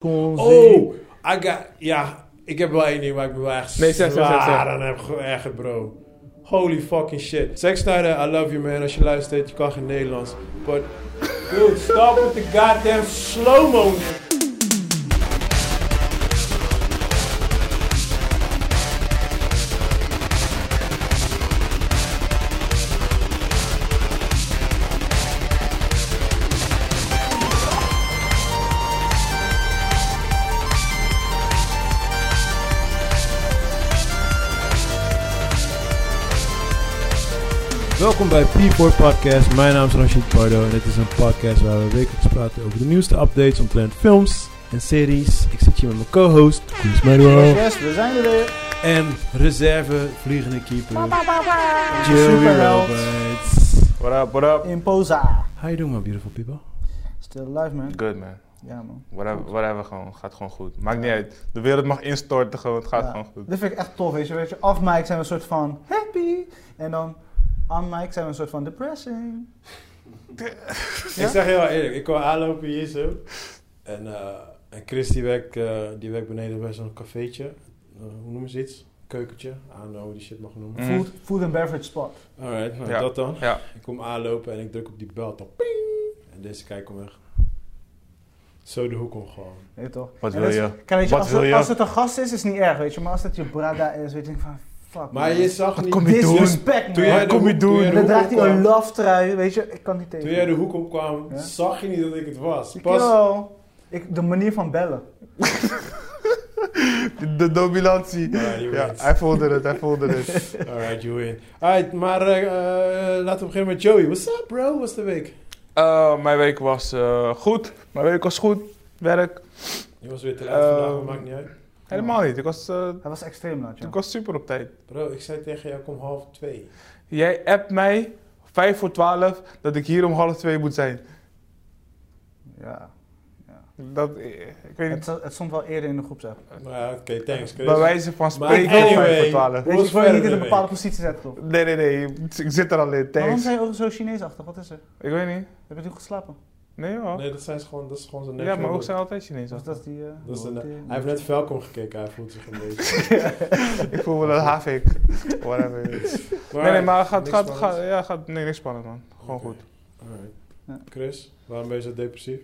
kon Oh, I got... Ja, ik heb wel één ding waar ik me wel echt Nee, zeg, zeg, zeg, zeg. zwaar aan heb geërgerd, bro. Holy fucking shit. Zack Snyder, I love you, man. Als je luistert, je kan geen Nederlands. But, dude, stop with the goddamn slow-mo. Welkom bij P4 Podcast. Mijn naam is Rashid Pardo en dit is een podcast waar we wekelijks praten over de nieuwste updates omtrent films en series. Ik zit hier met mijn co-host, Koens Manuel. Yes, we zijn er weer. En reserve vliegende keeper, Joey Superheld. Roberts. What up, what up? Imposa. How you doing, my beautiful people? Still alive, man. Good man. Ja, man. Whatever, whatever gewoon. Gaat gewoon goed. Maakt niet uit. De wereld mag instorten gewoon. Het gaat Ja. gewoon goed. Dit vind ik echt tof, weet je. Weet je, off mic zijn we een soort van happy. En dan on mic zijn we een soort van depressing. Ja? Ik zeg heel eerlijk, ik kwam aanlopen hier zo. En, eh, en Chris die werkt, eh, die werkt beneden bij zo'n cafeetje. Eh, hoe noemen ze iets? Keukentje. I don't know hoe die shit mag noemen. Mm. Food, food and beverage spot. Alright, nou, Ja. dat dan. Ja. Ik kom aanlopen en ik druk op die bel. Dan ping! En deze kijkt omweg. Zo de hoek om gewoon. Weet je toch? Wat En wil dat is- je? Kijk, weet je, Wat als, wil het, je? als het een gast is, is niet erg, weet je. Maar als het je brada is, weet je, denk ik van fuck. Maar man. je zag niet... dus- kom je doen? Disrespect, Toen man. jij Wat de kom je hoek- toen doen? jij de Dan hoek draagt hij een opkwam- love trui, weet je. Ik kan niet tegen. Toen jij de hoek opkwam, Ja? zag je niet dat ik het was. Pas... Yo. Ik, de manier van bellen. De, dominantie. Ja, je Ja, weet. hij voelde het, hij voelde het. Alright, you win. Alright, maar eh, eh, laten we beginnen met Joey. What's up, bro? What's de week? Eh, mijn week was eh, goed. Mijn week was goed. Werk. Je was weer te laat vandaag, maar Ehm. maakt niet uit. Helemaal niet. Ik was, eh, Hij was extreem laat, ja. ik was super op tijd. Bro, ik zei tegen jou, kom half twee. Jij appt mij, 5 voor 12, dat ik hier om half 2 moet zijn. ja. Dat, eh, ik weet Het, niet. het stond wel eerder in de groepsapp. Maar oké, thanks Chris. Bij wijze van Maar spreken, anyway. 5 voor 12. Weet Hoe je, is ik wil je verder niet in de een bepaalde week? positie zetten, toch? Nee, nee, nee. Ik zit er al in. Waarom Thanks. zijn je ogen zo Chineesachtig? Wat is er? Ik weet niet. Heb je goed geslapen? Nee, hoor. Nee, dat, zijn ze gewoon, dat is gewoon zijn Ja, maar ook ook zijn altijd Chinees. Dus dat is die... eh Dat is een- die- Hij heeft net Falcon gekeken, hij voelt zich een beetje... Ik voel me een havik. Whatever. Nee, nee, maar het gaat, niks gaat, spannends? gaat, ja, gaat nee, niks spannend, man. Gewoon Oké. goed. Alright. Ja. Chris, waarom ben je zo depressief?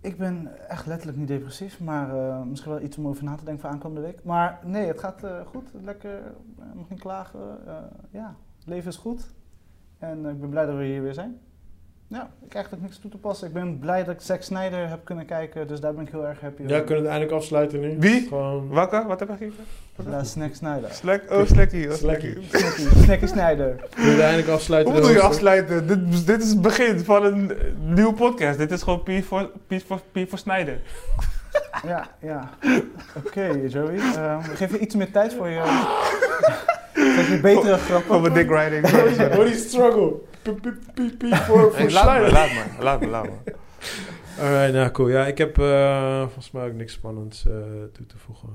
Ik ben echt letterlijk niet depressief, maar eh, misschien wel iets om over na te denken voor aankomende week. Maar nee, het gaat eh, goed. Lekker, eh, mag niet klagen. Eh, ja, het leven is goed. En eh, ik ben blij dat we hier weer zijn. Ja, ik heb eigenlijk niks toe te passen. Ik ben blij dat ik Zack Snyder heb kunnen kijken, dus daar ben ik heel erg happy Ja, kunnen we het eindelijk afsluiten nu? Wie? Gewoon... Wakker? Wat heb ik gegeven? La Snack Snyder. Slek? Oh, slekkie. Oh, Slekkie. slekkie. Snacky, Snacky Snyder. Kunnen we het eindelijk afsluiten? Hoe bedoel je Roos? afsluiten? Dit, dit is het begin van een eh, nieuwe podcast. Dit is gewoon Piet voor, Piet voor, Piet voor Snijder. Ja, ja. Oké, Joey. eh, we geven iets meer tijd voor je. Geef je betere grappen. Over dick riding. Sorry, sorry. Hoor die struggle. P- p- p- p- voor- voor Hey, laat me, sluiten. laat me, laat me, laat me. Alright, nou cool. Ja, ik heb eh, volgens mij ook niks spannends eh, toe te voegen.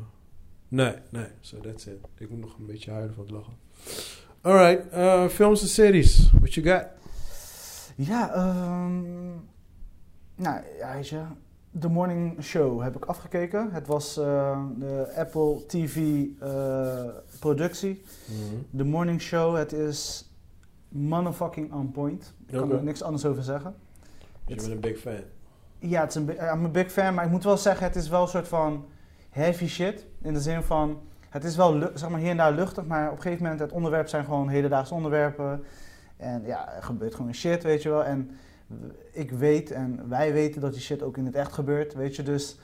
Nee, nee. So that's it. Ik moet nog een beetje huilen van het lachen. Alright, eh, films en series. What you got? Ja, ehm nou, ja, weet je, The Morning Show heb ik afgekeken. Het was eh, de Apple TV eh, productie. The Morning Show, het is motherfucking on point. Ik kan Oké. er niks anders over zeggen. Je bent een big fan. Ja, het is een, bi- I'm a big fan, maar ik moet wel zeggen, het is wel een soort van heavy shit. In de zin van, het is wel lu- zeg maar hier en daar luchtig, maar op een gegeven moment, het onderwerp zijn gewoon hedendaagse onderwerpen. En ja, er gebeurt gewoon shit, weet je wel. En w- ik weet en wij weten dat die shit ook in het echt gebeurt, weet je. Dus,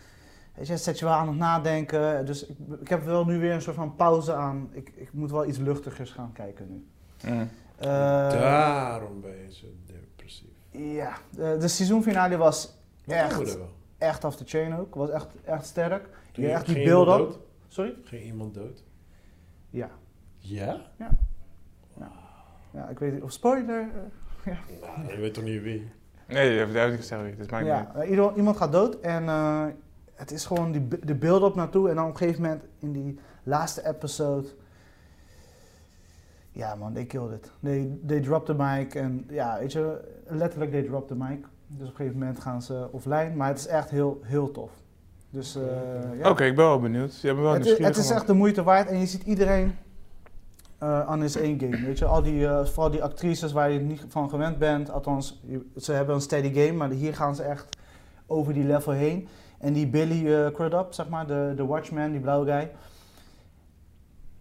weet je, het zet je wel aan het nadenken. Dus ik, ik heb wel nu weer een soort van pauze aan. Ik, ik moet wel iets luchtigers gaan kijken nu. Eh, Daarom ben je zo depressief. ja, de, de seizoenfinale was Wat Echt. doen we er wel? echt off the chain ook. Was echt, echt sterk. Ging- Ja, echt die ging iemand build-up. dood? Sorry? Ging iemand dood? Ja. Ja? ja ik weet niet of spoiler. eh, Nou, je weet toch niet wie? Nee, dat heb ik niet gezegd. Het maakt niet ja, eh, ieder- iemand gaat dood en eh, het is gewoon die, bu- de build-up naartoe. En dan op een gegeven moment in die laatste episode. Ja, man, they killed it. They, they dropped the mic en ja, weet je, letterlijk they dropped the mic. Dus op een gegeven moment gaan ze offline, maar het is echt heel, heel tof. Dus eh, ja. Oké, ik ben wel benieuwd. Je bent wel Het is, het nieuwsgierig. is gemaakt. echt de moeite waard en je ziet iedereen eh, aan is één game. Weet je, al die, eh, vooral die actrices waar je niet van gewend bent. Althans, je- ze hebben een steady game, maar hier gaan ze echt over die level heen. En die Billy eh, Crudup, zeg maar, de, de Watchman, die blauwe guy.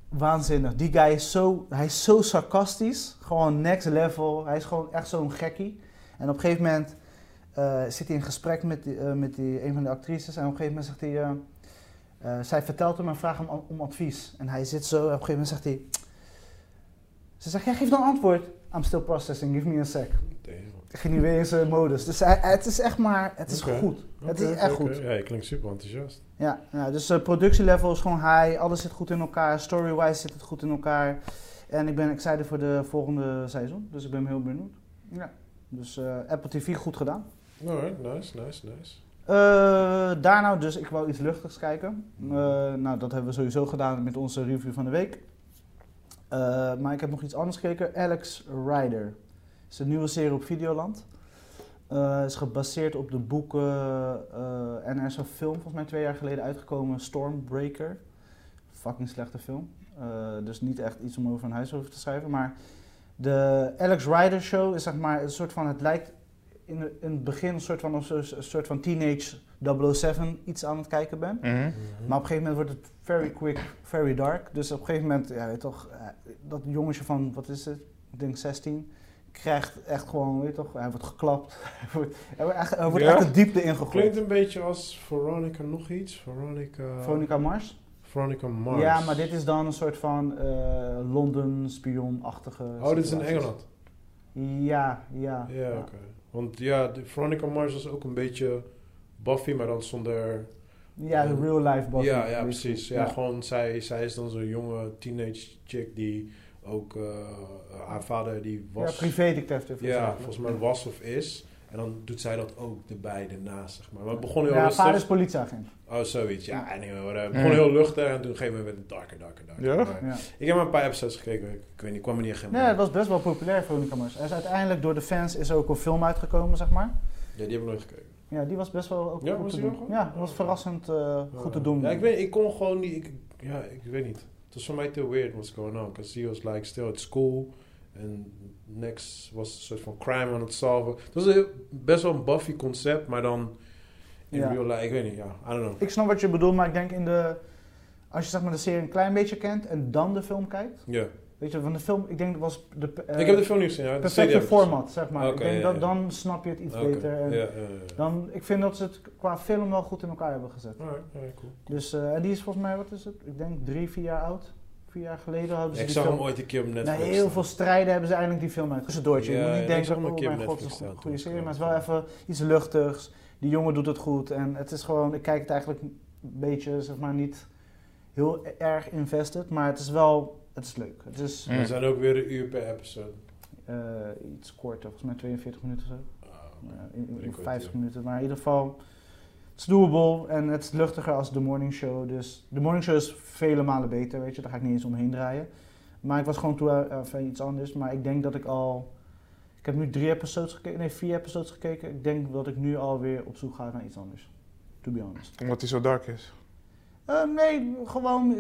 Waanzinnig. Die guy is zo, hij is zo sarcastisch. Gewoon next level. Hij is gewoon echt zo'n gekkie. En op een gegeven moment eh, zit hij in gesprek met, die, eh, met die, een van de actrices. En op een gegeven moment zegt hij... eh, eh, zij vertelt hem en vraagt hem om, om advies. En hij zit zo, en op een gegeven moment zegt hij... Ze zegt, ja, geef dan antwoord. I'm still processing, give me a sec. Damn. Ging hij weer in zijn modus. Dus hij- het is echt maar, het is Oké. goed. Het is Oké, echt oké. goed. Ja, je klinkt super enthousiast. Ja, ja dus eh, productielevel is gewoon high, alles zit goed in elkaar, story-wise zit het goed in elkaar. En ik ben excited voor de volgende seizoen, dus ik ben heel benieuwd. Ja. Dus eh, Apple TV goed gedaan. Alright, nice, nice, nice. Eh, daarna dus, ik wou iets luchtigs kijken. Eh, nou, dat hebben we sowieso gedaan met onze review van de week. Eh, maar ik heb nog iets anders gekeken. Alex Rider. Het is een nieuwe serie op Videoland. Eh is gebaseerd op de boeken eh, en er is een film volgens mij twee jaar geleden uitgekomen, Stormbreaker. Fucking slechte film. Eh, dus niet echt iets om over een huis over te schrijven. Maar de Alex Rider Show is zeg maar een soort van, het lijkt in, de- in het begin een soort van, een soort- een soort van teenage 007 iets aan het kijken ben. Mhm. Maar op een gegeven moment wordt het very quick, very dark. Dus op een gegeven moment, ja, weet je toch, eh, dat jongetje van, wat is het, ik denk 16, krijgt echt gewoon, weet je toch, hij wordt geklapt. Hij wordt, hij wordt echt, hij wordt Ja? echt de diepte ingegooid. Klinkt een beetje als Veronica nog iets. Veronica... Veronica Mars? Veronica Mars. Ja, maar dit is dan een soort van eh Londen spion-achtige. Oh, dit is in situaties. Engeland. Ja, Ah, ja. Ja, oké. Want ja, de Veronica Mars was ook een beetje Buffy, maar dan zonder... Ja, de real life Buffy. ja, ja, basically. precies. Ja, gewoon zij, zij is dan zo'n jonge teenage chick die ook... eh, haar vader die was... Ja, privédetective. Ja, volgens mij was of is. En dan doet zij dat ook erbij, daarnaast, zeg maar. Maar het begon heel Ja, rustig. vader is politieagent. Oh, zoiets. Ja, anyway. whatever. Het Mm. begon heel luchtig en toen op een gegeven moment werd het darker, darker, darker. Ja? Maar Ja. Ik heb maar een paar episodes gekeken. Ik, ik weet niet, ik kwam er niet echt Nee, helemaal het in. was best wel populair, Veronica Mars. Er is uiteindelijk door de fans is er ook een film uitgekomen, zeg maar. Ja, die heb ik nooit gekeken. Ja, die was best wel ook Ja, goed was te die doen. wel goed? Ja, dat was verrassend eh, goed te doen. Ja, ik, weet, ik kon gewoon niet... Ik, ja, ik weet niet. Het was voor mij te weird what's going on. Because he was like still at school. En next was een soort van crime aan het solven. Het was een heel- best wel een Buffy concept, maar dan in Ja. real life. Ik weet niet, ja. I don't know. Ik snap wat je bedoelt, maar ik denk in de... Als je zeg maar de serie een klein beetje kent en dan de film kijkt. Ja. Weet je, van de film, ik denk dat was de eh, ik heb de film niet gezien. Ja. De serie perfecte heb ik gezien. format, zeg maar. ik Oké, denk ja, dat ja. dan snap je het iets Oké, beter. En Ja, ja, ja. dan, ik vind dat ze het qua film wel goed in elkaar hebben gezet. Alright, alright, cool. Dus, eh, en die is volgens mij, wat is het? Ik denk drie, vier jaar oud. Vier jaar geleden hadden ze ik die zag film. hem ooit een keer op Na Netflix. heel staan. veel strijden hebben ze eindelijk die film uit. Tussendoortje. Ja, je moet ja, niet ik zag denken, hem een oh keer op mijn god, het Netflix is een staan goede toen. serie. Maar het is wel even iets luchtigs. Die jongen doet het goed. En het is gewoon, ik kijk het eigenlijk een beetje, zeg maar, niet heel e-, erg invested. Maar het is wel, het is leuk. Het is Mm. We zijn ook weer een uur per episode. eh, iets korter, volgens mij 42 minuten of zo. Ah, Ja, oké. Nou, in- in- Drie kwartier. 50 minuten. Maar in ieder geval, het is doable en het is luchtiger als de morning show. Dus de morning show is vele malen beter, weet je. Daar ga ik niet eens omheen draaien. Maar ik was gewoon toe aan aan iets anders. Maar ik denk dat ik al... Ik heb nu drie episodes gekeken. Nee, vier episodes gekeken. Ik denk dat ik nu alweer op zoek ga naar iets anders. To be honest. Omdat hij zo dark is. Eh, nee, gewoon... eh,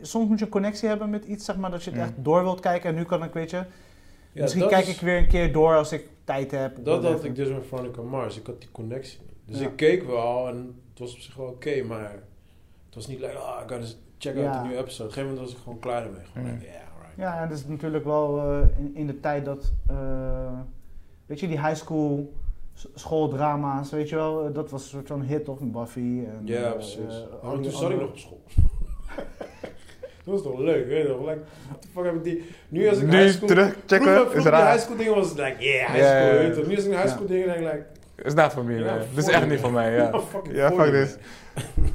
soms moet je een connectie hebben met iets, zeg maar. Dat je het Mm. echt door wilt kijken. En nu kan ik, weet je... Ja, misschien dat kijk is- ik weer een keer door als ik tijd heb. Dat had whatever. ik dus met Veronica Mars. Ik had die connectie niet. Dus Ja. ik keek wel en het was op zich wel oké, maar het was niet like, ah, ik ga eens check out Ja. de nieuwe episode. Op een gegeven moment was ik gewoon klaar ermee. Gewoon, Mm. like, yeah, alright. Ja, en dat is natuurlijk wel eh, in, in de tijd dat, eh, weet je, die high school s- schooldrama's, weet je wel, eh, dat was een soort van hit toch, met Buffy. En, Ja, eh, precies. eh, Ja, al maar die toen zat ik andere- nog op school. dat was toch leuk, weet je nog? Like, what the fuck heb ik die... Nu als ik Nu high school... terug vroeger, checken is vroeger die high raar. school dingen was het like, yeah, high Ja, school, ja, ja. weet je toch? Nu als ik naar high Ja. school dingen denk ik like, Is daar van mij. Ja, nee. Dit is voor echt je. niet van mij, oh, ja. fucking Ja, boy, fuck man. this.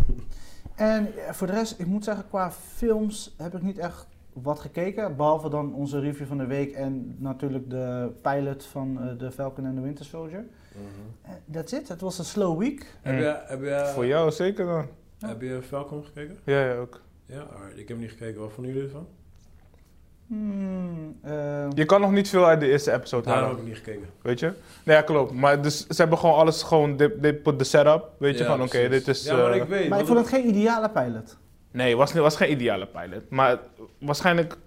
En eh, voor de rest, ik moet zeggen, qua films heb ik niet echt wat gekeken, behalve dan onze review van de week en natuurlijk de pilot van eh, The Falcon and the Winter Soldier. Mhm. Eh, That's it, het was een slow week. Heb Mm. je, heb je, Voor jou zeker dan. heb je Falcon gekeken? Ja, ja, ook. Ja, alright. Ik heb hem niet gekeken. Wat vonden jullie ervan? Hmm, eh, Je kan nog niet veel uit de eerste episode Daarom halen, heb ik niet gekeken. weet je? Nee, ja, klopt. Maar dus, ze hebben gewoon alles gewoon, they, they put the setup, weet je? Ja, van oké, precies. dit is... Ja, maar eh, ik weet. maar ik want vond het geen ideale pilot. Nee, was, niet- was geen ideale pilot. Maar het- waarschijnlijk,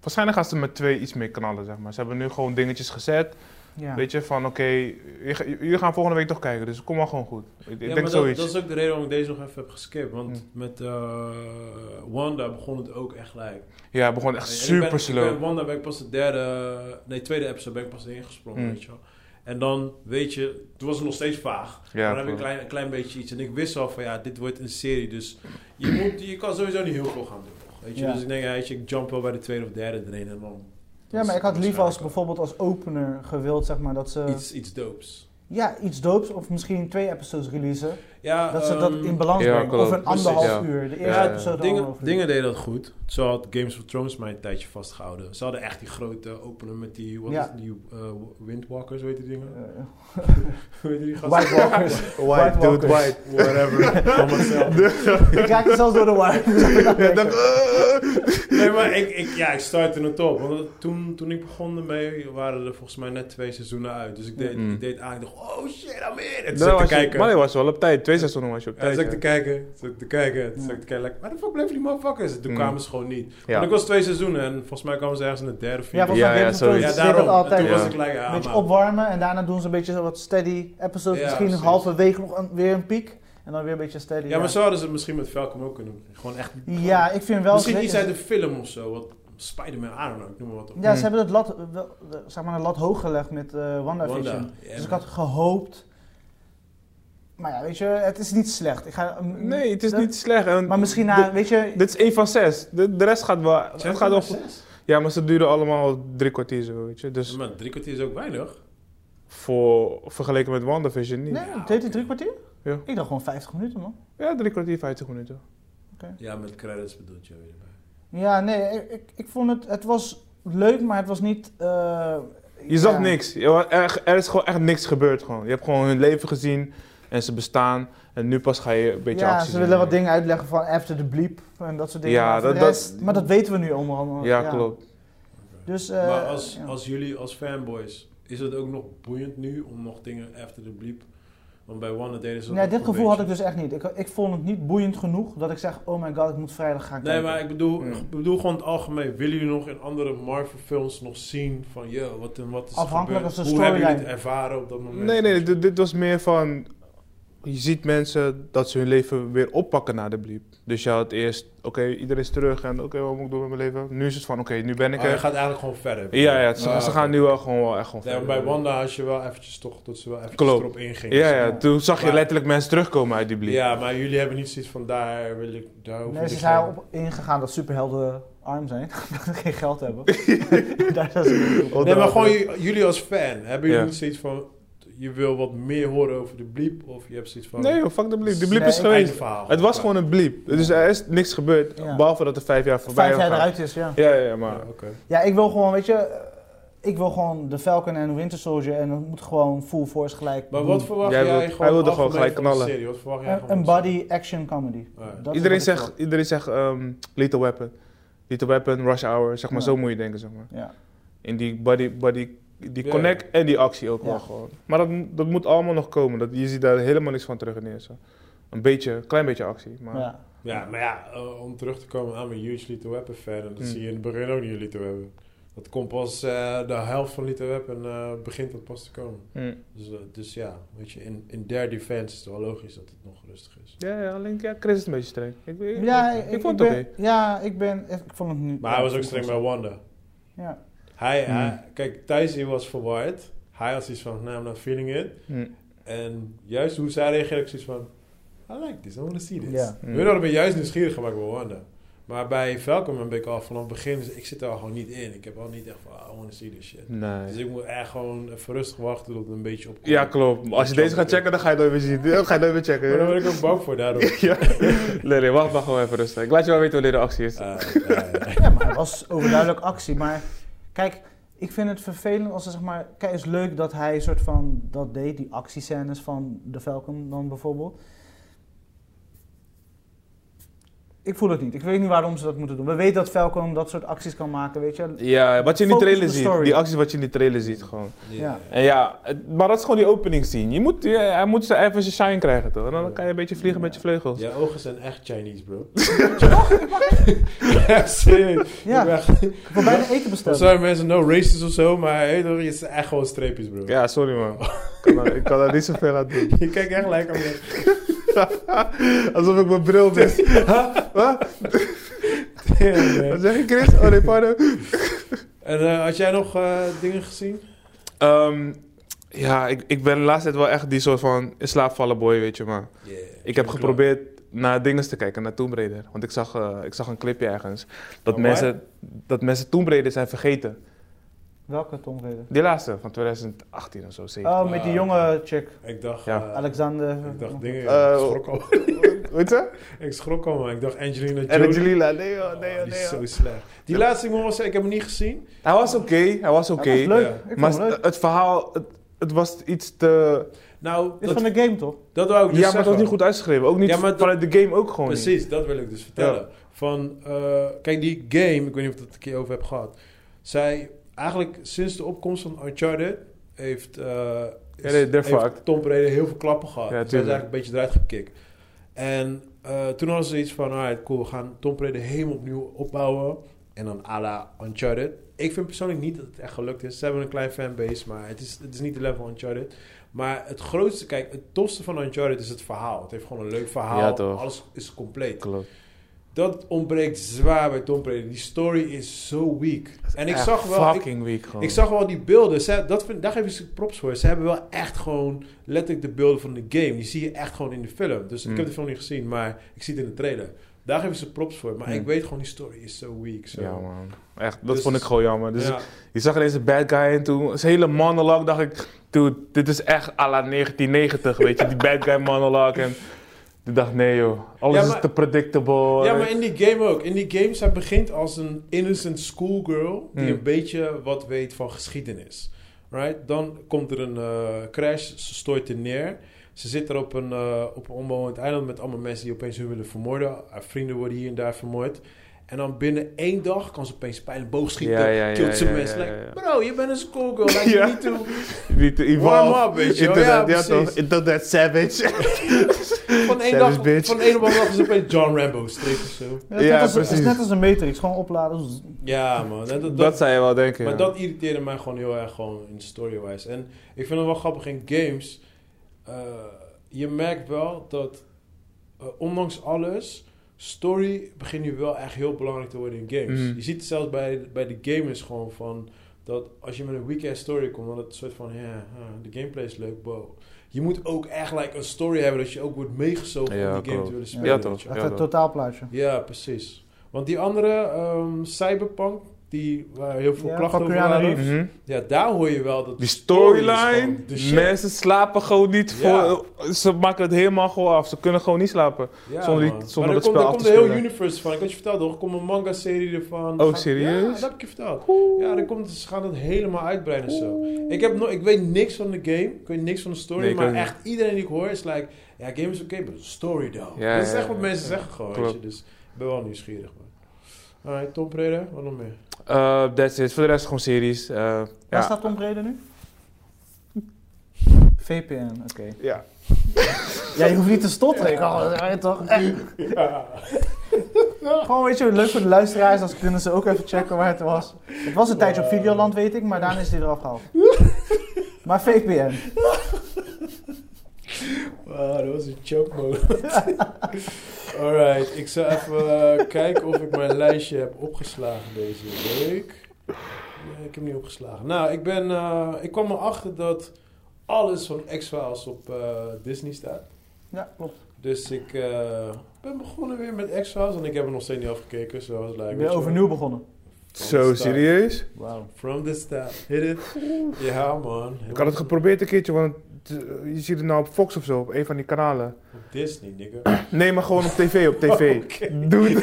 waarschijnlijk gaan ze met twee iets meer knallen, zeg maar. Ze hebben nu gewoon dingetjes gezet. Ja. Weet je, van oké, je ga- jullie gaan volgende week toch kijken, dus kom maar gewoon goed. Ik, ik Ja, denk maar dat, zoiets. dat is ook de reden waarom ik deze nog even heb geskipt. Want Hm. met eh, Wanda begon het ook echt gelijk. Ja, het begon echt En ik ben- super ik ben- slow. Wanda ben ik pas de derde, nee, tweede episode ben ik pas erin gesprongen, Hmm. weet je wel. En dan, weet je, toen was het nog steeds vaag. Ja, maar dan heb ik een klopt. klein, een klein beetje iets. En ik wist al van, ja, dit wordt een serie. Dus je, moet, je kan sowieso niet heel veel gaan doen. nog, Weet je? Ja. Dus ik denk, ja, weet je, ik jump wel bij de tweede of derde erin. En dan ja, maar ik had liever als waarschijnlijk bijvoorbeeld als opener gewild, zeg maar, dat ze Iets, iets doops. ja, iets doops of misschien twee episodes releasen. Ja, Dat ze dat ehm, in balans ja, brengen. Of klopt. een Precies, anderhalf ja. uur. De Ja, eerste ja, ja. episode Dingen, anderhalf uur. dingen deden dat goed. Zo had Games of Thrones mij een tijdje vastgehouden. Ze hadden echt die grote opener met die, wat Ja. is het, die eh, Windwalkers, weet je die dingen? Eh, Weet je die gasten? White Walkers. White dude, Walkers. Whatever. Van mezelf. Ik raakte zelfs door de White Nee, maar ik, ik, ja, ik startte het op. Want toen, toen ik begon ermee, waren er volgens mij net twee seizoenen uit. Dus ik deed, Mm. ik deed aan. Ik dacht, oh shit, I'm in. En toen zat ik Nee, was te Nou, je- kijken. Maar je was wel op tijd, twee seizoenen was je op Ja, toen tijd. zat ik te eh, Ja, kijken. Toen zat ik te kijken. Toen Ja. zat ik te kijken. like, Waar de fuck bleven die motherfuckers? En Toen Mm. kwamen ze gewoon niet. ja. Want ik was twee seizoenen en volgens mij kwamen ze ergens in het derde, Ja, vierde. volgens mij Ja, Game of ja, Thrones zoiets. deed daarom. dat En altijd. toen Ja. was ik like, Een ah, beetje man. opwarmen en daarna doen ze een beetje zo wat steady episodes. Ja, misschien precies. halverwege nog een, weer een piek. En dan weer een beetje steady. Ja, maar zo hadden ze het misschien met Falcon ook kunnen doen. Gewoon echt... Ja, ik vind wel... Misschien ze- iets uit de film of zo. Wat Spider-Man, I don't know, ik noem maar wat op. Ja, ze Hmm. hebben het lat, wel- de- zeg maar een lat hoog gelegd met eh WandaVision. Wanda, ja, Dus ik man. had gehoopt... Maar ja, weet je, het is niet slecht. Ik ga, mm, Nee, het is dat- niet slecht. En Maar misschien dit- na, weet je... Dit is één van zes. De, de rest gaat wel. Het Zijn gaat wel er goed. zes? Ja, maar ze duren allemaal drie kwartier zo, weet je. Dus Ja, Maar drie kwartier is ook weinig. voor, vergeleken met WandaVision niet. Nee, deed hij drie kwartier? Ja. Ik dacht gewoon 50 minuten, man. Ja, drie kwartier, vijftig minuten. Ja, met credits bedoelt je weer. bij. Ja, nee, ik, ik, ik vond het... Het was leuk, maar het was niet... eh, Je zag ja. niks. Je wa- Er, er is gewoon echt niks gebeurd gewoon. Je hebt gewoon hun leven gezien en ze bestaan. En nu pas ga je een beetje ja, actie ze zien. willen wat dingen uitleggen van after the bleep en dat soort dingen. Ja, maar, voor dat- de dat- rest- maar dat weten we nu allemaal. Ja, klopt. Dus, eh, maar als, ja. als jullie als fanboys, is het ook nog boeiend nu om nog dingen after the bleep? Want bij Wanda deden ze dat Nee, ook dit een gevoel had ik beetje. dus echt niet. Ik, ik vond het niet boeiend genoeg dat ik zeg, oh my god, ik moet vrijdag gaan Nee, kijken. maar ik bedoel, Ja. ik bedoel gewoon het algemeen. Willen jullie nog in andere Marvel films nog zien van, yo, wat, en wat is er Afhankelijk gebeurd? als de Hoe hebben jullie het storyline. ervaren op dat moment? Nee, nee, dit, dit was meer van. Je ziet mensen dat ze hun leven weer oppakken na de bliep. Dus je had eerst, oké, iedereen is terug en oké, wat moet ik doen met mijn leven? Nu is het van, oké, nu ben ik Ah, je er. gaat eigenlijk gewoon verder. Ja, ja, ze, Ah, ze oké. gaan nu wel gewoon wel echt gewoon Nee, maar bij verder. Wanda had je wel eventjes toch dat ze wel eventjes Klopt. erop ingingen. Ja, ja, toen zag je Maar- letterlijk mensen terugkomen uit die bliep. Ja, maar jullie hebben niet zoiets van daar wil ik daar hoef Nee, ik ze niet zijn van. op ingegaan dat superhelden arm zijn. dat ze geen geld hebben. Daar zijn ze niet op. Nee, maar gewoon j- jullie als fan hebben jullie Ja. niet zoiets van je wil wat meer horen over de bliep of je hebt zoiets van Nee, joh, fuck de bliep. De bliep Nee, is ik- geweest. verhaal. Het was gewoon een bliep. Dus er is niks gebeurd. Ja. Behalve dat er vijf jaar voorbij Vijf jaar waren. eruit is, ja. Ja, ja, ja, Ja, maar. oké. Ja, ik wil gewoon, weet je... eh, Ik wil gewoon de Falcon en Winter Soldier en dat moet gewoon full force gelijk. Maar doen. wat verwacht jij, Jij wil- gewoon hij wilde gewoon algemeen gelijk van de knallen. Serie? Wat verwacht jij Een, gewoon een van de body action comedy. Ja. Dat is Iedereen wat ik zegt, wil. iedereen zegt ehm, Lethal Weapon. Lethal Weapon, Rush Hour, zeg maar, Ja. zo moet je denken, zeg maar. Ja. In die body, body die Ja. connect en die actie ook Ja. wel gewoon. Maar dat, dat moet allemaal nog komen. Dat, je ziet daar helemaal niks van terug in eerste. Een beetje, een klein beetje actie. Maar Ja. serie? Ja, maar ja, eh, om terug te komen aan mijn huge Little Weapon fan en dat Hmm. zie je in het begin ook niet in Little Weapon. Dat komt pas eh, de helft van Little Weapon eh, begint dat pas te komen. Hm. Dus, eh, dus ja, weet je, in, in their defense is het wel logisch dat het nog rustig is. Ja, ja, alleen ja, Chris is een beetje streng. Ik, ik, Ja, ik, ik, vond ik het ben, oké. Ja, ik ben... Ik vond het nu... Maar hij was ook streng bij Wanda. Ja. Hij, Hmm. hij- kijk, Thijs die was verward. Hij had zoiets van, nou, I'm not feeling it. Hm. En juist hoe zij reageerde, ik zoiets van, I like this, I want to see this. Mm. Ja. We hadden me juist nieuwsgierig gemaakt bij Wanda. Maar bij Falcon ben ik al vanaf het begin, dus ik zit daar gewoon niet in. Ik heb al niet echt van, I want to see this shit. Dus Nee. ik moet echt gewoon even rustig wachten tot het een beetje opkomt. Ja, klopt. Als je deze gaat checken, dan ga je het nooit meer zien. Dan ga je het nooit meer Maar daar checken. ben ik ook bang voor daardoor. Ja. Nee, nee, wacht maar gewoon even rustig. Ik laat je wel weten wanneer de actie is. Ah, ja, ja. Ja, maar het was overduidelijk actie. Maar kijk, ik vind het vervelend als ze zeg maar... Kijk, het is leuk dat hij een soort van dat deed. Die actiescènes van de Falcon dan bijvoorbeeld. Ik voel het niet. Ik weet niet waarom ze dat moeten doen. We weten dat Falcon dat soort acties kan maken, weet je. Ja, wat je in die Focus trailer op de ziet. story. Die acties wat je in die trailer ziet gewoon. Ja. En ja, het- maar dat is gewoon die opening scene. Je moet, je, hij moet zijn- even zijn shine krijgen toch? En dan kan je een beetje vliegen met je vleugels. Jouw ogen zijn echt Chinese, bro. ja, serieus. Ja. Ik ben echt- Ik wil bijna eten bestellen. Sorry mensen, no racist of zo, maar hey, toch, je is echt gewoon streepjes, bro. Ja, sorry man. Ik kan daar- Ik kan daar niet zoveel aan doen. Je kijkt echt lekker me. Alsof ik mijn bril mis. Damn, man. Wat zeg je Chris? Oh nee, pardon. En eh, had jij nog eh, dingen gezien? Ehm, ja, ik, ik ben de laatste tijd wel echt die soort van in slaap vallen boy, weet je maar. Ik heb geprobeerd naar dingen te kijken, naar Tomb Raider. Want ik zag, eh, ik zag een clipje ergens. Dat, Oh, waar? mensen, dat mensen Tomb Raider zijn vergeten. Welke Tom Raider? Die laatste, van 2018 of zo, 17. Oh, met die jonge chick. Ik dacht... Ja. eh, Alexander. ik dacht dingen, Eh, ik schrok al. Weet je? ik schrok al, maar ik dacht Angelina Jolie. En de Jalila, nee joh, nee Oh, joh, die nee is joh. zo slecht. Die laatste, ik moet wel zeggen, ik heb hem niet gezien. Hij was oké, hij was oké. Ja, dat was leuk. Ja. Ik vond Maar het leuk. het verhaal, het, het was iets te... Nou, Dit dat, is van de game toch? dat wou ik dus ja, maar het zeggen. was niet goed uitgeschreven. Ook niet Ja, maar dat- vanuit de game ook gewoon niet. Precies, dat wil ik dus vertellen. Van, eh, kijk, die game, ik weet niet of ik het een keer over heb gehad. Zij, eigenlijk sinds de opkomst van Uncharted, heeft, eh is- nee, they're heeft fucked. Tom Brady heel veel klappen gehad. Ja, Zij is tuurlijk. eigenlijk een beetje eruit gekikt. En eh, toen hadden ze iets van, alright, cool, we gaan Tom Brady helemaal opnieuw opbouwen. En dan à la Uncharted. Ik vind persoonlijk niet dat het echt gelukt is. Ze hebben een klein fanbase, maar het is, het is niet de level Uncharted. Maar het grootste, kijk, het tofste van Uncharted is het verhaal. Het heeft gewoon een leuk verhaal. Ja, toch. Alles is compleet. Klopt. Dat ontbreekt zwaar bij Tom Brady. Die story is zo weak. En ik Echt zag wel... Ik, Fucking weak gewoon. ik zag wel die beelden. Ze, dat vind, daar geef ik ze props voor. Ze hebben wel echt gewoon letterlijk de beelden van de game. Die zie je echt gewoon in de film. Dus ik Mm. heb de film niet gezien, maar ik zie het in de trailer. Daar geef ik ze props voor. Maar Mm. ik weet gewoon, die story is zo weak. Zo. Ja man, echt, dat Dus- vond ik gewoon jammer. Dus Ja. je zag ineens een bad guy en toen, zijn hele monologue dacht ik, dude, dit is echt à la 1990, weet je, die bad guy monologue. En toen dacht ik, nee joh, alles Ja, maar- is te predictable. Ja, maar in die game ook. In die game, zij begint als een innocent schoolgirl die Hmm. een beetje wat weet van geschiedenis. Right? Dan komt er een eh, crash, ze stort er neer. Ze zit er op een, eh, op een onbewoond eiland met allemaal mensen die opeens hun willen vermoorden. Haar vrienden worden hier en daar vermoord. En dan binnen één dag kan ze opeens pijn en boog schieten. Ja, ja, ja, killt ze ja, mensen. ja, ja, Like, bro, je bent een schoolgirl. Laat Ja. je niet toe. Die te Warm evolve. up, weet je wel. Into Ja, that- precies. toch, into that savage. Van één Savage dag, bitch. van één op een dag is opeens John Rambo streep of zo. Ja, het is Ja, net als, het is precies. net als een Matrix, gewoon opladen. zzz. Ja, man. Dat, dat, dat, zou je wel denken. Maar ja. dat irriteerde mij gewoon heel erg gewoon in story-wise. En ik vind het wel grappig in games. eh, je merkt wel dat, eh, ondanks alles, story begint nu wel echt heel belangrijk te worden in games. Mhm. Je ziet het zelfs bij, bij de gamers gewoon van dat als je met een weekend story komt, dan het soort van, ja, ah, de gameplay is leuk, wow. Je moet ook echt like, een story hebben dat je ook wordt meegezogen Ja, om die game klopt. te willen Ja, spelen. toch. weet je. Echt Ja, een dat- totaalplaatje. Ja, precies. Want die andere, ehm, Cyberpunk, die waar heel veel Ja, klachten van over Keanu waren. Reeves. Mhm. Ja, daar hoor je wel dat de Die story is storyline, gewoon de shit. mensen slapen gewoon niet Ja. voor... Ze maken het helemaal gewoon af, ze kunnen gewoon niet slapen. Ja, zonder die- man. zonder Maar dat er spel af komt, te er komt een heel spelen. universe van. Ik had je verteld, hoor. Er komt een manga-serie ervan. Oh, Gaat- serieus? Ja, dat heb ik je verteld. Ja, er komt, ze gaan het helemaal uitbreiden en zo. Ik, heb no ik weet niks van de game. Ik weet niks van de story. Nee, ik maar ook niet. echt, iedereen die ik hoor is like... Ja, game is oké, maar story though. Ja, dat is ja, echt wat ja, mensen ja. zeggen gewoon, Klopt. weet je. Dus ik ben wel nieuwsgierig, man. Alright, Tom Preda, wat nog meer? Eh, that's it, voor de rest gewoon series. eh, Waar ja. staat Tom Raider nu? VPN, oké. Ja. Ja, je hoeft niet te stotteren. Ik dacht, ja, toch? Echt. Gewoon, weet je, leuk voor de luisteraars, als kunnen ze ook even checken waar het was. Het was een tijdje op Videoland, weet ik, maar daarna is die eraf gehaald. Maar VPN. Wow, dat was een choke moment. Alright, ik zal even eh, kijken of ik mijn lijstje heb opgeslagen deze week. Nee, ik heb niet opgeslagen. Nou, ik, ben, eh, ik kwam erachter dat alles van X-Files op eh, Disney staat. Ja, klopt. Dus ik eh, ben begonnen weer met X-Files en ik heb er nog steeds niet afgekeken. Zoals het lijkt. Ik ben overnieuw begonnen. Zo serieus? Wauw. From the start, hit it. Ja man. Ik had het geprobeerd een keertje, want eh, je ziet het nou op Fox of zo, op een van die kanalen. Op Disney, nigga. Nee, maar gewoon op tv, op tv. Dude.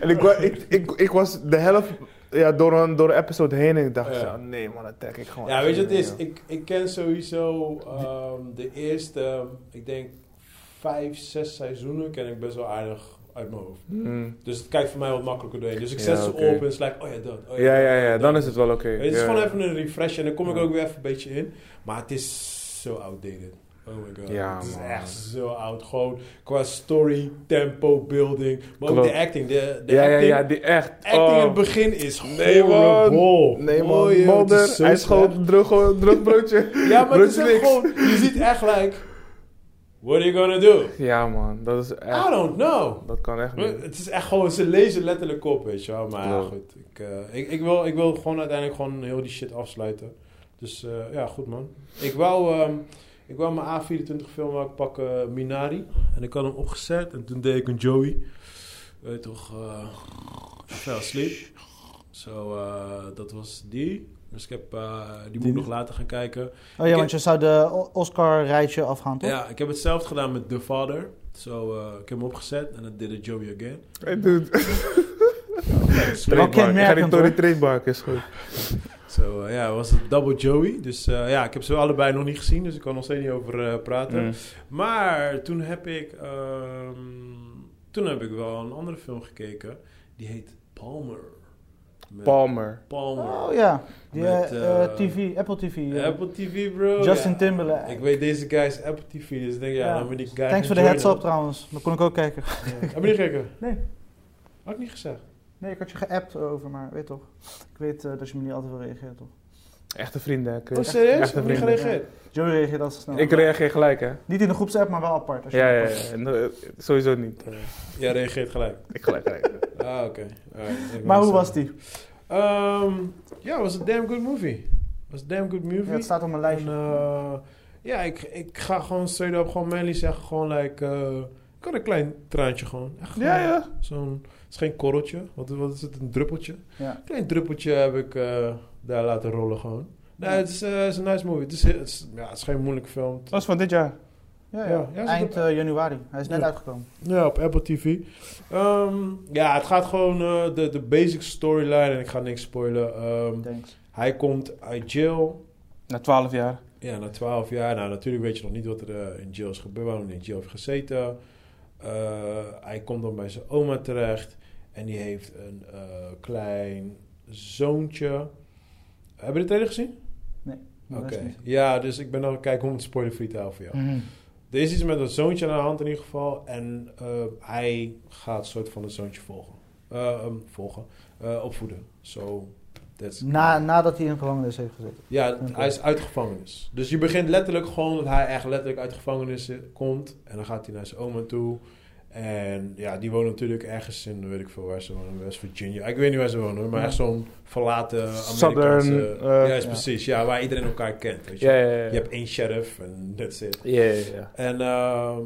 en ik, wa- ik, ik, ik was de helft ja, door, een, door een episode heen en ik dacht, Ja. zo, nee man, dat trek ik gewoon. Ja, echt weet je wat niet, het is? joh. Ik, ik ken sowieso ehm, de eerste, ik denk vijf, zes seizoenen ken ik best wel aardig uit mijn hoofd. Mm. Dus het kijkt voor mij wat makkelijker doorheen. Dus ik Ja, zet ze oké. op en het is like, oh ja, dat. Oh Ja, ja, dat, ja, dat, dan dat. is het wel oké. Weet je, Het is Ja. gewoon even een refresh en dan kom ik Ja. ook weer even een beetje in. Maar het is zo outdated. Oh my god. Ja, het is man. echt zo oud. Gewoon qua story, tempo, building. Maar ook Klopt. de acting. De, de Ja, ja, acting, ja, die echt. acting in het Oh. begin is Nee, man. horrible. Nee Mooi, joh, het man, modder, zo hij schoot slecht. een droog, droog broodje. Ja, maar het is Brooks ook niks. gewoon... Je ziet echt like... What are you gonna do? Ja man, dat is I echt, don't know. dat kan echt Maar niet. Het is echt gewoon, ze lezen letterlijk op, weet je wel. Maar ja, Ja. goed, ik, eh, ik, ik, wil, ik wil gewoon uiteindelijk gewoon heel die shit afsluiten. Dus eh, ja, goed man. Ik wou, ehm, ik wou mijn A24 film ook pakken, eh, Minari. En ik had hem opgezet en toen deed ik een Joey. Weet je toch, eh I fell asleep. Zo, eh, dat was die. Dus ik heb, eh, die moet ik nog later gaan kijken. Oh ja, want je zou de O- Oscar-rijtje afgaan, toch? Ja, ik heb hetzelfde gedaan met The Father. Zo, eh, ik heb hem opgezet en dat deed het Joey again. Hey dude, Wel trademark. Ik ga die kenmerkend, hoor. Tory trademark, is goed. Zo, eh, ja, was het Double Joey. Dus eh, ja, ik heb ze allebei nog niet gezien, dus ik kan nog steeds niet over eh, praten. Mm. Maar toen heb ik, ehm, toen heb ik wel een andere film gekeken. Die heet Palmer. Met Palmer. Palmer. Oh ja, die eh, Met, eh, eh, TV, Apple TV. eh, Apple TV, bro. Justin Ja. Timberlake. Ik weet, deze guy is Apple TV, dus ik denk, ja, Ja. dan moet ik guy Thanks voor de gaan heads up joinen. trouwens, dat kon ik ook kijken. Ja. Heb je niet gekeken? Nee. Had ik niet gezegd. Nee, ik had je geappt over, maar weet toch. Ik weet eh, dat je me niet altijd wil reageren, toch? Echte vrienden, hè, Chris. Oh, serieus? Echte Heb je niet vrienden. gereageerd? Joey reageert altijd Oh, snel. Ik reageer gelijk hè. Niet in de groepsapp, maar wel apart. Als je Ja, ja, ja. No- Sowieso niet. Ja, eh, reageert gelijk. Ik gelijk reageer. Ah, oké. Alright, ik Maar hoe sorry. was die? Ehm, ja, het was een damn good movie. Het was een damn good movie. Ja, het staat op mijn en, lijstje. eh, ja, ik, ik ga gewoon straight up gewoon Manly zeggen. Gewoon like... eh, ik had een klein traantje gewoon. Echt gewoon Ja, ja. Zo'n... Het is geen korreltje. Wat, wat is het? Een druppeltje? Ja. Een klein druppeltje heb ik eh, daar laten rollen gewoon. Nee, Ja. het is, eh, het is een nice movie. Het is, het is- ja, het is geen moeilijke film. Dat was van dit jaar. Ja, Ja, ja, ja. zit Eind op- eh, januari. Hij is net Ja. uitgekomen. Ja, op Apple TV. Ehm, ja, het gaat gewoon eh, de, de basic storyline. En ik ga niks spoilen. Ehm, Thanks. hij komt uit jail. Na 12 jaar. Ja, na 12 jaar. Nou, natuurlijk weet je nog niet wat er eh, in jail is gebeurd, waarom hij in jail heeft gezeten. Eh, hij komt dan bij zijn oma terecht en die heeft een eh, klein zoontje. Hebben we de trailer gezien? Dat is niet. Ja, dus ik ben dan kijken om het spoilerfree te houden voor jou. Mhm. Er is iets met dat zoontje aan de hand in ieder geval. En eh, hij gaat een soort van het zoontje volgen. Eh, ehm, volgen. Eh, opvoeden. So, that's Na, nadat hij in gevangenis heeft gezeten. ja, Oké. hij is uit gevangenis. Dus je begint letterlijk gewoon dat hij echt letterlijk uit gevangenis eh, komt. En dan gaat hij naar zijn oma toe. En ja, die woont natuurlijk ergens in, weet ik veel waar ze wonen, West Virginia. Ik weet niet waar ze wonen, hoor, maar Ja. echt zo'n verlaten Amerikaanse... Southern, eh, juist, ja. precies. Ja, waar iedereen elkaar kent, weet je. Ja, ja, ja. Je hebt één sheriff en that's it. Ja, ja, ja. En ehm,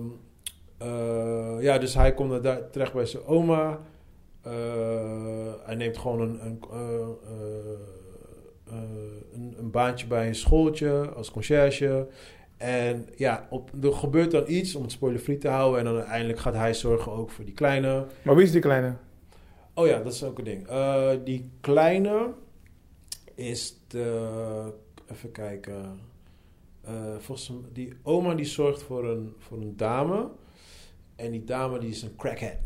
eh, ja, dus hij komt er daar terecht bij zijn oma. Eh, hij neemt gewoon een, een, eh, eh, eh, een, een baantje bij een schooltje als conciërge. En ja, op, er gebeurt dan iets om het spoilerfree te houden. En dan uiteindelijk gaat hij zorgen ook voor die kleine. Maar wie is die kleine? Oh ja, dat is ook een ding. Eh, die kleine is de. Even kijken. Eh, volgens m- die oma die zorgt voor een, voor een dame. En die dame die is een crackhead.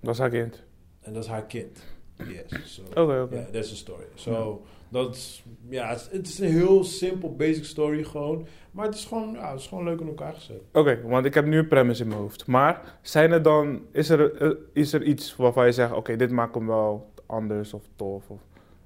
Dat is haar kind. En dat is haar kind. Yes. So, Oké, oké. yeah, that's the story. So, dat is, ja, het is- het is een heel simpel, basic story gewoon. Maar het is gewoon, ja, het is gewoon leuk in elkaar gezet. Oké, want ik heb nu een premise in mijn hoofd. Maar zijn er dan, is er, eh, is er iets waarvan je zegt, oké, dit maakt hem wel anders of tof? Of...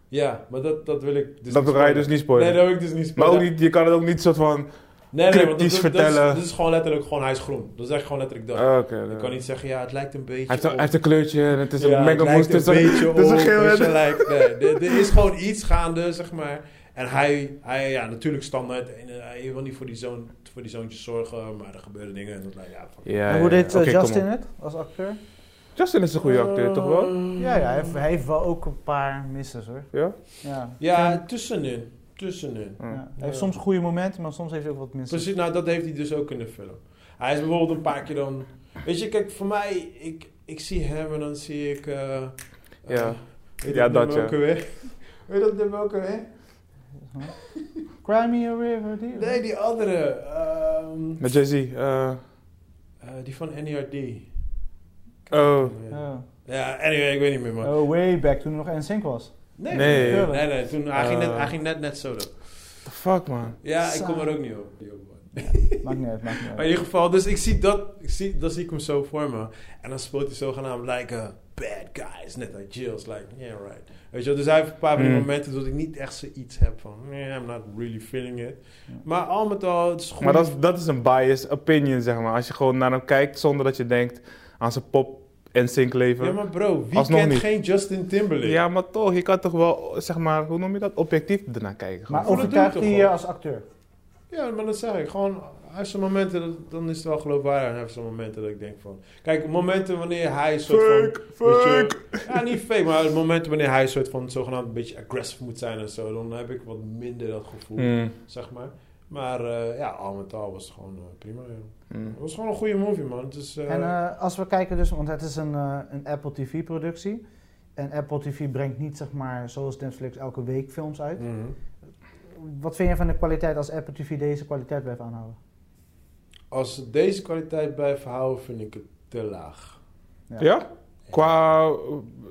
Ja, maar dat, dat wil ik dus dat niet ga je spoilen. dus niet spoilen. Nee, dat wil ik dus niet maar spoilen. ook niet, je kan het ook niet soort van, Nee, nee, want dat, cryptisch dat- dat is- vertellen. Dit is gewoon letterlijk gewoon hij is groen. Dat zeg ik gewoon letterlijk dat. ah, oké. ik dan- kan niet zeggen, ja, het lijkt een beetje. hij heeft, een- op. hij heeft een kleurtje en het is een het mega lijkt moest. Het is een, beetje het is een op, geel weet je, en- lijkt- nee, er, er is gewoon iets gaande, zeg maar. En hij, hij ja, natuurlijk standaard. En, eh, hij wil niet voor die, zoon, voor die zoontjes zorgen, maar er gebeuren dingen. En dat lijkt, ja, fuck. Ja, en hoe ja, ja. deed eh, Oké, kom Justin op. het als acteur? Justin is een Eh, goede acteur, toch wel? Ja, ja hij, heeft, hij heeft wel ook een paar misses hoor. Ja? Oh. Ja. Ja, tussenin. Tussenin. Ja. Hij Ja. heeft Ja. soms goede momenten, maar soms heeft hij ook wat misses. Precies, nou dat heeft hij dus ook in de film. Hij is bijvoorbeeld een paar keer dan... Weet je, kijk, voor mij, ik, ik zie hem en dan zie ik... eh, Ja. eh, weet Ja, dat dat, nummer ja. ook alweer? Weet je dat nummer ook alweer? Cry me a river, dear. Nee, die andere. ehm, Met Jay-Z. eh, eh, die van NERD. Oh. Ja. ja, anyway, ik weet niet meer, man. Oh, way back, toen hij nog NSYNC was. Nee, Nee. nee, nee. nee, toen, hij, ging net, Eh. hij ging net net zo door. The fuck, man. Ja, ik Sa- kom er ook niet op. niet op, man. Maakt niet uit, maakt niet Oh, Maar uit. in ieder geval, dus ik zie dat, ik zie, dat zie ik hem zo voor me. En dan speelt hij zogenaamd like a bad guys, net als Jill's. Like, yeah, right. Weet je wel, dus hij heeft een paar van die Mm. momenten dat ik niet echt zoiets heb van, yeah, I'm not really feeling it. Maar al met al, het is goed. Maar dat, is- dat is een biased opinion, zeg maar. Als je gewoon naar hem kijkt zonder dat je denkt aan zijn pop en sync leven. ja, maar bro, wie Alsnog kent niet. geen Justin Timberlake? Ja, maar toch, je kan toch wel, zeg maar, hoe noem je dat? Objectief ernaar kijken. gewoon. Maar dat overtuigt doe ik hij toch je als acteur? Ja, maar dat zeg ik. Gewoon, hij heeft zijn momenten, dat, dan is het wel geloofwaardig. En hij heeft zijn momenten dat ik denk van... Kijk, momenten wanneer hij een soort Fake, van... weet je- fake. ja, niet fake, maar momenten wanneer hij een soort van zogenaamd een beetje agressief moet zijn en zo. Dan heb ik wat minder dat gevoel, Hmm, zeg maar. Maar eh, ja, al met al was het gewoon eh, prima, joh. hmm. Het was gewoon een goede movie, man. Het is, eh, En eh, als we kijken dus, want het is een, eh, een Apple TV productie. En Apple TV brengt niet, zeg maar, zoals Netflix elke week films uit. mhm. Wat vind jij van de kwaliteit als Apple TV deze kwaliteit blijft aanhouden? Als ze deze kwaliteit blijven houden, vind ik het te laag. Ja? Qua, eh,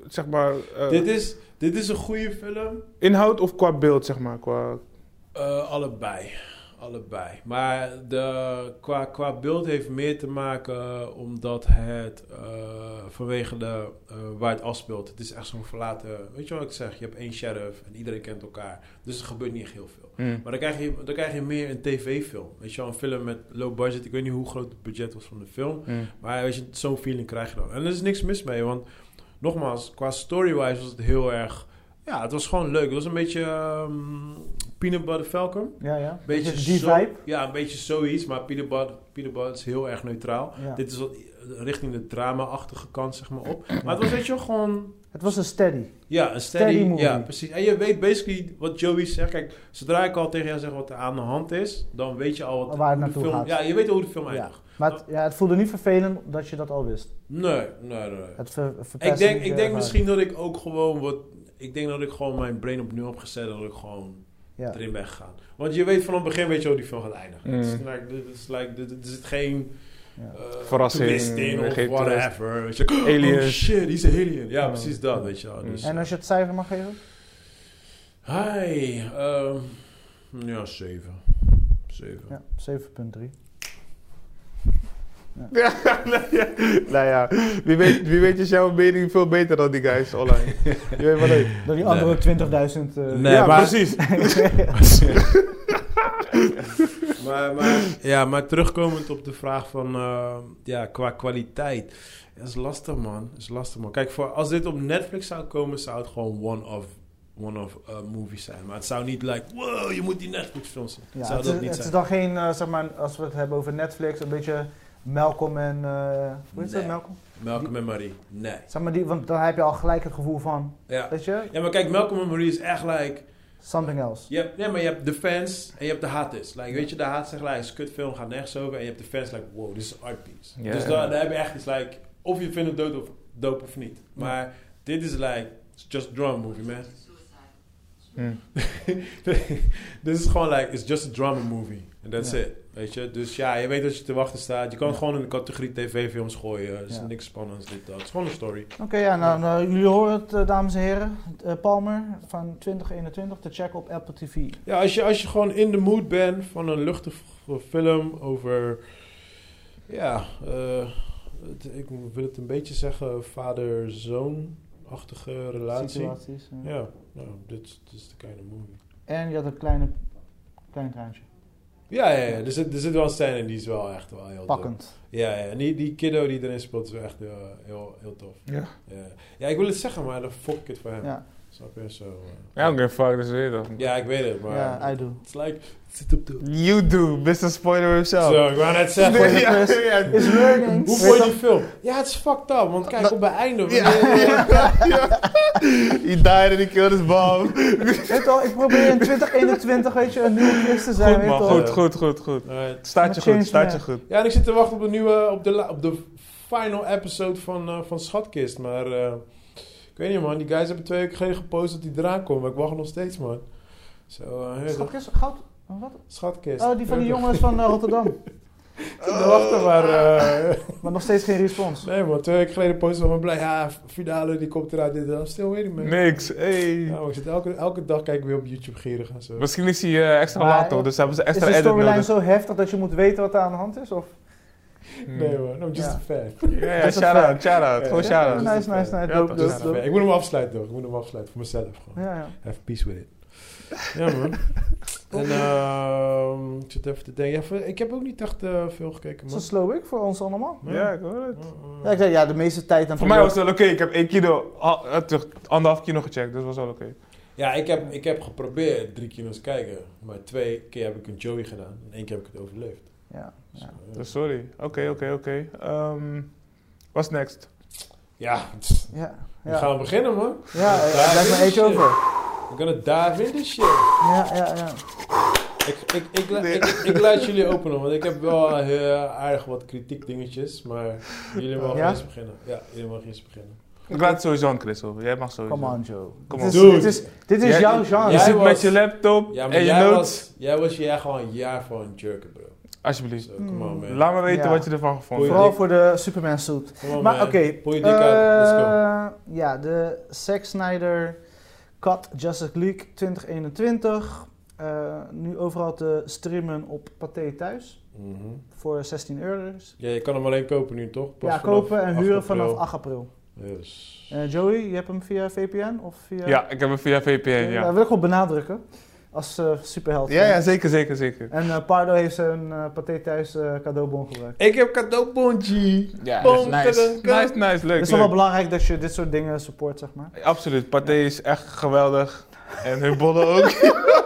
zeg maar, eh, Dit, is, dit is een goede film. inhoud of qua beeld, zeg maar? Qua... Eh, allebei. Allebei. Maar de, qua, qua beeld heeft meer te maken eh, omdat het eh, vanwege de, eh, waar het afspeelt. Het is echt zo'n verlaten. Weet je wat ik zeg? Je hebt één sheriff en iedereen kent elkaar. Dus er gebeurt niet echt heel veel. Hmm. Maar dan krijg je, dan krijg je meer een tv-film. Weet je wel, een film met low budget. Ik weet niet hoe groot het budget was van de film. Hmm. Maar weet je, zo'n feeling krijg je dan. En er is niks mis mee, want nogmaals, qua story-wise was het heel erg... Ja, het was gewoon leuk. Het was een beetje ehm, Peanut Butter Falcon. Ja, ja. Beetje Dus die zo- vibe. Ja, een beetje zoiets, maar Peanut Butter, Peanut Butter is heel erg neutraal. Ja. Dit is wat richting de drama-achtige kant, zeg maar, op. Maar het was, weet je, wel, gewoon Het was een steady. ja, een steady, Steady movie. Ja, precies. En je weet basically wat Joey zegt. Kijk, zodra ik al tegen jou zeg wat er aan de hand is, dan weet je al wat Waar het hoe de naartoe film, gaat. Ja, je weet hoe de film Ja. eindigt. Maar het, ja, het voelde niet vervelend dat je dat al wist. Nee, nee, nee. Het ver, verpestte Ik denk, niet ik de denk ervaring. misschien dat ik ook gewoon wat. Ik denk dat ik gewoon mijn brain opnieuw heb gezet en dat ik gewoon Ja. erin ben gegaan. Want je weet van het begin weet je hoe die film gaat eindigen. Mm. Het is like, dit is like, dit- dit- er zit geen Ja. eh, Verrassing, twist in of geen twist. whatever. Weet je, oh Aliens. shit, die is een alien. Ja, Ja. Mm. precies dat, weet je wel. Dus, En als je het cijfer mag geven? Hi. ehm, ja, 7. 7. Ja, 7.3. nou, ja, nou ja, wie weet, wie weet is jouw mening veel beter dan die guys online. Je weet wel leuk. Dat die andere 20.000... eh, Nee, ja, maar- precies. maar, maar, ja, maar terugkomend op de vraag van eh, ja, qua kwaliteit. Dat is lastig, man. Dat is lastig, man. Kijk, voor, als dit op Netflix zou komen, zou het gewoon one-off one of, eh, movies zijn. Maar het zou niet like, wow, je moet die Netflix films zien. Ja, zou het, dat is, niet het zijn. is dan geen, eh, zeg maar, als we het hebben over Netflix, een beetje Malcolm en... eh, hoe heet dat, Nee. Malcolm? Malcolm en Marie, nee. Zeg maar die, want dan heb je al gelijk het gevoel van, Ja. weet je, ja, maar kijk, Malcolm en Marie is echt like... something else. Je hebt, nee, maar je hebt de fans en je hebt de haters. Like, weet je, de haters zeggen, like, is een kutfilm, gaat nergens over. En je hebt de fans, like, wow, dit is een art piece. Ja, dus ja. daar, daar heb je echt iets, like, of je vindt het dood of, dope of niet. Maar dit is, like, it's just a drama movie, man. Hmm. dit is gewoon, like, it's just a drama movie. And that's Ja. it, weet je. Dus ja, je weet wat je te wachten staat. Je kan het gewoon in de categorie tv-films gooien. Er is Ja. niks spannends, dit, dat. Het is gewoon een story. Oké, ja, nou, nou, jullie horen het, eh, dames en heren. Eh, Palmer van 2021 te checken op Apple TV. Ja, als je, als je gewoon in de mood bent van een luchtige film over. Ja, eh, het- ik wil het een beetje zeggen, vader-zoon-achtige relatie. Situaties. ja. Ja, nou, dit, dit is de kleine movie. En je had een kleine, klein traantje. Ja, ja, ja. Er, zit, er zit wel een scène in die is wel echt wel heel tof. Pakkend. Ja, ja. En die, die kiddo die erin speelt is wel echt heel, heel, heel tof. Ja. Ja. ja, ik wil het zeggen, maar dan fuck ik het voor hem. Ja, Snap je? Zo, eh. Ja, I'm gonna fuck, dus weet je dat. ja, ik weet het, maar... ja I do. Het is like, het zit op de... You do, Mr. Spoiler himself. Zo, ik wou net zeggen. Nee, Spoiler ja, first. ja. Is learning. Hoe Weet vond je je die film? Ja, het is fucked up, want kijk, op het einde... He died and he killed his mom. toch- weet je toch, ik probeer in 2021, weet je, een nieuwe Chris te zijn. Goed weet man, je goed, toch. goed, goed, goed. Alright. Staat je Maar goed, staat je change, goed. Ja, en ik zit te wachten op de nieuwe... op de, la- op de final episode van, eh, van Schatkist, maar... eh, ik weet niet, man. Die guys hebben twee weken geleden gepost dat die eraan komt, maar ik wacht nog steeds, man. Zo, eh, hey, Schat, toch? Chris, goud. Wat? Schatkist. Oh, die van die Ja, toch? jongens van eh, Rotterdam. te wachten, maar... eh, Maar nog steeds geen respons. nee man, twee weken geleden postte we me blij. Ja, finale, die komt eruit, dit en dat. Stil weet ik Ah. man. Niks, hey. Ja, maar ik zit elke, elke dag kijk ik weer op YouTube gierig en zo. Misschien is hij eh, extra Maar, laat, hoor, dus hebben ze Is extra de edit storyline nodig. zo heftig dat je moet weten wat er aan de hand is? Of? Nee man, no, just Mm. Ja. a fact. Mm. Ja, ja, Dat is een shout-out, shout-out, gewoon Ja, shout-out. dat Nice, nice, Ja, nice. Dope, dat is dope, Just a fact. dope. Ik moet hem afsluiten toch, ik moet hem afsluiten voor mezelf gewoon. Ja, ja. Have peace with it. Ja, man. en ehm, ik zit even te denken. Ja, voor- ik heb ook niet echt eh, veel gekeken, Is man. dat slow ik voor ons allemaal? Ja, ik hoor het. Eh, Ja, ik zei, ja, de meeste tijd aan Voor mij was het wel oké. Ik heb 1 kilo, al- eh, terug, anderhalf kilo gecheckt, dus was wel oké. Ja, ik heb, ik heb geprobeerd drie kino's te kijken. Maar twee keer heb ik een Joey gedaan. En één keer heb ik het overleefd. Ja, ja. Dus, eh, Dus sorry. Oké, oké, oké. Ehm what's next? ja, dus, Ja, we ja. gaan beginnen, man. Ja, eh, lijkt me Daar is eentje het. over. We're gonna dive in this shit. Ja, ja, ja. Ik, ik, ik, la- Nee. ik, ik laat jullie openen, want ik heb wel eh, heel aardig wat kritiek dingetjes. Maar jullie mogen Ja? eens beginnen. Ja, jullie mogen eens beginnen. Ik laat het sowieso aan Chris over. Jij mag sowieso. Come on, Joe. Come Dit on. is, Dude. dit is, dit is Jij- jouw genre. Je Jij zit met was- je laptop Ja, maar en je jij notes. was, jij was hier gewoon een jaar voor een jerken, bro. Mm, Alsjeblieft. Zo, come on, man. Laat me weten Ja. wat je ervan gevonden Boeien. hebt. Vooral voor de Superman soep. Come on, Maar Oh, man. oké. Poei je dik uit. Let's go. eh, Ja, de Zack Snyder Cut Justice League 2021. Eh, nu overal te streamen op Pathé Thuis Mhm. voor 16 euro's. Ja, je kan hem alleen kopen nu, toch? Pas ja, vanaf kopen en 8 huren april. vanaf 8 april. Yes. Eh, Joey, je hebt hem via VPN of via... Ja. ik heb hem via VPN, Oké, ja. Dat wil ik wel benadrukken. Als eh, superheld. Ja, ja, zeker, zeker, zeker. En eh, Pardo heeft zijn eh, Pathé Thuis eh, cadeaubon gebruikt. Ik heb cadeaubontje. Ja, Dus Boom, nice. kadam, kadam. Nice, nice, leuk, Het is wel wel leuk. belangrijk dat je dit soort dingen support, zeg maar. Absoluut, Pathé is echt geweldig. En hun bollen ook.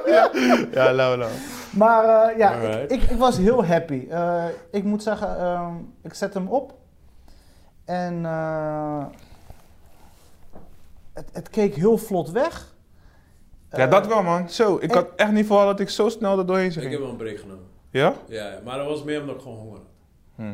ja, ja lauw, lauw. Maar eh, ja, ik- Alright. ik, ik was heel happy. Eh, ik moet zeggen, ehm, ik zet hem op. En eh, het, het keek heel vlot weg. Ja, Eh, dat wel, man. Zo, ik en- had echt niet verwacht dat ik zo snel er doorheen Ik heb ging. wel een break genomen. Ja? Ja, maar dat was meer omdat ik gewoon honger had. Hm.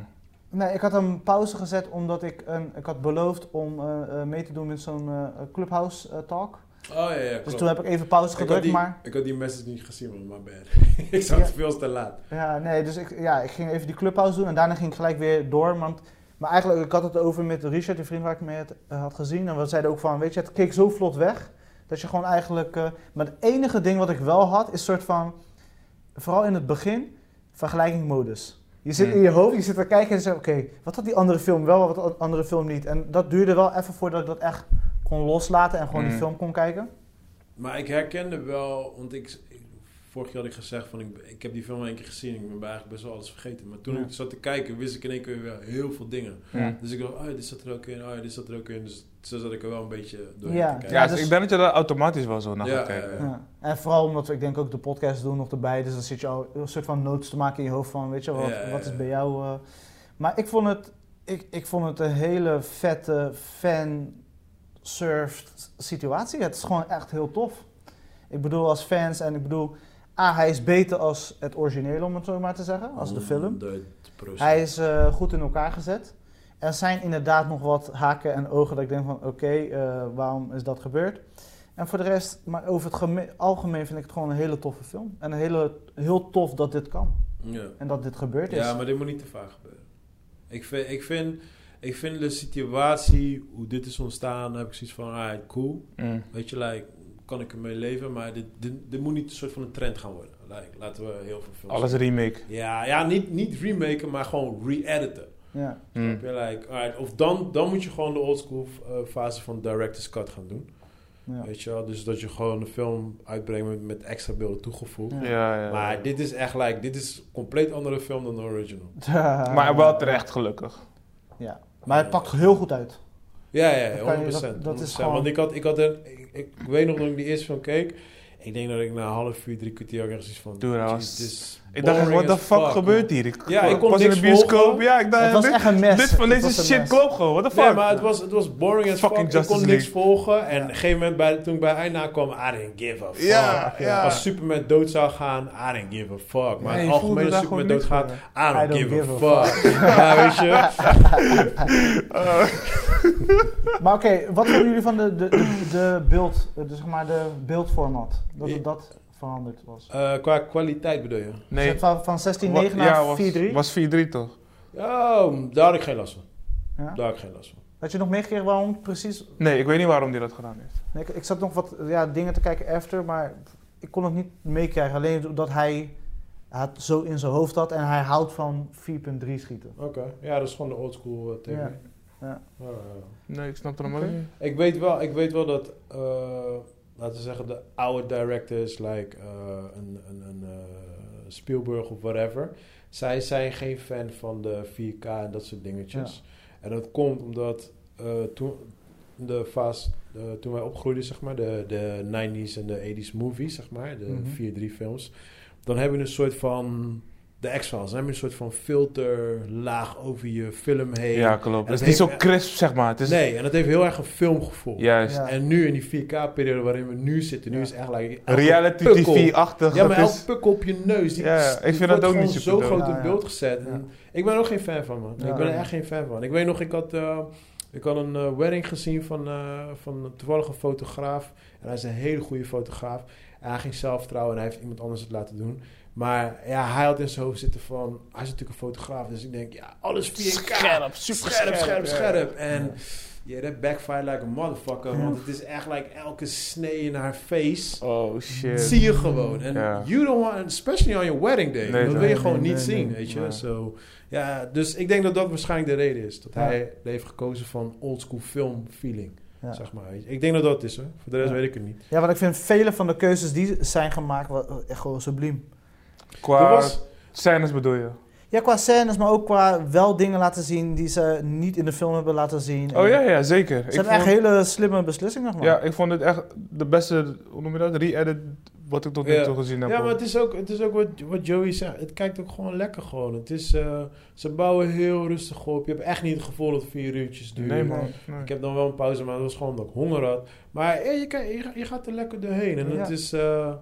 Nee, ik had hem pauze gezet omdat ik, een, ik had beloofd om eh, eh, mee te doen met zo'n eh, clubhouse eh, talk. Oh ja, ja, klopt. Dus toen heb ik even pauze ik, had gedrukt, die, maar... ik had die message niet gezien, maar my bad. ik zat Ja. veel te laat. Ja, nee, dus ik, ja, ik ging even die clubhouse doen en daarna ging ik gelijk weer door. Want, maar eigenlijk, ik had het over met Richard, die vriend waar ik mee had, eh, had gezien. En we zeiden ook van, weet je, het keek zo vlot weg. Dat je gewoon eigenlijk... eh, maar het enige ding wat ik wel had, is soort van... Vooral in het begin, vergelijkingmodus. Je zit Hmm. in je hoofd, je zit te kijken en je zegt... Oké, wat had die andere film wel, wat had die andere film niet? En dat duurde wel even voordat ik dat echt kon loslaten en gewoon die Hmm. film kon kijken. Maar ik herkende wel, want ik, ik- vorig jaar had ik gezegd van ik, ik heb die film één keer gezien. Ik ben eigenlijk best wel alles vergeten. Maar toen Ja. ik zat te kijken, wist ik in één keer weer heel veel dingen. Hm. Dus ik dacht, oh ja, dit zat er ook in, oh ja, dit zat er ook in. Dus zo zat ik er wel een beetje doorheen Ja. te kijken. Ja, Ja, dus dus- ik denk dat je daar automatisch wel zo naar Ja, gaat kijken. ja, Ja. En vooral omdat we, ik denk ook de podcast doen nog erbij, dus dan zit je al een soort van notes te maken in je hoofd van, weet je, wat, Ja, ja, wat is ja. bij jou... eh. Maar ik vond het, ik, ik vond het een hele vette fan-surfed situatie. Het is gewoon echt heel tof. Ik bedoel als fans en ik bedoel, ah, hij is beter als het origineel, om het zo maar te zeggen, als de film. 100%. Hij is eh, goed in elkaar gezet. Er zijn inderdaad nog wat haken en ogen dat ik denk van oké, eh, waarom is dat gebeurd? En voor de rest, maar over het geme- algemeen vind ik het gewoon een hele toffe film. En een hele, heel tof dat dit kan. Ja. En dat dit gebeurd is. Ja, maar dit moet niet te vaak gebeuren. Ik vind, ik vind, ik vind de situatie, hoe dit is ontstaan, heb ik zoiets van, ah, cool. Hm. Weet je, like, kan ik ermee leven, maar dit, dit, dit moet niet een soort van een trend gaan worden. Like, laten we heel veel films... Alles remake. Ja, ja niet, niet remaken, maar gewoon re-editen. Ja. Hm. Snap je? Like, alright, of dan, dan moet je gewoon de oldschool eh, fase van director's cut gaan doen. Ja. Weet je wel? Dus dat je gewoon een film uitbrengt met, met extra beelden toegevoegd. Ja. Ja, ja. Maar dit is echt, like, dit is een compleet andere film dan de original. Maar wel terecht, gelukkig. Ja. Maar het pakt heel goed uit. Eh, Ja, ja, 100%. Dat kan je- dat- dat is 100%. gewoon- Want ik had, ik had een, ik, ik weet nog dat ik die eerste film keek. Ik denk dat ik na een half uur, drie kwartier ook ergens iets van. Dude, dat "Jeez, was- dit is Ik dacht, echt, boring what the as fuck man." gebeurt hier? Ik, Ja, ik kon was in niks de bioscoop. volgen. Ja, ik dacht, het was dit, echt een mes. dit van Het deze was een shit mes. klopt gewoon. What the fuck? Nee, maar het was, het was boring as Fucking fuck. Ik kon Justice niks League. volgen. En Ja. op een gegeven moment, bij, toen ik bij Eina kwam, I didn't give a fuck. ja, fuck, ja. Als Superman dood zou gaan, I didn't give a fuck. Maar Nee, in je het algemeen, voelde als daar Superman gewoon niks doodgaat, I don't, I don't give, give a a fuck. ja, weet je? Maar oké, wat vonden jullie van de, de, de, de beeld, eh, dus zeg maar de beeldformat? Dat, dat veranderd was. Eh, qua kwaliteit bedoel je? Nee. Dus van, van 16-9 naar 4-3. Wa- ja, was- Was 4-3 toch? Ja, Oh, daar had ik geen last van. Ja? Daar had ik geen last van. Had je nog meegekregen waarom precies? Nee, ik weet niet waarom die dat gedaan heeft. Nee, ik, ik zat nog wat ja, dingen te kijken after, maar ik kon het niet meekrijgen. Alleen doordat hij het zo in zijn hoofd had en hij houdt van 4.3 schieten. Oké, ja, dat is gewoon de oldschool eh, Ja. theorie. Ja. Ja, ja, ja. Nee, ik snap er helemaal Oké. niet. Ik weet wel, ik weet wel dat, eh, laten we zeggen, de oude directors, like eh, een, een, een eh, Spielberg of whatever, zij zijn geen fan van de 4K en dat soort dingetjes. En dat komt omdat eh, toen, de fase, eh, toen wij opgroeiden, zeg maar, de, de 90s en de 80s movies, zeg maar, de Mhm. 4-3 films, dan heb je een soort van. De X-Files, dan heb je een soort van filterlaag over je film heen. Ja, klopt. En Het is dat niet zo heeft- crisp, zeg maar. Het is... Nee, en dat heeft heel erg een filmgevoel. Juist. Ja. En nu in die 4K-periode waarin we nu zitten, nu Ja. is echt like elke Reality pukkel. TV-achtig. Ja, maar dat elk is... pukkel op je neus, die, Ja, ja, die ik vind wordt dat ook gewoon niet super zo dope. groot Ja, in ja. beeld gezet. En Ik ben er ook geen fan van, man. Ja. Ik ben er echt geen fan van. Ik weet nog, ik had, eh, ik had een eh, wedding gezien van, eh, van een toevallige fotograaf. En hij is een hele goede fotograaf. En hij ging zelf trouwen en hij heeft iemand anders het laten doen. Maar ja, hij had in zijn hoofd zitten van... Hij is natuurlijk een fotograaf, dus ik denk, ja, alles 4K. Scherp, super super scherp, scherp, scherp, ja. scherp. En ja, dat backfired like a motherfucker. Ja. Want het is echt like elke snee in haar face. Oh, shit. Zie je gewoon. En Ja. you don't want, especially on your wedding day. Nee, dat nee, wil je nee, gewoon nee, niet nee, zien, nee. weet je. Nee. Zo, ja, dus ik denk dat dat waarschijnlijk de reden is. Dat Ja. hij heeft gekozen van oldschool film feeling, Ja. zeg maar. weet je. Ik denk dat dat is, hè. Voor de rest Ja. weet ik het niet. Ja, want ik vind vele van de keuzes die zijn gemaakt wel echt gewoon subliem. Er Qua was, scènes bedoel je? Ja, qua scènes, maar ook qua wel dingen laten zien die ze niet in de film hebben laten zien. Oh En ja, ja, zeker. Ze Ik hebben vond- echt hele slimme beslissingen gemaakt. Ja, ik vond het echt de beste, hoe noem je dat, re-edit wat ik tot nu Ja. toe gezien heb. ja, maar het is ook, het is ook wat, wat Joey zegt. Het kijkt ook gewoon lekker gewoon. Het is, eh, ze bouwen heel rustig op. Je hebt echt niet het gevoel dat het vier uurtjes duurt. Nee man, nee. Ik heb dan wel een pauze, maar dat was gewoon dat ik honger had. Maar eh, je, kan, je, ga- je gaat er lekker doorheen. En Ja. het is... eh,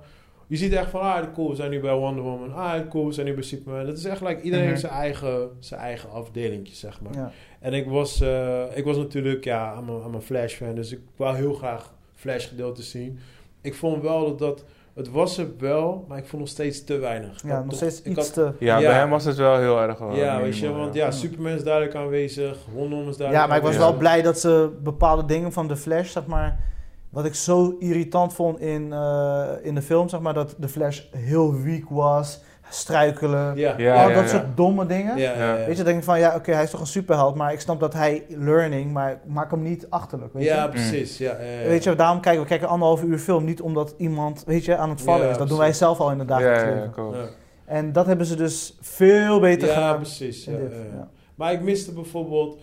je ziet echt van, ah, cool, we zijn nu bij Wonder Woman. Ah, cool, we zijn nu bij Superman. Dat is echt, like, iedereen Mhm. heeft zijn eigen, zijn eigen afdelingtje, zeg maar. Ja. En ik was, eh, ik was natuurlijk ja, aan mijn, aan mijn Flash fan, dus ik wou heel graag Flash gedeelte zien. Ik vond wel dat dat, het was er wel, maar ik vond nog steeds te weinig. Ja, nog Toch- steeds ik iets had- te... Ja, Ja. bij hem was het wel heel erg. wel Ja, Oh, minimaal, weet je, want ja, Superman is duidelijk aanwezig, Wonder Woman is duidelijk Ja, maar ik was Ja. wel blij dat ze bepaalde dingen van de Flash, zeg maar... Wat ik zo irritant vond in, eh, in de film, zeg maar, dat de Flash heel weak was, struikelen, Ja, Oh, Ja, al ja, dat ja. soort domme dingen. Ja, ja, ja. Weet je, dan denk ik van, ja, oké, hij is toch een superheld, maar ik snap dat hij learning, maar maak hem niet achterlijk, weet Ja, je? Mm. precies. Ja, ja, ja. Weet je, daarom kijken we kijken anderhalf uur film, niet omdat iemand, weet je, aan het vallen Ja, is. Dat doen wij precies. zelf al in de Ja, dagelijks ja, ja, leven. klopt. Ja. En dat hebben ze dus veel beter Ja, gedaan. precies. in Ja, dit, ja, ja. ja. Maar ik miste bijvoorbeeld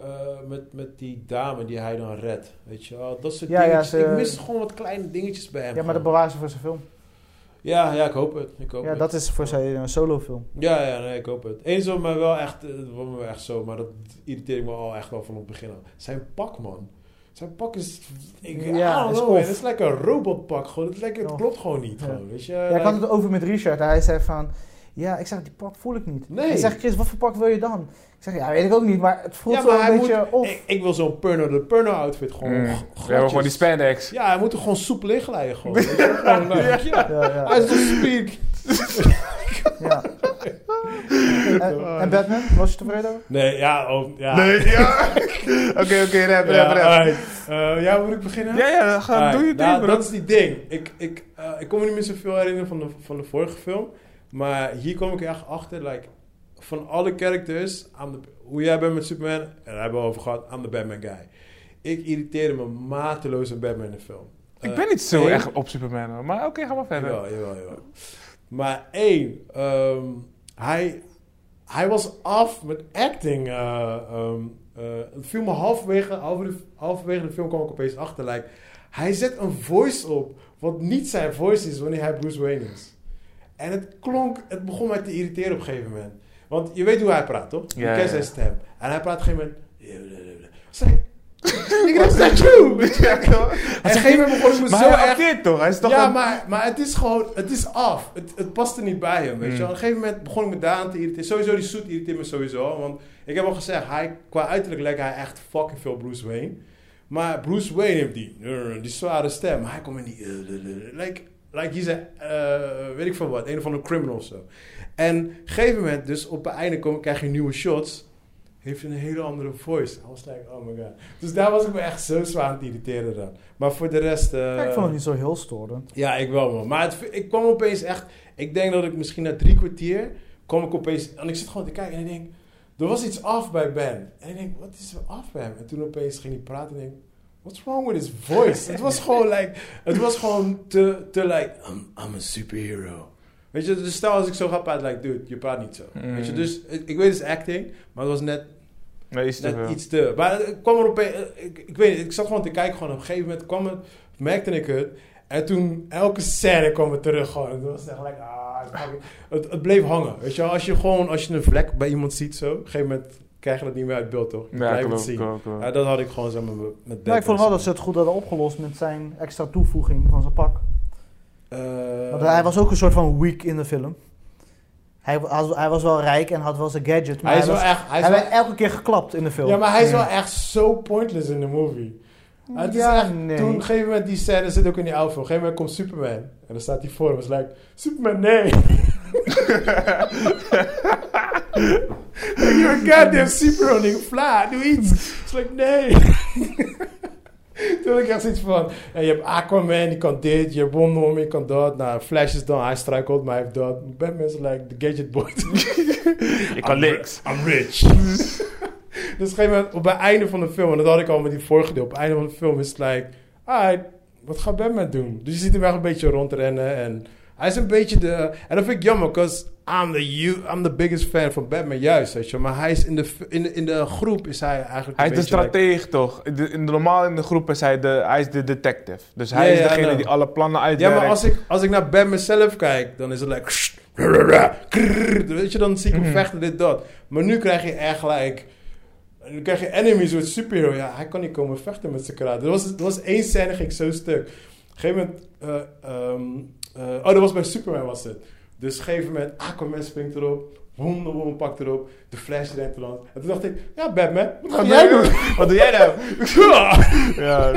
eh, met, met die dame die hij dan redt. Weet je wel, dat soort Ja, ja, dingetjes. ze- ik miste gewoon wat kleine dingetjes bij hem. Ja, maar dat gewoon. bewaren ze voor zijn film. ja, ja, ik hoop het. Ik hoop Ja, het. dat is voor zijn eh, solofilm. Ja, ja, nee, ik hoop het. Eens wat mij wel echt, eh, wat me wel echt zo, maar dat irriteert me al echt wel van het begin aan. Zijn pak, man. Zijn pak is, ik, Ja, ja, is know, off. man. Het is lekker een robotpak gewoon. Het, lekker, het Off. klopt gewoon niet, Ja. gewoon, weet je. Ja, ik Like- had het over met Richard. Hij zei van, ja, ik zeg, die pak voel ik niet. Nee. Hij zegt, Chris, wat voor pak wil je dan? Ik zeg, ja, weet ik ook niet, maar het voelt Ja, wel maar hij een beetje moet- of. ik, ik wil zo'n Purno de Purno outfit gewoon. Mm. g- Ja, maar gewoon die gladjes. spandex. Ja, hij moet er gewoon soepel in glijden. Gewoon. Weet je, gewoon leuk. Ja. Ja, ja, Hij is op speed. ja. en, en Batman, was je tevreden over? Nee, ja. Oh, ja. Nee, ja. Oké, oké, rap, Ja, rap, rap. alright. Eh, ja, moet ik beginnen? Ja, ja, ga, Alright, doe je ding, nou, bro. Dat is die ding. Ik, ik, eh, ik kon me niet meer zoveel herinneren van de, van de vorige film. Maar hier kom ik echt achter. Like, van alle characters, I'm the- hoe jij bent met Superman, en daar hebben we over gehad, I'm the Batman guy. Ik irriteerde me mateloos aan Batman in de film. Ik Eh, ben niet zo één- echt op Superman, hoor. maar oké, ga maar verder. Jawel, jawel, jawel. Maar één, ehm, hij, hij was af met acting. eh, ehm, eh, het viel me halverwege, halverwege, halverwege de film kwam ik opeens achter. like, hij zet een voice op wat niet zijn voice is wanneer hij Bruce Wayne is. En het klonk, het begon mij te irriteren op een gegeven moment. Want je weet hoe hij praat, toch? Je Ja, kent ja, zijn ja. stem. En hij praat op een gegeven moment... Zeg, ik dacht, dat is true. En op een gegeven moment begon ik me Maar zo hij erg acteert toch? Hij is toch ja, een- maar, maar het is gewoon, het is af. Het, het past er niet bij hem, weet Mm. je wel. Op een gegeven moment begon ik me daaraan te irriteren. Sowieso, die zoet irriteert me sowieso. al, Want ik heb al gezegd, hij, qua uiterlijk lijkt hij echt fucking veel Bruce Wayne. Maar Bruce Wayne heeft die, die zware stem. Hij komt in die... eh, eh, eh, like, Like, die zijn, eh, weet ik van wat, een of andere criminal of zo. En op een gegeven moment, dus op het einde kom, krijg je nieuwe shots. Heeft een hele andere voice. I was like, oh my god. Dus daar was ik me echt zo zwaar aan het irriteren dan. Maar voor de rest... eh, Ja, ik vond het niet zo heel storend. ja, ik wel, man. Maar het, ik kwam opeens echt... Ik denk dat ik misschien na drie kwartier... kwam ik opeens... En ik zit gewoon te kijken en ik denk... Er was iets af bij Ben. En ik denk, wat is er af bij hem? En toen opeens ging hij praten en ik denk... What's wrong with his voice? het was gewoon, like... Het was gewoon te, te like... I'm, I'm a superhero. Weet je, dus stel als ik zo ga praten, like... Dude, je praat niet zo. Mm. Weet je, dus... Ik, ik weet het is acting, maar het was net Nee, iets te net veel. iets te. Maar ik kwam er op ik, ik weet niet, ik zat gewoon te kijken. Gewoon op een gegeven moment kwam het, merkte ik het. En toen, elke scène kwam het terug gewoon. Het was echt like, ah, fuck. het, het bleef hangen. Weet je wel, als je gewoon, als je een vlek bij iemand ziet zo. Op een gegeven moment krijg je dat niet meer uit beeld, toch? Je Ja, blijft het klopt, zien. klopt, klopt. Ja, dat had ik gewoon zo met, met Ja, ik Batman vond wel zo. dat ze het goed hadden opgelost met zijn extra toevoeging van zijn pak. Eh, Want hij was ook een soort van weak in de film. Hij, was- hij was wel rijk en had wel zijn gadget, maar Hij hij, is wel was- echt... Hij is hij wel, werd elke keer geklapt in de film. ja, maar hij is wel echt zo pointless in de movie. Ah, het is Ja, echt, nee. Toen, op een gegeven moment, die scène zit ook in die outfit. Op een gegeven moment komt Superman. En dan staat hij voor hem. is like, Superman, nee. You're a goddamn superhero, nigga. Fly, doe iets. It's like, nee. Toen had ik echt zoiets van... En je hebt Aquaman, die kan dit. Je hebt Wonder Woman, die kan dat. Nou, Flash is dan, hij struikelt, maar hij heeft dat. Batman is like, the gadget boy. Ik kan I'm niks. ri- I'm rich. dus op een gegeven moment, op het einde van de film, en dat had ik al met die vorige deel, op het einde van de film is het like, alright, wat gaat Batman doen? Dus je ziet hem echt een beetje rondrennen en hij is een beetje de, en dat vind ik jammer, because I'm the, you, I'm the biggest fan van Batman juist, weet je, maar hij is in de, f- in de, in de groep is hij eigenlijk Hij een is de beetje like- strateeg, toch? De- in de, normaal in de groep is hij de, hij is de detective. Dus hij Ja, is ja, degene nou. die alle plannen ja, uitwerkt. maar als ik, als ik naar Batman zelf kijk, dan is het like, krrrra, krrrr, weet je, dan zie ik hem Mhm. vechten, dit, dat. Maar nu krijg je echt like, En dan krijg je enemies met superhero. Ja, hij kan niet komen vechten met zijn karate. Er was, er was één scène, ging ik zo stuk. Op een gegeven moment... eh, ehm, eh, oh, dat was bij Superman was het. Dus op een gegeven moment, Aquaman springt erop. Wonder Woman pakt erop. De Flash rent er langs. En toen dacht ik, ja Batman, wat ga Wat jij doe doen? je? Wat doe jij nou? ja,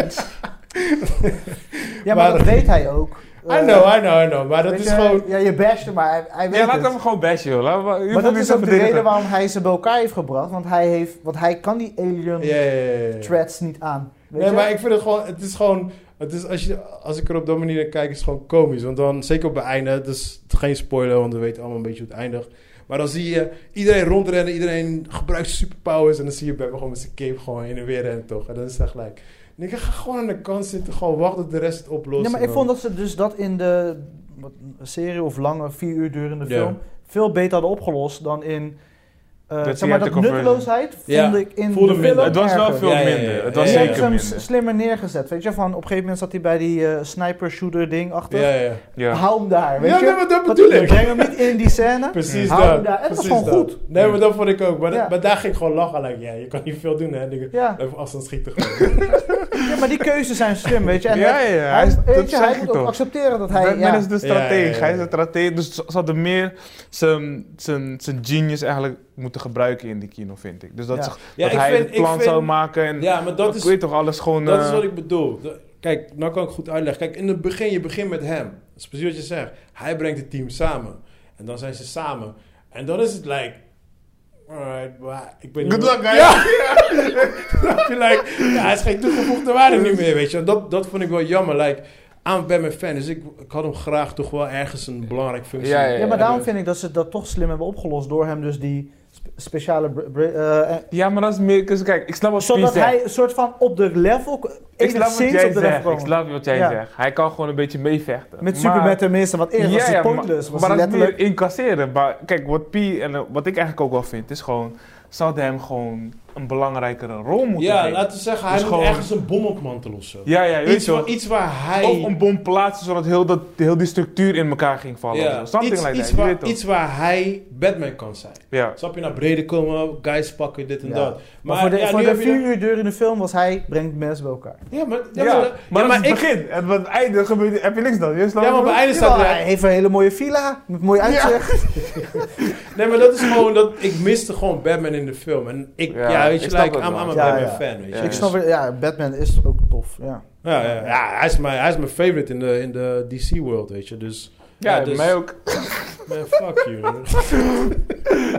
Ja, maar, Maar- dat weet hij ook. Eh, I know, I know, I know. Maar dat Weet is je, gewoon... Ja, je basht hem, maar hij, hij weet ja, laat het. hem gewoon bashen, joh. Laat, je maar hoeft dat niet is zo ook de verdedigen. reden waarom hij ze bij elkaar heeft gebracht. Want hij, heeft, want hij kan die alien Ja, ja, ja, ja, ja. threats niet aan. Weet Nee, je? maar ik vind het gewoon... Het is gewoon... Het is, als, je, als ik er op dat manier naar kijk, is het gewoon komisch. Want dan, zeker op het einde... Dus geen spoiler, want we weten allemaal een beetje hoe het eindigt. Maar dan zie je iedereen rondrennen, iedereen gebruikt superpowers. En dan zie je Batman gewoon met zijn cape gewoon in en weer rennen, toch? En dan is het echt like... Ik ga gewoon aan de kant zitten, gewoon wachten tot de rest het oplost. Ja, maar ik En vond dan- dat ze dus dat in de wat, een serie of lange, vier uur durende Ja. film veel beter hadden opgelost dan in. eh, Dat zeg maar, dat theater conversion. nutteloosheid Ja, vond ik in voelde de minder. film Het was wel erger. veel Ja, ja, ja, minder. ja, Het ja, ja, was Ze zeker hebben hem minder. s- slimmer neergezet, weet je. Van op een gegeven moment zat hij bij die eh, sniper shooter ding achter. Ja, ja. Ja. Hou hem daar, weet Ja, je. nee, maar dat Want bedoel ik. Breng hem niet in die scène. Precies Hou hem dat. daar. Het was precies gewoon dat. goed. Nee, maar dat vond ik ook. Maar, dat- Ja. maar daar ging ik gewoon lachen. Like, ja, je kan niet veel doen, hè. Dingen. Ja. Even afstand schieten gewoon. ja, maar die keuzes zijn slim, weet je. En Ja, dat- ja, ja. Hij, Hij is- weet dat je, hij zeg moet ik ook toch. accepteren dat hij... Batman ja. is de Ja, ja, ja, strateeg. Hij is ja. de strateeg. Dus ze ze hadden meer zijn- zijn zijn genius eigenlijk moeten gebruiken in die kino, vind ik. Dus dat, Ja. ze- Ja, dat ik hij vind- het ik plan vind- zou maken. En ja, maar dat ik is weet toch, alles gewoon... Dat eh, is wat ik bedoel. De- Kijk, nou kan ik goed uitleggen. Kijk, in het begin, je begint met hem. Dat is precies wat je zegt. Hij brengt het team samen. En dan zijn ze samen. En dan is het like... Alright, maar ik ben niet... Good luck, guys. Ja! Snap je, like, ja, hij is geen toegevoegde waarde nu meer, weet je. En Dat, dat vond ik wel jammer. Like, aan ben mijn fan, dus ik, ik had hem graag toch wel ergens een belangrijke functie. Ja, ja, Ja, maar daarom Eh, vind ik dat ze dat toch slim hebben opgelost door hem dus die spe- speciale... br- br- eh, eh, Ja, maar dat is meer... dus kijk, ik snap wat Pien zodat zegt. hij een soort van op de level... Ik snap wat enigszins jij op de zegt. level Ik komen. snap wat jij Ja. zegt. Hij kan gewoon een beetje meevechten. Met Maar- Superman tenminste, want eerst was hij pointless. Maar, was hij maar dat is letterlijk... meer incasseren. Maar kijk, wat P en eh, wat ik eigenlijk ook wel vind, is gewoon... Ze hadden hem gewoon een belangrijkere rol moeten Ja, geven. laten we zeggen, hij Dus moet gewoon- ergens een bom opmantelen of zo. Ja, ja, je weet iets, je wel. waar, iets waar hij... Of een bom plaatsen, zodat heel, dat, heel die structuur in elkaar ging vallen. Ja, of zo. Something iets, like iets that, je weet waar, toch. iets waar hij Batman kan zijn. Ja. Snap je, naar beneden komen, guys pakken, dit en Ja. dat. Maar, Maar voor de, ja, voor nu de heb je vier dat- uur durende film was hij brengt mensen bij elkaar. Ja, maar, ja, Ja, maar, maar, ja, dat maar is ik... het begin. En wat einde gebeurt, heb je niks dan. Je snapt Ja, maar wat bij ik einde Jawel, staat hij er... heeft een hele mooie villa met mooi uitzicht. Nee, Nee, maar dat is gewoon... Dat, ik miste gewoon Batman in de film. En ik, ja, Ja, weet je, ik snap like, het I'm, wel. I'm a Ja, Batman ja. fan, weet je. Ja. Ik snap het, ja, Batman is ook tof. Ja. Ja, ja, ja hij, is mijn, hij is mijn favorite in de, in de DC world, weet je. Dus, Ja, dus- mij ook. man, fuck you. man.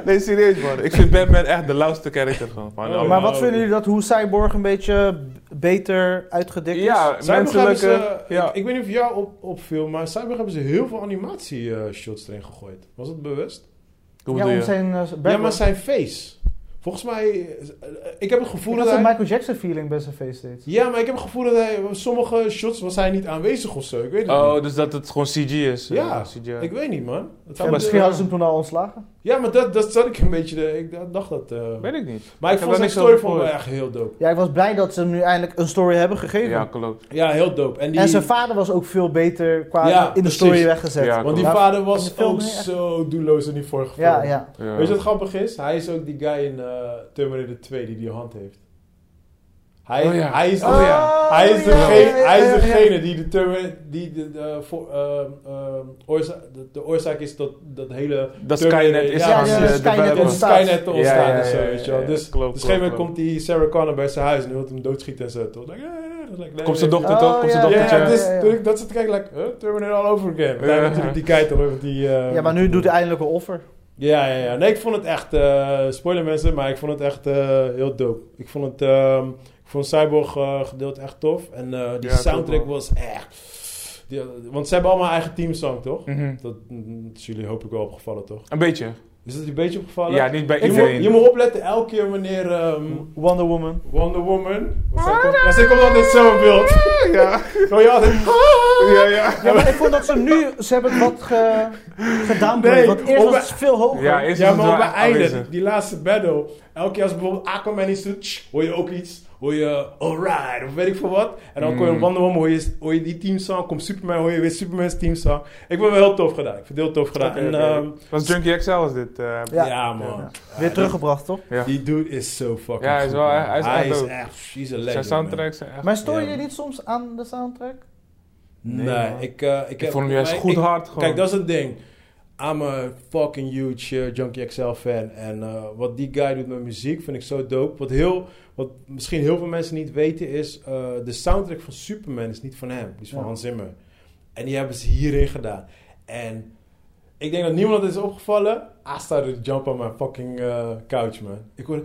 Nee, serieus man. Ik vind Batman echt de lauwste character gewoon. Van Oh, allemaal. Maar wat vinden jullie dat hoe Cyborg een beetje b- beter uitgedikt is? Ja, Cyborg hebben ze, menselijke... ja. ja. eh, ik, ik weet niet of jou op, opviel, maar Cyborg hebben ze heel veel animatie-shots erin gegooid. Was dat bewust? Hoe ja bedoel om je? zijn eh, Ja, background. maar zijn face. Volgens mij, eh, ik heb het gevoel Ik dat had een hij... Michael Jackson feeling bij zijn face steeds. Ja, maar ik heb het gevoel dat hij... Sommige shots was hij niet aanwezig of zo. Ik weet het niet. Oh, dus dat het gewoon CG is. eh, Ja, CG. Ik weet niet, man. Het En had- misschien hadden ze hem toen al ontslagen. Ja, maar dat, dat zat ik een beetje... De, ik da- dacht dat... eh, Weet ik niet. maar ik, vond heb daar zijn niks story over vond ik gehoord. wel echt heel dope. Ja, ik was blij dat ze hem nu eindelijk een story hebben gegeven. Ja, klopt. Ja, heel dope. En, die, En zijn vader was ook veel beter qua Ja, in de precies. story weggezet. Ja, Want die klopt. vader In de was film ook echt- zo doelloos in die vorige film. Ja, ja. Ja. Weet je wat grappig is? Hij is ook die guy in eh, Terminator 2 die die hand heeft. Hij, Oh ja. hij is, de- Oh ja. hij is, Oh, ja, degene, ja, ja, hij is ja, ja. degene die de, Terminator, die de, de, voor- ehm, ehm, oorza- de, de oorzaak is dat dat hele Dat Terminator- Skynet is ja, aan ja, eh, ja, Skynet development. ontstaat. Skynet te Ja, ontstaan ja, en zo, ja, ja, weet je ja, wel. ja. Dus Klopt, op een gegeven moment klopt, komt die Sarah Connor bij zijn huis en wil hem doodschieten en zo. Toen dacht ik, eh, eh, eh, eh, Komt zijn eh, dochter toch? Komt zijn Ja, Ja, ja, dochtertje. ja, dus ja, ja. toen ik dat zat te kijken, like, huh, Terminator all over again. Maar daar Ja. natuurlijk die kei toch met die... eh, Ja, maar nu doet hij eindelijk een offer. Ja, ja, ja. Nee, ik vond het echt... eh, spoiler mensen, maar ik vond het echt eh, heel dope. Ik vond het... ehm, ik vond Cyborg eh, gedeelte echt tof. En eh, die klopt, soundtrack man. was echt... Die, want ze hebben allemaal eigen teamsong, toch? Mhm. Dat mm, is jullie hoop ik wel opgevallen, toch? Een beetje. Is dat een beetje opgevallen? Ja, niet bij je, moet, je iedereen. moet opletten elke keer wanneer ehm, Wonder Woman. Wonder Woman... Want zij komt- want zij komt altijd zo in beeld. Ah. Ja, Ah. Hoor je altijd... ja, ja. Ja, maar ik vond dat ze nu, ze hebben het wat ge, Nee, gedownplayed, want eerst was om- het veel hoger. Ja, eerst Ja, is het maar op wel het einde, aanwezig. die, die laatste battle. Elke keer als bijvoorbeeld Aquaman iets doet, tsch, hoor je ook iets. Hoor je alright, of weet ik veel wat. En dan hoor je Mm. Wonder Woman, hoor je, hoor je die teamsong. Komt Superman, hoor je weer Superman's teamsong. Ik ben wel heel tof gedaan. Ik vind het heel tof gedaan. Oké, en, oké. ehm, Was Junkie XL was dit? eh, Ja. ja. man. Ja. Ja, Weer die- teruggebracht, toch? ja. Die dude is zo fucking Ja, hij is goed, wel- man. hij is Hij echt is dope. echt, he's a legend, Zijn man. soundtracks zijn echt... Maar stoor je Ja. je niet soms aan de soundtrack? Nee, Nee, man. ik, eh, ik, Ik heb- vond hem juist maar goed ik- hard gewoon. Kijk, dat is het ding. I'm a fucking huge eh, Junkie XL fan. En eh, wat die guy doet met muziek vind ik zo dope. Wat, heel, wat misschien heel veel mensen niet weten is... eh, de soundtrack van Superman is niet van hem. Die is van Ja. Hans Zimmer. En die hebben ze hierin gedaan. En ik denk dat niemand dat is opgevallen. I started to jump on my fucking eh, couch, man. Ik hoorde...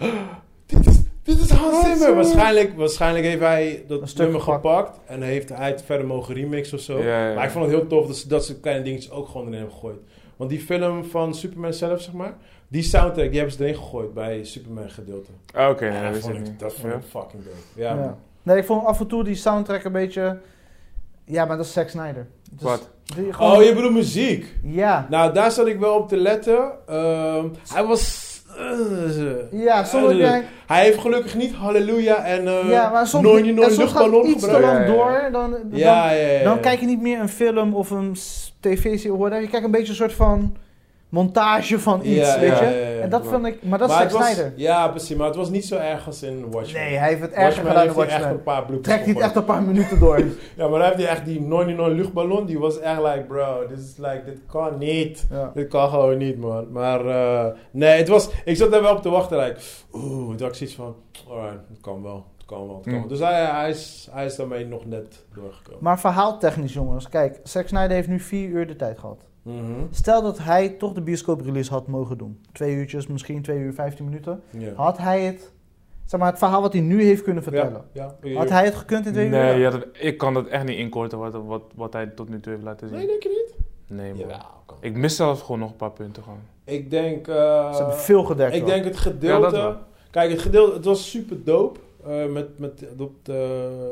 dit, is, dit is Hans Zimmer! Waarschijnlijk, waarschijnlijk heeft hij Een dat stuk nummer gepakt. gepakt. En heeft hij het verder mogen remixen of zo. Ja, ja, ja. Maar ik vond het heel tof dat ze dat soort kleine dingetjes ook gewoon erin hebben gegooid. Want die film van Superman zelf, zeg maar, die soundtrack die hebben ze erin gegooid bij Superman gedeelte. Ah, Oké, Ja, dat dat wist vond ik ik, niet. dat vond Ja. ik fucking dope. Ja, Ja. man. Nee, ik vond af en toe die soundtrack een beetje... Ja, maar dat is Zack Snyder. Dus Wat? die gewoon- Oh, je bedoelt muziek? Ja. Nou, daar zat ik wel op te letten. Ehm, hij was... Ja, soms Eh, denk hij heeft gelukkig niet Halleluja en eh Ja, maar soms, Nooit, niet, nooit en soms gaat luchtballon het iets te gebruiken. lang door. Ja, ja, ja. Dan, dan, Ja, ja, ja, ja. dan kijk je niet meer een film of een s- tv-serie of whatever. Je kijkt een beetje een soort van montage van iets, Ja, weet ja, je? ja, ja, ja. en dat vond ik... Maar dat Maar is het Zack was- Snyder. Ja, precies. Maar het was niet zo erg als in Watchmen. Nee, hij heeft het erger Watchmen gedaan heeft dan hij echt Watchmen. een paar bloepers Trekt niet echt een paar minuten door. Ja, maar hij heeft die echt die 99 luchtballon, die was echt like, bro, dit is like, dit kan niet. ja. Dit kan gewoon niet, man. Maar eh, nee, het was, ik zat daar wel op te wachten. Like, Oeh, toen had ik zoiets van, alright, het kan wel, het kan wel, het kan wel. Mm. Dus hij, hij, is, hij is daarmee nog net doorgekomen. Maar verhaaltechnisch, jongens. Kijk, Zack Snyder heeft nu vier uur de tijd gehad. Mhm. Stel dat hij toch de bioscoop-release had mogen doen. Twee uurtjes, misschien twee uur, vijftien minuten. Ja. Had hij het... Zeg maar, het verhaal wat hij nu heeft kunnen Ja, vertellen. ja. Had hij het gekund in twee uur? Nee, ja, dat- ik kan dat echt niet inkorten wat, wat, wat hij tot nu toe heeft laten Nee, zien. denk je niet? Nee, man. Jawel, kan. Ik mis zelfs gewoon nog een paar punten gewoon. Ik denk... Ze eh, hebben veel gedekt. Ik hoor. denk het Ja, gedeelte. dat wel. kijk, het gedeelte, het was super dope. eh, met met dat, eh,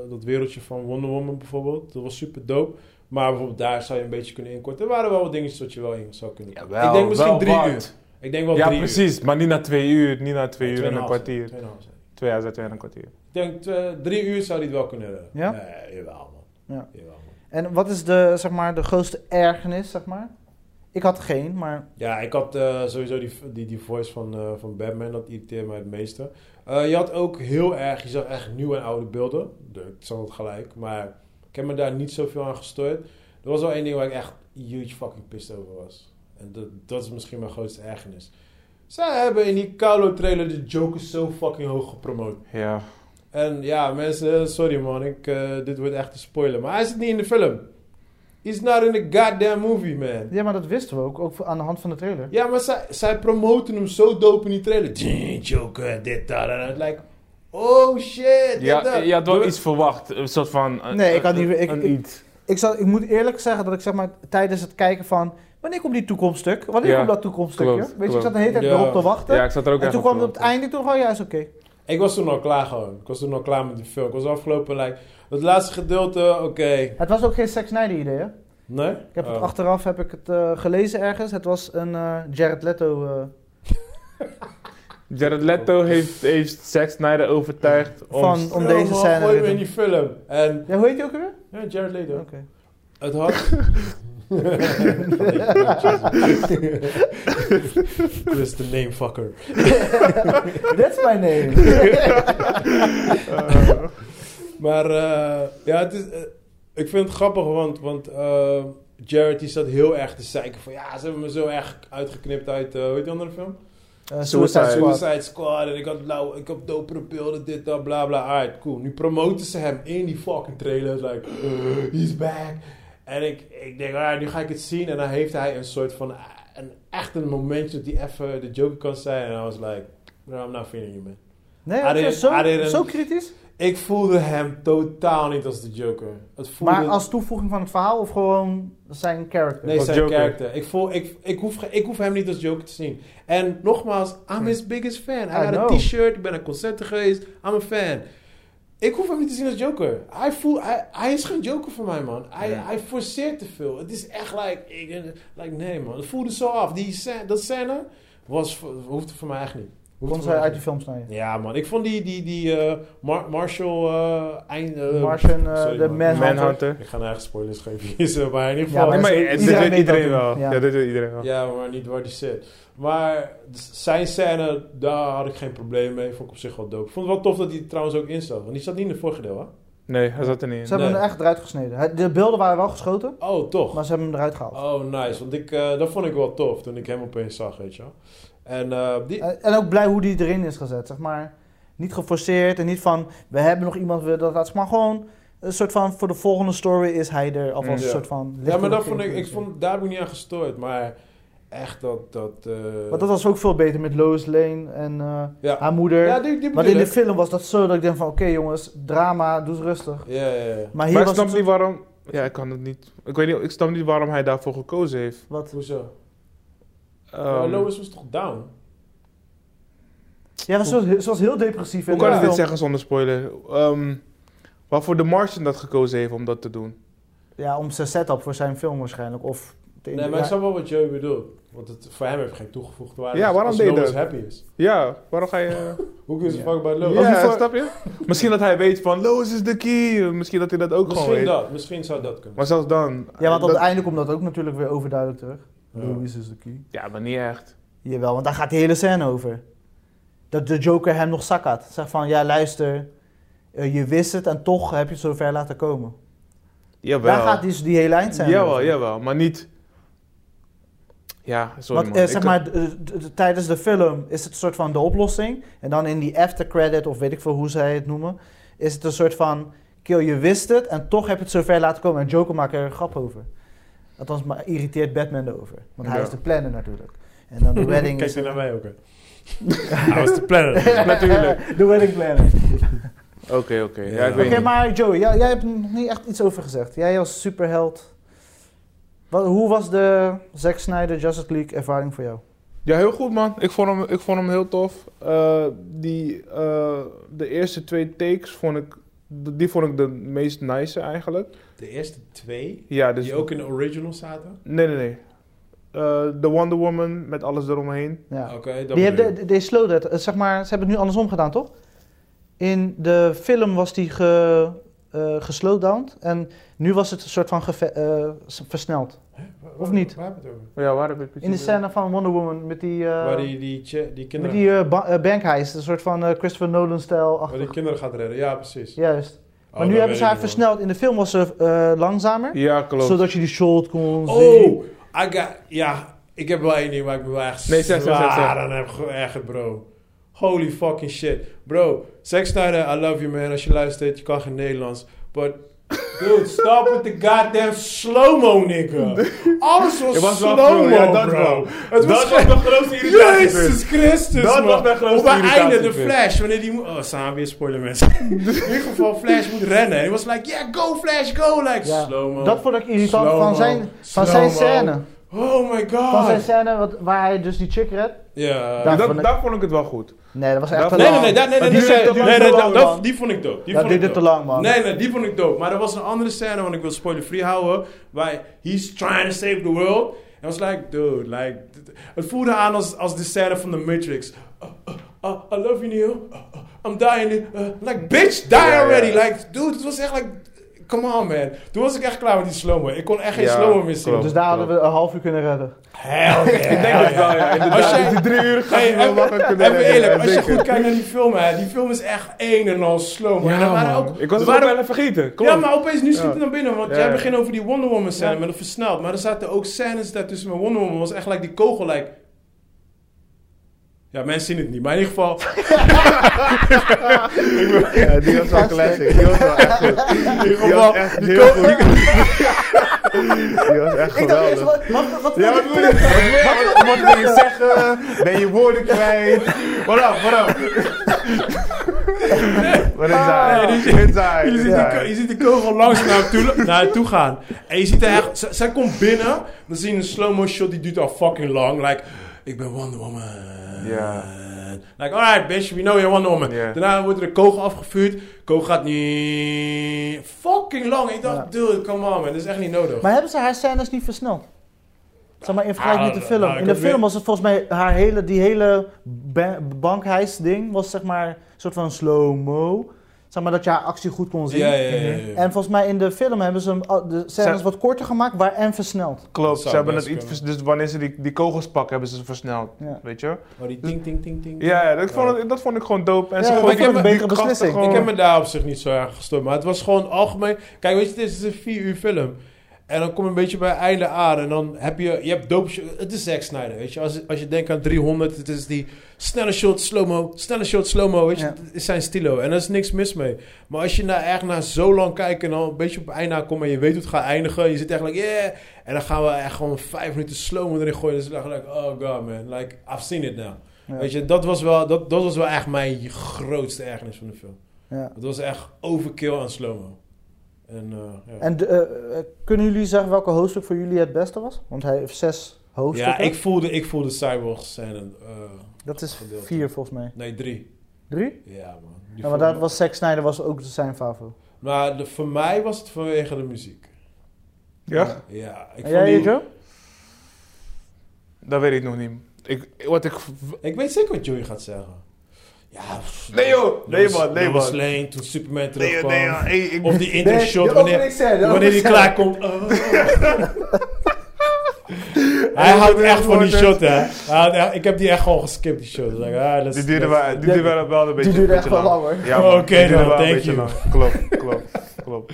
dat wereldje van Wonder Woman bijvoorbeeld. Dat was super dope. Maar bijvoorbeeld daar zou je een beetje kunnen inkorten. Er waren wel wat dingetjes dat je wel in zou kunnen korten. Jawel, Ik denk misschien wel drie wat. uur. Ik denk wel Ja, drie uur. precies. Maar niet na twee uur. Niet na twee uur en een Tweeënhalf, kwartier. tweeënhalf, zeg. Twee uur, twee en een kwartier. Ik denk twee- drie uur zou die het wel kunnen redden. Ja? Nee, jawel man. Ja. Jawel, man. En wat is de, zeg maar, de grootste ergernis, zeg maar? Ik had geen, maar... Ja, ik had eh, sowieso die, die, die voice van, eh, van Batman, dat irriteerde mij het meeste. Eh, je had ook heel erg, je zag echt nieuwe en oude beelden. De- Ik zag het gelijk, maar ik heb me daar niet zoveel aan gestoord. Er was wel één ding waar ik echt huge fucking pissed over was. En dat, dat is misschien mijn grootste ergernis. Zij hebben in die Kalo trailer de Jokers zo fucking hoog gepromoot. Ja. En ja, mensen, sorry man, ik, eh, dit wordt echt een spoiler. Maar hij zit niet in de film. He's not in the goddamn movie, man. Ja, maar dat wisten we ook, ook aan de hand van de trailer. Ja, maar zij, zij promoten hem zo dope in die trailer. Die Joker, dit, dat, dat. dat. Like, oh shit. dit, Ja, dat. je had wel Door- iets verwacht. Een soort van... eh, Nee, ik had eh, niet- ik- een ik- iets. Ik, zal, ik moet eerlijk zeggen dat ik zeg maar tijdens het kijken van... Wanneer komt die toekomststuk? Wanneer Ja, komt dat toekomststukje? klopt, Weet je, ik klopt. zat de hele tijd Ja. erop te wachten. Ja, ik zat er ook en echt toen op kwam het te op het wachten. einde, toen gewoon, ja, is oké. Ik was toen al klaar gewoon. Ik was toen al klaar met die film. Ik was afgelopen, like, het laatste gedeelte, oké. Het was ook geen Zack Snyder idee, hè? Nee? Ik heb het Oh. achteraf heb ik het eh, gelezen ergens. Het was een eh, Jared Leto. eh, Jared Leto heeft, heeft Zack Snyder overtuigd om... Van- om Ja, deze man, scène Gooi erin. me in die film. En ja, hoe heet die ook weer? ja, Jared Leto. Oké. Het had. Chris the name fucker. That's my name. Maar eh, ja, het is, eh, ik vind het grappig, want, want eh, Jared die zat heel erg te zeiken van... Ja, ze hebben me zo erg uitgeknipt uit, eh hoe heet die andere film? Eh, Suicide Suicide Squad. En ik had, lauw, ik had dopere beelden, dit, dat, bla, bla. Alright, cool. Nu promoten ze hem in die fucking trailer. It's Like, eh, he's back. En ik, ik denk, alright, nu ga ik het zien. En dan heeft hij een soort van... eh, Een, echt een momentje dat hij even de Joker kan zijn. En I was like, no, I'm not feeling you, man. Nee, I oké, didn't- I zo, didn't- zo kritisch. Ik voelde hem totaal niet als de Joker. Het voelde... Maar als toevoeging van het verhaal of gewoon zijn character? Nee, Als zijn Joker. karakter. Ik, voel, ik, ik, hoef, ge- ik hoef hem niet als Joker te zien. En nogmaals, I'm his biggest fan. Hij I had een know. t-shirt, ik ben naar concerten geweest. I'm a fan. Ik hoef hem niet te zien als Joker. Hij, voel, hij, hij is geen Joker voor mij, man. Hij, Ja. hij forceert te veel. Het is echt like, ik, like nee, man. Het voelde zo af. Die scène, dat scène was, voor- hoefde voor mij echt niet. Hoefde voor Kon ze mij uit echt die film snijden? niet. Ja, man. Ik vond die, die, die eh, Mar- Marshall... eh eind, eh, Martian, eh, sorry, de man. Manhunter. Manhunter. Ik ga nergens spoilers geven, maar in ieder Ja, geval... Nee, maar Mensen- eh, dit iedereen weet weet dat iedereen nu. wel. Ja. Ja, dit weet iedereen wel. Ja, maar niet waar die zit. Maar zijn scène, daar had ik geen probleem mee. Vond ik op zich wel dope. Vond het wel tof dat hij er trouwens ook in zat. Want die zat niet in het vorige deel, hè? Nee, hij zat er niet in. Ze hebben Nee. hem echt eruit gesneden. Hij- De beelden waren wel geschoten, Oh, toch? maar ze hebben hem eruit gehaald. Oh, nice. Want ik, eh, dat vond ik wel tof toen ik hem opeens zag, weet je wel. En eh, die... Eh, En ook blij hoe die erin is gezet, zeg maar. Niet geforceerd en niet van, we hebben nog iemand, we dat laten. Maar gewoon een soort van, voor de volgende story is hij er. Of als Mm. Ja. een soort van... Ja, maar dat vond ik, ik vond, daar heb ik niet aan gestoord. Maar echt dat... dat eh, Want dat was ook veel beter met Lois Lane en eh, Ja. haar moeder. Ja, die, die maar bedoel in de ik. film was dat zo dat ik denk van, oké jongens, drama, doe het rustig. Ja, ja, ja. Maar hier Maar ik was snap het- niet waarom... Ja, ik kan het niet... Ik weet niet, ik snap niet waarom hij daarvoor gekozen heeft. Wat? Hoezo? Ehm, maar Lois was toch down? Ja, ze was, ze was heel depressief. Hoe in kan de ik dit film. zeggen zonder spoiler? Ehm, waarvoor de Martian dat gekozen heeft om dat te doen. Ja, om zijn setup voor zijn film waarschijnlijk. Of te- Nee, maar ik snap wel wat Joey bedoelt. Want het, voor hem heeft geen toegevoegde waarde. Ja, als- waarom als deed je Lois dat? happy is. Ja, waarom ga je... Hoe kun je ze Ja. fuck about Ja, Lois? voor- snap je? Misschien dat hij weet van Lois is de key. Misschien dat hij dat ook gewoon Misschien weet. dat, misschien zou dat kunnen. Maar zelfs dan... Ja, want dat- uiteindelijk komt dat ook natuurlijk weer overduidelijk terug. Ja. Louis is de key. Ja, maar niet echt. Jawel, want daar gaat de hele scène over. Dat de Joker hem nog zak had. Zeg van, ja luister, eh, je wist het en toch heb je het zover laten komen. Jawel. Daar gaat dus die hele eindscène Jawel, over. jawel. Maar niet... Ja, sorry Want man. eh, Ik zeg kan- maar, d- d- d- tijdens de film is het een soort van de oplossing. En dan in die aftercredit, of weet ik veel hoe zij het noemen, is het een soort van: kill, je wist het en toch heb je het zover laten komen. En Joker maakt er een grap over. Althans, maar irriteert Batman erover. Want hij Ja. is de planner natuurlijk. En dan de wedding Kijk is. je naar mij ook, hè? Hij was de planner. natuurlijk. De wedding planner. Oké, oké. Ja, Ja. ik Oké, weet niet. maar Joey, jij, jij hebt er nog niet echt iets over gezegd. Jij als superheld. Wat, hoe was de Zack Snyder Justice League ervaring voor jou? Ja, heel goed man. Ik vond hem, ik vond hem heel tof. Eh, die, eh, de eerste twee takes vond ik... Die vond ik de meest nice eigenlijk. De eerste twee, Ja, dus... die ook in de original zaten. Nee, nee, nee. Eh, de Wonder Woman met alles eromheen. Ja. Oké, Oh, dat Die bedoel hebben, ik. de- de slowed het, eh, zeg maar, ze hebben het nu andersom gedaan, toch? In de film was die ge, eh geslowdowned en nu was het een soort van geve- eh, s- versneld. Waar- of niet? Waar hebben we het over? Ja, waar heb ik In de scène van Wonder Woman met die, eh, eh, Waar die, die, che- die met kinderen, die eh, ba- eh, bankheist, een soort van eh, Christopher Nolan-stijl. waar die kinderen gaat redden. Ja, precies. Juist. Oh, Maar nu dat hebben ze weet haar ik nog versneld. In de film was ze eh, langzamer, Ja, klopt. zodat je die shot kon wel. zien. Oh, I got... Ja, Ik heb wel één ding waar ik me wel echt Nee, zeg, zeg, zeg, zwaar zeg. aan heb geërgerd, bro. Holy fucking shit. Bro, Zack Snyder, I love you man. Als je luistert, je kan geen Nederlands. But, dude, stop with the goddamn slow-mo, nigga. Alles was, Het was wel slow-mo, cool, ja, dat bro. wel. Het was Dat was mijn grootste Jezus irritatie. Christus, Dat man. was mijn grootste Op het einde, de irritatiepunt. Flash, wanneer die... mo- Oh, samen weer spoiler, mensen. In ieder geval, Flash moet rennen. En hij was like, yeah, go Flash, go. Like, Ja, slow-mo. Dat vond ik irritant Slow-mo. van zijn, van Slow-mo. zijn scène. Oh my god. Van zijn scène wat, waar hij dus die chick redt. Ja. Daar- Dat, vond ik- daar vond ik het wel goed. Nee, dat was echt Dat- te Nee, lang. nee, nee, dat, nee, nee, Maar nee, die nee, duurde te nee, lang, nee, te dat- lang, dat- man. die vond ik dope. Die Dat vond ik duurde te dope. lang, man. Nee, nee, die vond ik dope. Maar er was een andere scène, want ik wil spoiler free houden. Waar he's trying to save the world. En was like, dude, like... d- Het voelde aan als, als de scène van The Matrix. Uh, uh, uh, I love you, Neo. Uh, uh, I'm dying. uh, like, bitch, die ja. already. Like, dude, het was echt like... Come on, man. Toen was ik echt klaar met die slow-mo. Ik kon echt geen Ja, slow-mo meer zien. klopt. Dus daar hadden we een half uur kunnen redden. Hell yeah. Ik denk dat wel, ja. Als Inderdaad. jij- Dus die drie uur gaat Hey, hij wel even, wakker kunnen even rennen, eerlijk, ja, als je zeker. goed kijkt naar die film, hè, die film is echt een en al slow. man. Ja, En er waren man. ook- Ik was er het ook waren- wel even vergeten. Klopt. ja, maar opeens nu schiet het naar binnen, want Ja, jij ja. begint over die Wonder Woman scène Ja. met een versneld. Maar er zaten ook scènes daar tussen met Wonder Woman, was echt like die kogel, like... Ja, mensen zien het niet, maar in ieder geval... Ja, die was wel classic. Die was wel echt goed. In ieder Die geval was echt die heel ko- goed. Die was echt Ik dacht eerst, geweldig. wat, wat, wat Ja, wat moet ik, wat, wat wil je zeggen? Ben je woorden kwijt? What up, what up? Wat is hij? nee, Ah. die- Wat is hij? Je ziet, Ja. die, ko- je ziet die kogel langs naar haar toe, naar haar toe gaan. En je ziet haar echt... z- Zij komt binnen, dan zie je een slow-mo shot, die duurt al fucking lang. Like, ik ben Wonder Woman. Ja. Like, alright bitch, we know you're Wonder Woman. Ja. Daarna wordt er een kogel afgevuurd. Kogel gaat niet... Fucking lang. Ik dacht, dude, come on man, dat is echt niet nodig. Maar hebben ze haar scènes niet versneld? Zeg maar in vergelijking met de Ah, film. nou, ik in de heb weer- film was het volgens mij haar hele, die hele ba- bankheist-ding was zeg maar een soort van slow-mo. Zeg maar dat je haar actie goed kon zien. Ja, ja, ja, ja, Mhm. ja. En volgens mij in de film hebben ze hem, al- de scènes Ze- wat korter gemaakt, waar en versneld. Klopt, zou ze hebben best het iets... kunnen. vers- Dus wanneer ze die, die kogels pakken, hebben ze ze versneld. Ja. Weet je? Oh, die ting, ting, ting, ting. Ja, ja, dat vond, ik, dat vond ik gewoon dope. En Ja, ze dat gooien vond ik een die betere gasten beslissing. gewoon- Ik heb me daar op zich niet zo erg gestoord. Maar het was gewoon algemeen. Kijk, weet je, dit is een vier uur film. En dan kom je een beetje bij einde aan. En dan heb je. Je hebt dope. shot- Het is Zack Snyder. Weet je, als, als je denkt aan 300. Het is die snelle shot, slow-mo. Snelle shot, slow-mo. Weet je, Ja. het is zijn stilo. En daar is niks mis mee. Maar als je naar echt naar zo lang kijkt. En dan een beetje op het einde aankomt. En je weet hoe het gaat eindigen. Je zit echt like, yeah. En dan gaan we echt gewoon vijf minuten slow-mo erin gooien. Dus dan denk ik, oh god man. Like, I've seen it now. Ja. Weet je, dat was, wel, dat, dat was wel echt mijn grootste ergernis van de film. Ja. Het was echt overkill aan slow-mo. En, eh, ja. En de- eh, eh, kunnen jullie zeggen welke hoofdstuk voor jullie het beste was? Want hij heeft zes ja, hoofdstukken. ik voelde, ik voelde cyborg scène. eh, Dat is Gedeelte. vier volgens mij. nee, drie. Drie? Ja, man. Die Ja, maar vond- dat was Zack Snyder was ook zijn favo. maar de- voor mij was het vanwege de muziek. Ja? Ja, ik, vond En jij, die- Joe? Dat weet ik nog niet. Ik, wat ik... ik weet zeker wat Joey gaat zeggen. Ja, pff, Nee, joh. Nee, Lois- man. Nee, Lois man. Lane toen Superman Nee, terugkwam. nee, ja, hey, ik- Of die intro shot dat wanneer, wil ik zeggen, dat wanneer wil die ik klaar komt. oh. Hij houdt echt van die shot, hè. Hij houdt echt- ik heb die echt gewoon geskipt, die shot. Like, ah, let's- Die duurde let's- wel, die duurde wel, wel een beetje duurde een beetje echt wel lang, hoor. Ja, man, Oké, die duurde dan, wel een thank beetje you. lang. Klopt, klopt, klopt.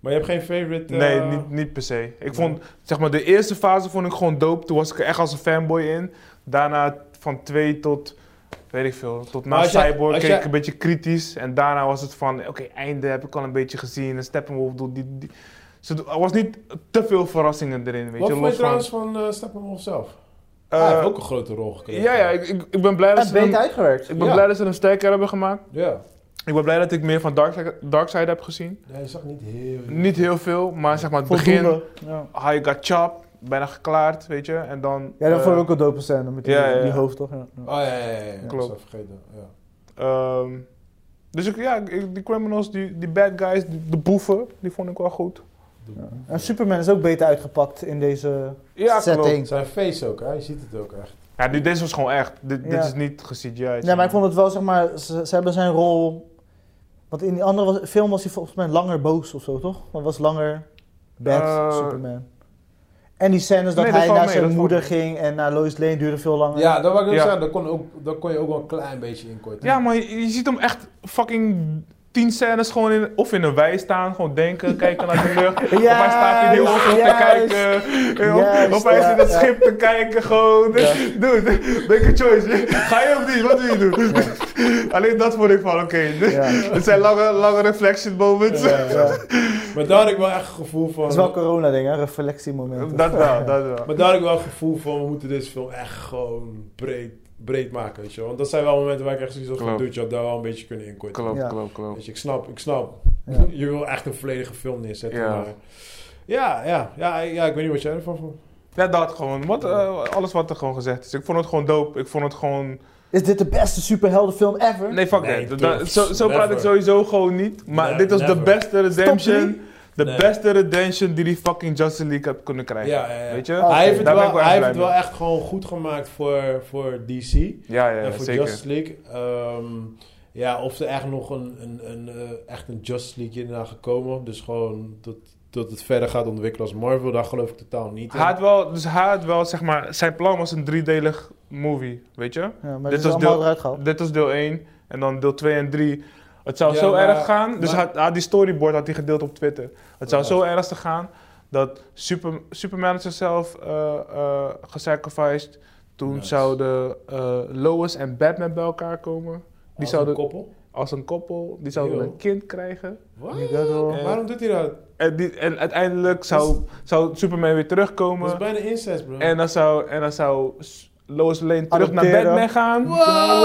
Maar je hebt geen favorite? eh, Nee, niet, niet per se. Ik vond, zeg maar, de eerste fase vond ik gewoon dope. Toen was ik er echt als een fanboy in. Daarna van twee tot, weet ik veel, tot Maar na als jij- Cyborg als keek jij- ik een beetje kritisch. En daarna was het van, oké, einde heb ik al een beetje gezien. En Steppenwolf doet die... die. Zo, er was niet te veel verrassingen erin, weet Wat vond je. je Los van, trouwens van eh, Steppenwolf zelf? Eh, hij heeft ook een grote rol gekregen. ja, ja, ik, ik, ik ben blij dat En ze hem, beter uitgewerkt. ik ben Ja. blij dat ze hem sterker hebben gemaakt. Ja. Ik ben blij dat ik meer van Darkseid, Darkseid heb gezien. Nee, hij zag niet heel... Niet heel veel, maar zeg maar het begin... Voldoende. Ja. How you got chopped, bijna geklaard, weet je. En dan... Ja, dat eh, vond ik ook een dope scène met die, ja, ja, ja. die hoofd toch? Ja. Ja. Oh, ja, ja, ja. ja, ja. Klopt. Ik was vergeten, ja. Ehm, dus ik, ja, ik- die criminals, die, die bad guys, die- de boeven, die vond ik wel goed. En Superman is ook beter uitgepakt in deze Ja, setting. klopt. Zijn face ook, hè. Je ziet het ook echt. Ja, dit, deze was gewoon echt. Dit, dit Ja. is niet ge-CGI. Nee, maar ik vond het wel, zeg maar, ze, ze hebben zijn rol. Want in die andere was- film was hij volgens mij langer boos of zo, toch? Maar was langer bad Eh, Superman. En die scènes dat nee, dat hij valt naar mee, zijn dat valt moeder mee. ging en naar Lois Lane duurde veel langer. Ja, dat wou ik ook Ja. zeggen. Daar kon, ook, daar kon je ook wel een klein beetje inkorten. Ja, maar je, je ziet hem echt fucking tien scènes gewoon in, of in een wei staan, gewoon denken, kijken naar de lucht. of hij Juist, staat in die auto te juist. kijken. eh, of- Juist, of hij is ja, in het ja. schip te kijken, gewoon. Dude, make a choice. Ga je of niet? Wat wil je doen? Alleen dat vond ik van, oké. Ja. Het zijn lange, lange reflection moments. Maar daar had ik wel echt een gevoel van... Dat is wel corona-ding, hè? Reflectiemomenten. Dat wel, dat wel. Maar daar had ik wel het gevoel van, we moeten deze film echt gewoon breed, breed maken, weet je wel. Want dat zijn wel momenten waar ik echt zoiets had van, Klopt. dude, je had daar wel een beetje kunnen inkorten. Klopt, Ja. klopt, klopt. Weet je, ik snap, ik snap. Ja. Je wil echt een volledige film neerzetten, Ja. maar... Ja, ja, ja, ja, ik weet niet wat jij ervan vond. Ja, dat gewoon. Wat, eh, alles wat er gewoon gezegd is. Ik vond het gewoon dope. Ik vond het gewoon... Is dit de beste superheldenfilm ever? Nee, fuck Nee, that. dude, Dat- zo zo praat never. ik sowieso gewoon niet. Maar Nee, dit was de never. beste redemption. De Nee. beste redemption die die fucking Justice League had kunnen krijgen. Ja, ja, ja. Weet je? Oké, hij heeft het, daar ben wel, ik wel hij echt heeft het blij wel echt gewoon goed gemaakt voor, voor DC. Ja, ja, ja, en voor zeker. Justice League. Ehm, ja, of er echt nog een, een, een, eh, echt een Justice League in gekomen. Dus gewoon dat, dat het verder gaat ontwikkelen als Marvel. Daar geloof ik totaal niet in. Hij had wel, dus hij had wel, zeg maar, zijn plan was een driedelig movie, weet je? Ja, maar Dit dit is was allemaal deel- eruit gehaald. Dit was deel 1 en dan deel 2 en 3. Het zou Ja, zo maar- erg gaan, dus maar- hij had, hij had die storyboard had hij gedeeld op Twitter. Het zou Ja. zo erg te gaan dat Super, Superman had zichzelf eh, eh, gesacrificed. Toen Nice. zouden eh, Lois en Batman bij elkaar komen. Die Als zouden een koppel. als een koppel, die zouden Yo. een kind krijgen. Wat? Ja, dat wel. Eh, Waarom doet hij dat? En, die, en uiteindelijk zou, zou Superman weer terugkomen. Dus- Dat is bijna incest, bro. En dan zou, en dan zou S- Lois Lane terug naar Adopteren. Batman gaan.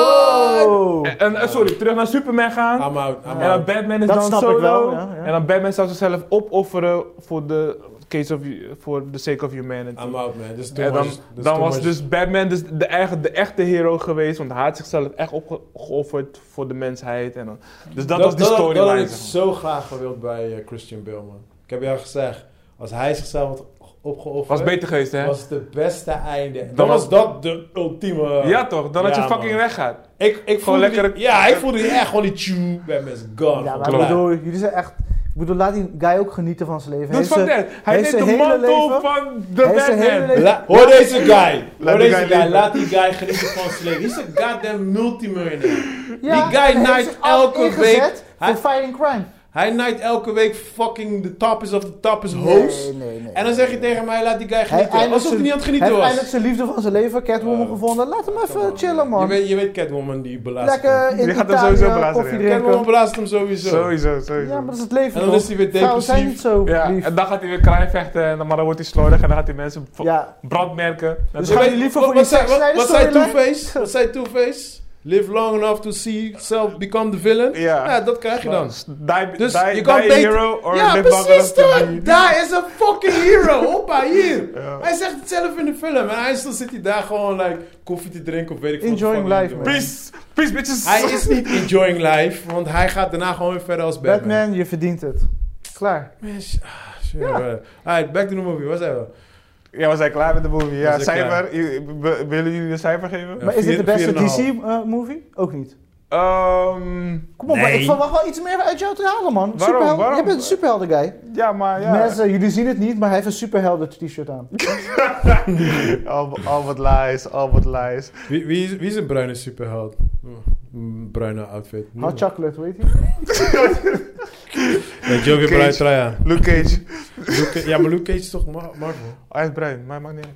Wow! En, en- eh, sorry, terug naar Superman gaan. I'm out, I'm En dan out. Batman is Dat dan snap ik solo. wel, ja, ja. En dan Batman zou zichzelf opofferen voor de case of voor the sake of humanity. I'm out, man. Dus en dan, dan was dus Batman dus de, eigen, de echte hero geweest, want hij had zichzelf echt opgeofferd voor de mensheid. En dan, dus dat, was die Dat had ik storyline. zeg maar. zo graag gewild bij eh, Christian Bale, man. Ik heb je al gezegd, als hij zichzelf had opgeofferd... Was beter geweest, hè? was het beste einde. Dan, Dan was had- dat de ultieme... ja toch, dan had eh, Ja, je fucking man. weggaat. Ik, ik voelde lekker- die- ja, ik voelde die echt gewoon die tjoe bij mensen gone. Ja, maar ik Klaar. bedoel, jullie zijn echt... Ik bedoel, laat die guy ook genieten van zijn leven. Dude, Heeft fuck ze- that. Hij heeft deed de zijn hele mantel leven- van de heeft zijn hele Batman. leven- La- hoor deze guy. hoor die deze guy guy. leven. Laat die guy genieten van zijn leven. Hij is een goddamn multimillionaire. Ja, die hij guy heeft naait zich al elke week. ingezet Hij, Voor fighting crime. hij naait elke week fucking de toppers of de toppers host. nee, nee. En dan zeg je tegen mij, laat die guy Hij genieten. eindelijk Alsof hij zijn- niet aan het Hij genieten heeft was. eindelijk zijn liefde van zijn leven, Catwoman Eh, gevonden. Laat hem even come on, chillen, Je man. weet, je weet Catwoman die belaast hem. Lekker in Die gaat hem Italië sowieso blazen, koffie ja. drinken. Catwoman belaast hem sowieso. Sowieso, sowieso. Ja, maar dat is het leven, En dan toch? is hij weer Vrouwen zijn niet depressief. zo Ja, lief. en dan gaat hij weer kraai vechten en dan, maar dan wordt hij slordig en dan gaat hij mensen v- Ja, brandmerken. Dus Dat- ga je weet- liever wat- voor die wat zei- Zack wat- Wat zei Snyder Two-Face? Wat zei Two-Face? Live long enough to see self become the villain. Ja. Ja, dat krijg je dan. Die, Dus die, je die kan beter- hero or ja, live long precies enough to toch. be- Daar is een fucking hero. Hoppa, hier. Ja. Hij zegt het zelf in de film. En hij is- dan zit hij daar gewoon like, koffie te drinken of weet ik wat. de Enjoying fuck hij life, doet. man. Peace, peace bitches. Hij is niet enjoying life, want hij gaat daarna gewoon weer verder als Batman. Batman, je verdient het. Klaar. Man, sh- ah, shit, man. Alright, back to the movie. Waar zijn we? Ja, we zijn klaar met de movie. Ja, We zijn klaar. cijfer. I- w- Willen jullie een cijfer geven? Ja, maar is vier- dit de beste 4,5. DC-movie? Ook niet. Ehm, Kom op, Nee. maar ik verwacht wel iets meer uit jou te halen, man. Superheld- waarom? Je bent een superhelden guy. ja, maar ja. Mensen, jullie zien het niet, maar hij heeft een superhelden t-shirt aan. Al, al wat lies, al wat lies. Wie, wie, is, wie is een bruine superheld? Hm, Een bruine outfit. Hm. Hot chocolate, weet je? Ja, Joe weer Cage. bruin trui aan. Luke Cage. Luke Cage- ja, maar Luke Cage is toch Mar- Marvel? Hij is bruin, maar maakt niet uit.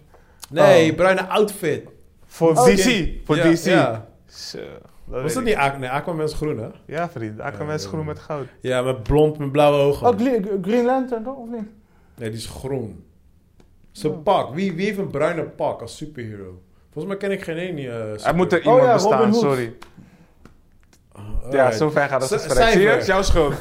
Nee, Oh. bruine outfit. Voor Oké. DC. Voor Ja, DC. ja. Zo, Was weet dat ik. niet Aqu- nee, Aquaman is groen, hè? Ja, vriend. Aquaman is Ja, groen ja. met goud. Ja, met blond, met blauwe ogen. Oh, Gle- Green Lantern, toch? Of niet? Nee, die is groen. Zo'n pak. Wie, wie heeft een bruine pak als superhero? Volgens mij ken ik geen één. eh Er moet er Oh iemand ja, Robin bestaan, Hood. sorry. Ja, zo ver gaat het Ci- gesprek. Zie je? cijfer. Het is jouw schuld.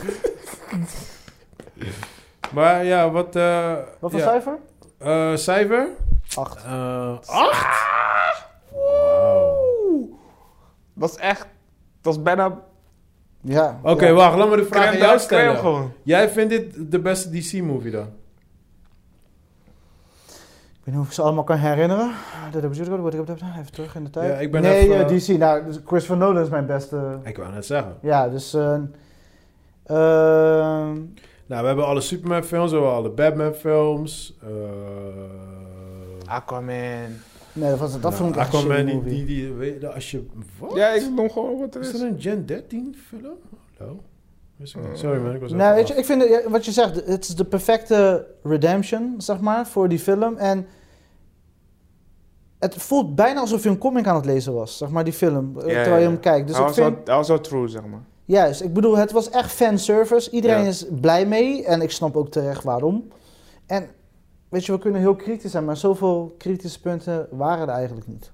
Maar ja, wat... eh Wat voor ja. cijfer? Eh, cijfer? Acht. Eh, acht? Dat is echt... Dat is bijna... Ja. Oké, ja. wacht. Laat me de vraag aan jou Crème crème stellen. gewoon. Jij vindt dit de beste DC-movie dan? Ik weet niet of ik ze allemaal kan herinneren. Dat heb ik zo goed. Even terug in de tijd. Ja, ik ben nee, even- eh, DC. Nou, dus Christopher Nolan is mijn beste. Ik wou net zeggen. Ja, dus... eh, ehm, Nou, we hebben alle Superman-films, we hebben alle Batman-films. eh Aquaman. nee, dat, was, dat nou, vond ik echt een eh, Aquaman, shitty die, movie. die, die, weet je, als je... Wat? Ja, ik noem gewoon wat er Is is. dat een Gen 13-film? Hallo? Wist ik niet. Sorry man, ik was Nou, weet je, ik vind eh, wat je zegt, het is de perfecte redemption, zeg maar, voor die film. En het voelt bijna alsof je een comic aan het lezen was, zeg maar, die film, eh, Ja, ja, terwijl je ja. hem kijkt. Dus hij, ik was vind, wel, hij was wel true, zeg maar. juist, ik bedoel, het was echt fanservice. Iedereen Ja. is blij mee en ik snap ook terecht waarom. En weet je, we kunnen heel kritisch zijn, maar zoveel kritische punten waren er eigenlijk niet.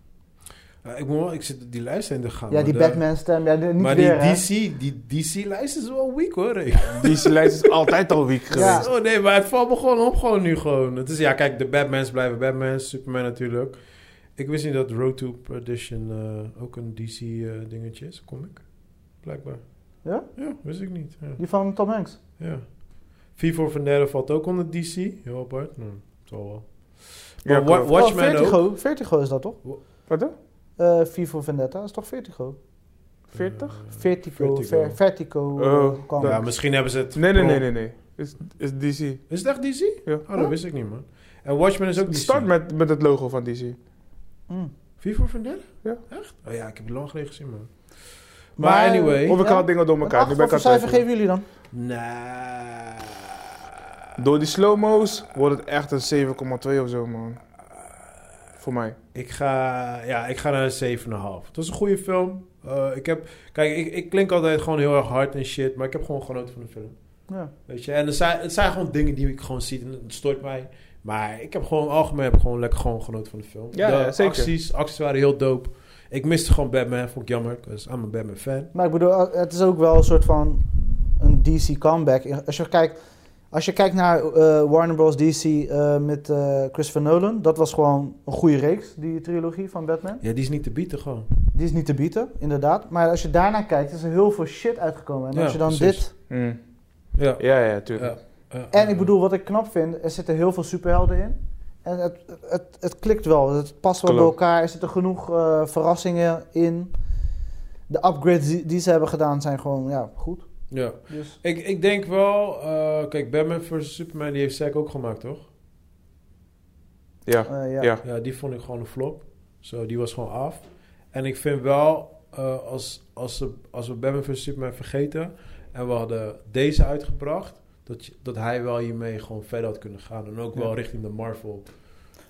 Eh, ik, moet wel, ik zit die lijst in te gaan. ja, maar die de- Batman-stem, ja, de- niet Maar weer, hè. die DC, die DC-lijst is wel weak hoor. Rick. Die lijst is altijd al weak geweest. Ja. Oh nee, maar het valt me gewoon op gewoon nu gewoon. Het is, ja, kijk, de Batmans blijven Batmans, Superman natuurlijk. Ik wist niet dat Road to Perdition eh, ook een DC eh, dingetje is, comic. Blijkbaar. Ja? Ja, wist ik niet. Ja. Die van Tom Hanks. ja. V voor Vendetta valt ook onder DC. Heel apart. Nou, het zal wel. Ja, Maar Wa- klopt. Oh, Watchmen ook. Vertigo, Vertigo is dat toch? Wat dan? Eh v voor Vendetta is toch Vertigo? 40? Eh, Vertigo, Vertigo. Ver, Vertigo. eh, Oh, kwam. Ja, misschien hebben ze het... Nee, nee, pro- nee, nee. nee. Is, is DC. Oh. Is het echt DC? Ja. Oh, dat wist ik niet, man. En Watchmen is ook DC. Het start met, met het logo van DC. Mm. V voor Vendetta? Ja. Echt? Oh ja, ik heb het lang geleden gezien, man. Maar, Maar- anyway... Of ik Ja. haal dingen door Een elkaar. acht, Nu ben wat ik voor aan cijfer geven het twijfelen. jullie dan? Nah. Door die slow-mo's wordt het echt een 7,2 of zo, man. Voor mij. Ik ga, ja, ik ga naar een 7,5. Het was een goede film. Eh, ik heb, kijk, ik, ik klink altijd gewoon heel erg hard en shit, maar ik heb gewoon genoten van de film. Ja. Weet je, en er zijn, het zijn gewoon dingen die ik gewoon zie en het stoort mij. Maar ik heb gewoon, algemeen heb ik gewoon lekker gewoon genoten van de film. Ja, de ja, zeker. Acties, acties waren heel dope. Ik miste gewoon Batman, vond ik jammer, because I'm a Batman fan. Maar ik bedoel, eh, het is ook wel een soort van een DC comeback. Als je kijkt, als je kijkt naar eh, Warner Bros. DC eh, met eh, Christopher Nolan, dat was gewoon een goede reeks, die trilogie van Batman. Ja, die is niet te bieten gewoon. Die is niet te bieden, inderdaad. Maar als je daarna kijkt, is er heel veel shit uitgekomen. En Ja, als je dan precies. dit... Mm. Ja. Ja, ja, tuurlijk. Ja, ja, En ja. ik bedoel, wat ik knap vind, er zitten heel veel superhelden in. En het, het, het klikt wel, het past wel Klopt. bij elkaar. Er zitten genoeg eh, verrassingen in. De upgrades die, die ze hebben gedaan zijn gewoon ja, goed. Ja. Dus Ik, ik denk wel, eh, kijk, Batman vs. Superman, die heeft Zack ook gemaakt, toch? Ja. eh, ja. Ja. Ja, die vond ik gewoon een flop. Zo, die was gewoon af. En ik vind wel, eh, als, als, ze, als we Batman vs Superman vergeten... en we hadden deze uitgebracht... Dat, je- dat hij wel hiermee gewoon verder had kunnen gaan. En ook wel Ja. richting de Marvel.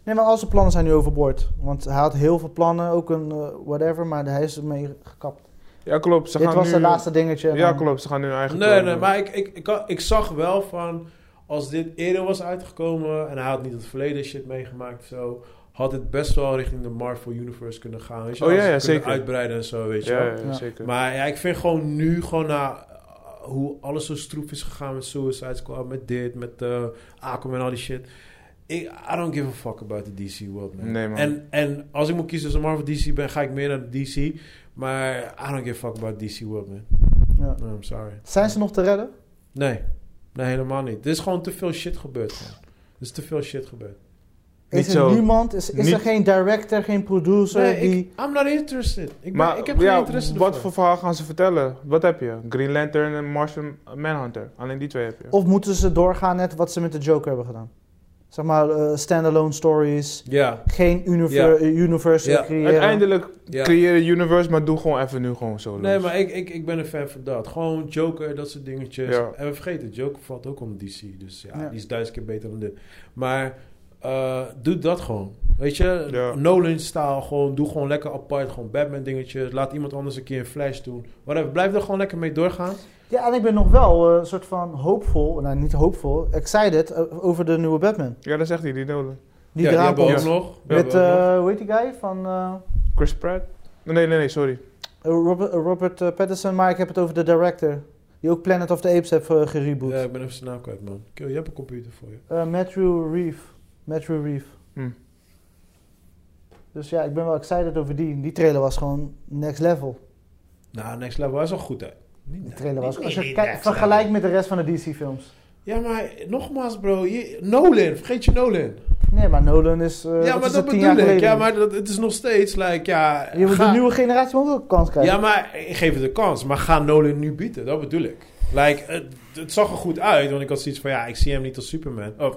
Nee, maar al zijn plannen zijn nu overboord. Want hij had heel veel plannen, ook een eh, whatever, maar hij is ermee gekapt. Ja, klopt. Ze Dit gaan was nu... het laatste eh, dingetje. en Ja, dan- klopt. Ze gaan nu hun eigen Nee, plan nee, doen. maar ik, ik, ik, had- ik zag wel van... als dit eerder was uitgekomen... en hij had niet het verleden shit meegemaakt zo... had het best wel richting de Marvel Universe kunnen gaan. Weet je? Oh, ja, Als ze ja, kunnen zeker. uitbreiden en zo, weet je Ja, wel. ja, Ja. zeker. Maar ja, ik vind gewoon nu, gewoon na eh, hoe alles zo stroef is gegaan met Suicide Squad, met dit, met eh Aquaman en al die shit. Ik, I don't give a fuck about the DC world, man. Nee, man. En, en als ik moet kiezen tussen Marvel DC ben, ga ik meer naar de DC. Maar I don't give a fuck about DC world, man. Ja. No, I'm sorry. Zijn ze nog te redden? Nee. Nee, helemaal niet. Er is gewoon te veel shit gebeurd, man. Er is te veel shit gebeurd. Is Niet er zo. niemand? Is, is er Niet- geen director, geen producer? Nee, die... ik, I'm not interested. Ik, ben, Dus, eh, Maar, ik heb geen ja, interesse wat ervoor. voor verhaal gaan ze vertellen? Wat heb je? Green Lantern en Martian Manhunter. Alleen die twee heb je. Of moeten ze doorgaan net wat ze met de Joker hebben gedaan? Zeg maar eh, standalone stories, Ja, geen univer eh, universe Ja. creëren. Uiteindelijk ja. creëer een universe, maar doe gewoon even nu gewoon zo. Nee, maar ik, ik, ik ben een fan van dat. Gewoon Joker, dat soort dingetjes. Ja. En we vergeten, Joker valt ook onder DC. Dus ja, Ja. die is duizend keer beter dan dit. Maar eh, doe dat gewoon. Weet je, Ja. Nolan-staal gewoon. Doe gewoon lekker apart. Gewoon Batman-dingetjes. Laat iemand anders een keer een Flash doen. Whatever. Blijf er gewoon lekker mee doorgaan. Ja, en ik ben nog wel eh, een soort van hoopvol, nou niet hoopvol, excited eh, over de nieuwe Batman. Ja, dat zegt hij, die Nolan. Die ja, die eraan hebben we komt. ook nog. Die Met, hebben we ook nog. eh, hoe heet die guy? Van eh, Chris Pratt? Nee, nee, nee, sorry. Robert, eh, Robert eh, Pattinson, maar ik heb het over de director. Die ook Planet of the Apes heeft eh, gereboot. Ja, ik ben even zijn naam kwijt, man. Kill, je hebt een computer voor je. Eh, Matthew Reeve. Matthew Reeve. Hm. Dus ja, ik ben wel excited over die. Die trailer was gewoon next level. Nou, Next Level is al goed, hè. Niet nou. Die trailer was. niet- Als je niet kijkt, Next vergelijkt met de rest van de DC-films. Ja, maar nogmaals, bro. je- Nolan. Vergeet je Nolan. Nee, maar Nolan is. eh, wat ja, is maar dat tien jaar bedoel ik. geleden? Ja, maar dat, het is nog steeds, like, ja... Je moet ga- de nieuwe generatie ook een kans krijgen. Ja, maar eh, geef het de kans. Maar ga Nolan nu bieden, dat bedoel ik. Like, het, het zag er goed uit, want ik had zoiets van... Ja, ik zie hem niet als Superman. Oh, Mhm.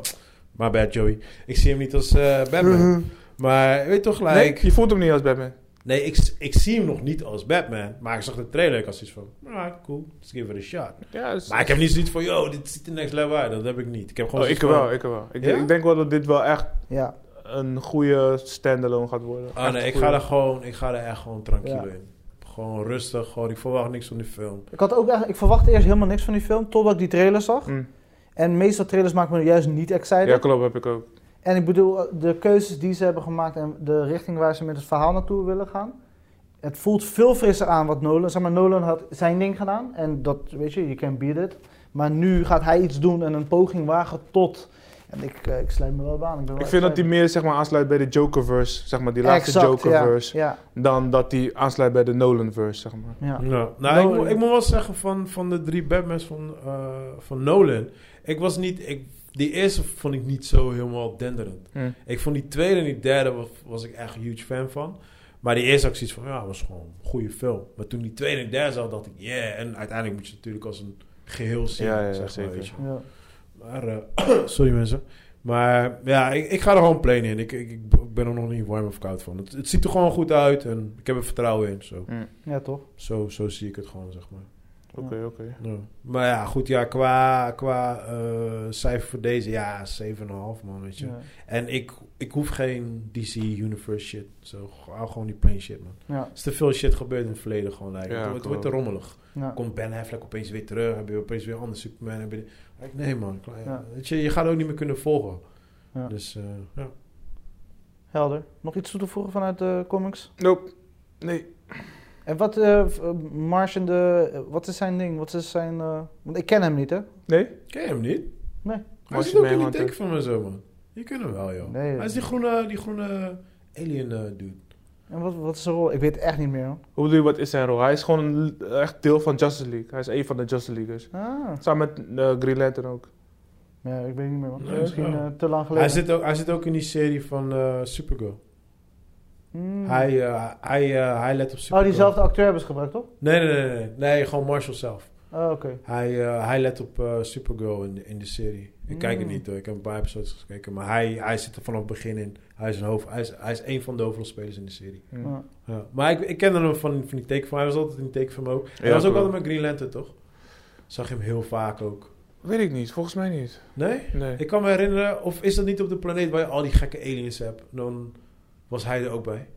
my bad, Joey. Ik zie hem niet als eh, Batman. Maar weet toch, like... Nee, je voelt hem niet als Batman. Nee, ik, ik zie hem nog niet als Batman. Maar ik zag de trailer en ik had iets van... Alright, cool. Let's give it a shot. Ja, dus- Maar ik heb niet zoiets van... Yo, dit ziet er next level uit. Dat heb ik niet. Ik heb gewoon Oh, ik zoiets van- wel, ik wel. Ik, Ja? ik denk wel dat dit wel echt Ja, een goede standalone gaat worden. Ah, nee, ik ga daar gewoon... Ik ga daar echt gewoon tranquilo Ja. in. Gewoon rustig. Gewoon, ik verwacht niks van die film. ik had ook eigenlijk, ik verwachtte eerst helemaal niks van die film, totdat ik die trailer zag. Hm. Mm. En meestal trailers maken me juist niet excited. Ja, klopt, heb ik ook. En ik bedoel, de keuzes die ze hebben gemaakt en de richting waar ze met het verhaal naartoe willen gaan. Het voelt veel frisser aan wat Nolan, zeg maar, Nolan had zijn ding gedaan. En dat, weet je, you can beat it. Maar nu gaat hij iets doen en een poging wagen tot... En ik, eh, ik sluit me wel bij aan. Ik, ben wel Ik vind dat excited. die meer zeg maar, aansluit bij de Jokerverse, zeg maar, die laatste Exact, ja, Jokerverse, Ja, dan dat die aansluit bij de Nolanverse, zeg maar. ja. Ja. Nou, ik, Nolan. moet- ik moet wel zeggen van, van de drie Batmans van, eh, van Nolan. Ik was niet... Ik, die eerste vond ik niet zo helemaal denderend. Hm. Hmm. Ik vond die tweede en die derde was, was ik echt huge fan van. Maar die eerste had ik zoiets van... Ja, was gewoon een goede film. Maar toen die tweede en die derde zag, dacht ik... Yeah. En uiteindelijk moet je het natuurlijk als een geheel zien. Ja, ja, ja, zeg maar, zeker. weet je. ja. Maar, eh, sorry mensen. Maar ja, ik, ik ga er gewoon plain in. Ik, ik, ik ben er nog niet warm of koud van. Het, het ziet er gewoon goed uit en ik heb er vertrouwen in. Zo, Ja, toch? zo, zo zie ik het gewoon, zeg maar. Oké, oké. Ja. Maar ja, goed, ja, qua, qua eh, cijfer voor deze, ja, 7,5 man, weet je. Ja. En ik, ik hoef geen DC Universe shit. Zo, hou gewoon die plain shit, man. Ja. Er is te veel shit gebeurd in het verleden gewoon, lijkt. me. Ja, het, wordt- het wordt te klopt. rommelig. Ja. Komt Ben Affleck opeens weer terug, heb je opeens weer anders Superman. Heb je... Like, Nee man, klaar, ja. Ja. Weet je, je gaat ook niet meer kunnen volgen. Ja. Dus eh, ja. Helder. Nog iets toe te voegen vanuit de comics? Nope. Nee. En wat, eh v- eh, Martian, de, eh, wat is zijn ding? Wat is zijn... eh, Want ik ken hem niet, hè? Nee? Ken je hem niet? Nee. Hij zit je ook in die meehangt, dik van me zo man. Je kent hem wel joh. Nee. eh, Hij is die groene, die groene alien eh, dude. En wat, wat is zijn rol? Ik weet het echt niet meer, hoor. Hoe bedoel je, wat is zijn rol? Hij is gewoon een, echt deel van Justice League. Hij is een van de Justice Leaguers. Ah. Samen met eh, Green Lantern ook. Ja, ik weet niet meer, man. Nee, Misschien ja. eh, te lang geleden. Hij zit, ook, hij zit ook in die serie van eh, Supergirl. Hmm. Hij, eh, hij, eh, hij let op Oh, Supergirl. diezelfde acteur hebben ze gebruikt, toch? Nee, nee, nee, nee. Nee, gewoon Marshall zelf. Oh, oké. Hij, eh, hij let op eh, Supergirl in de, in de serie. Ik kijk het Mm. niet hoor. Ik heb een paar episodes gekeken. Maar hij, hij zit er vanaf het begin in. Hij is een, hoofd, hij is, hij is een van de hoofdrolspelers in de serie. Hm. Ja. Ja. Maar ik, ik kende hem van, van die tekenfilm. Hij was altijd in die tekenfilm ook. En hij Ja, was ook klopt. altijd met Green Lantern, toch? Zag je hem heel vaak ook. Weet ik niet, volgens mij niet. Nee? Nee. Ik kan me herinneren, of is dat niet op de planeet waar je al die gekke aliens hebt? Dan was hij er ook bij.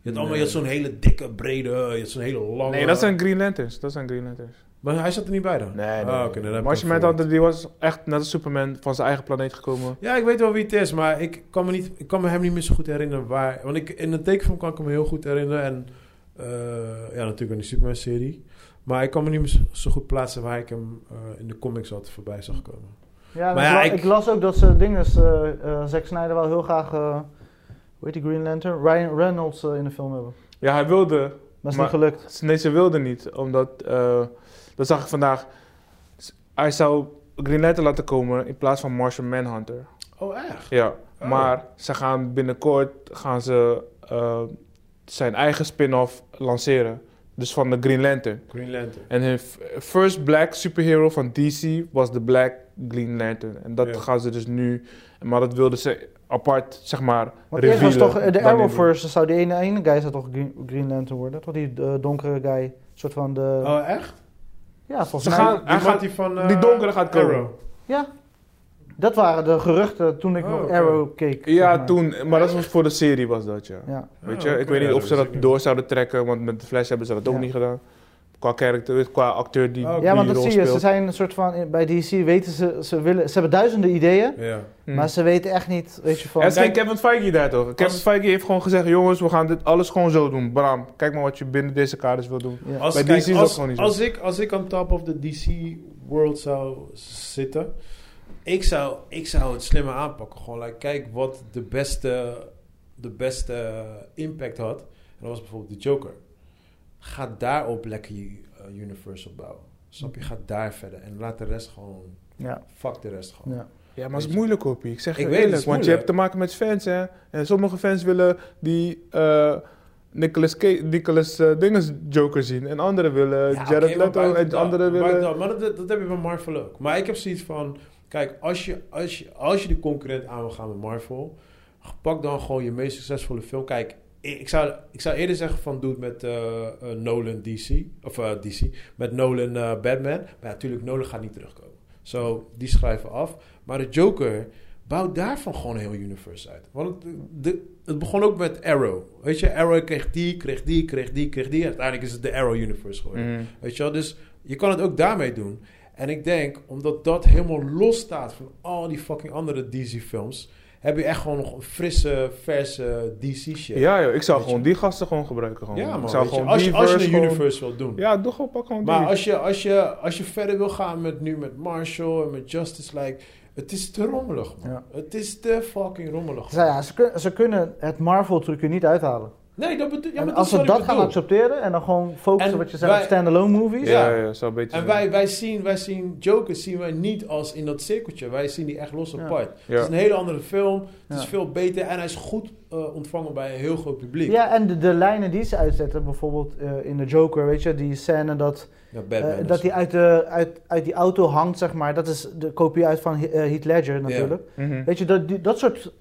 Je had, allemaal, je had zo'n hele dikke, brede, je had zo'n hele lange... Nee, dat zijn Green Lanterns. Dat zijn Green Lanterns. Maar hij zat er niet bij dan? Nee, Ah, eh. oké, dan heb ik maar als je hem mij verward. had, die was echt net als Superman van zijn eigen planeet gekomen. Ja, ik weet wel wie het is, maar ik kan me, niet, ik kan me hem niet meer zo goed herinneren waar... Want ik, in de tekenfilm kan ik hem heel goed herinneren en... eh, ja, natuurlijk in de Superman-serie. Maar ik kan me niet meer zo- zo goed plaatsen waar ik hem eh, in de comics had voorbij zag komen. Ja, Maar ik, ja, la- ik- ik las ook dat ze dingen, eh eh Zack Snyder wel heel graag, eh hoe heet die Green Lantern? Ryan Reynolds eh, in de film hebben. Ja, hij wilde, Maar is Maar- niet gelukt. Nee, ze wilde niet. Omdat, eh, dat zag ik vandaag. S- Hij zou Green Lantern laten komen in plaats van Martian Manhunter. Oh, echt? Ja, Oh. maar ze gaan binnenkort gaan ze, eh, zijn eigen spin-off lanceren. Dus van de Green Lantern. Green Lantern. En hun f- first black superhero van DC was de Black Green Lantern. En dat Ja. gaan ze dus nu... Maar dat wilden ze apart, zeg maar, Want eerst was revealen toch, eh, dan de in- Arrowverse zou die ene, ene guy zou toch Green, Green Lantern worden? Toch die eh, donkere guy, soort van de... Oh, echt? ja, Ze volgens mij. gaan, hij Hij gaat gaat die van... eh, die donkere gaat komen. Arrow. Ja, dat waren de geruchten toen ik Oh, nog oké. Arrow keek. zeg Ja, maar. toen. Maar dat was voor de serie, was dat ja. Ja. Weet Ah, je, ik oké. weet niet Ja, of ze dat Oh, dat wist ik door zouden trekken, want met de Flash hebben ze dat ook Ja. niet gedaan. Qua karakter, qua acteur die. Oh, oké. die Ja, want dat rol zie je. Ze speelt. zijn een soort van, eh, bij DC weten ze, ze willen, ze hebben duizenden ideeën, Ja. Hmm. maar ze weten echt niet, weet je, van... Er is geen Kijk- Kevin Feige daar toch? Kevin Feige heeft gewoon gezegd: jongens, we gaan dit alles gewoon zo doen. Bram, kijk maar wat je binnen deze kaders wil doen. Ja. eh, Als, Bij kijk, DC is dat als, gewoon niet zo. als, ik, als ik on top of de DC world zou zitten, ik zou, ik zou het slimmer aanpakken. Gewoon like, kijk wat de beste, de beste impact had. En dat was bijvoorbeeld de Joker. Ga daarop lekker je eh, universe opbouwen. Snap je? Ga daar verder. En laat de rest gewoon... Ja. Fuck de rest gewoon. Ja. Ja, maar het is moeilijk, Hoppie. Ik Ik zeg je weet het, eerlijk, het is want je moeilijk. hebt te maken met fans, hè? En sommige fans willen die eh Nicolas, Cage, Nicolas eh, Dinges Joker zien, en anderen willen Ja, eh, Jared oké, maar Leto, buiten en dat, anderen buiten willen. dat. Maar dat, dat heb je bij Marvel ook. Maar ik heb zoiets van... Kijk, als je, als je, als je de concurrent aan wil gaan met Marvel... Pak dan gewoon je meest succesvolle film. Kijk, ik ik zou, ik zou eerder zeggen van doe het met eh, eh, Nolan DC. Of eh, DC. Met Nolan eh, Batman. Maar ja, natuurlijk, Nolan gaat niet terugkomen. Zo, die schrijven af. Maar de Joker bouwt daarvan gewoon een heel universe uit. Want het, de, het begon ook met Arrow. Weet je, Arrow kreeg die, kreeg die, kreeg die, kreeg die. En uiteindelijk is het de Arrow universe geworden. Mhm. Weet je wel? Dus je kan het ook daarmee doen. En ik denk, omdat dat helemaal los staat van al die fucking andere DC-films... heb je echt gewoon nog een frisse, verse DC-shit. Ja, joh, ik zou Weet gewoon die gasten gewoon gebruiken. Gewoon. Ja, man. ik zou weet je, gewoon als, je, die als je verse een gewoon- universe wilt doen. Ja, doe gewoon, pak gewoon maar die. als je, als, je, als je verder wil gaan met nu met Marshall en met Justice League... Het is te rommelig, man. Ja. Het is te fucking rommelig. Ze, ja, ze, kun- ze kunnen het Marvel-trucje niet uithalen. Nee, dat bedoel ja, en maar als is ze wat ik dat gaan bedoel. accepteren en dan gewoon focussen En wat je zegt op wij- standalone movies. Ja, ja, zou een beetje En zijn. wij, wij, zien, wij zien Jokers zien wij niet als in dat cirkeltje. Wij zien die echt los Ja. apart. Ja. Het is een hele andere film. Het is Ja. veel beter. En hij is goed eh, ontvangen bij een heel groot publiek. Ja, en de, de lijnen die ze uitzetten, bijvoorbeeld eh, in de Joker, weet je, die scène dat, Ja, eh, Batman is- dat die uit, de, uit, uit die auto hangt, zeg maar. Dat is de kopie uit van He- eh, Heath Ledger natuurlijk. Mhm. Weet je, dat, die- dat soort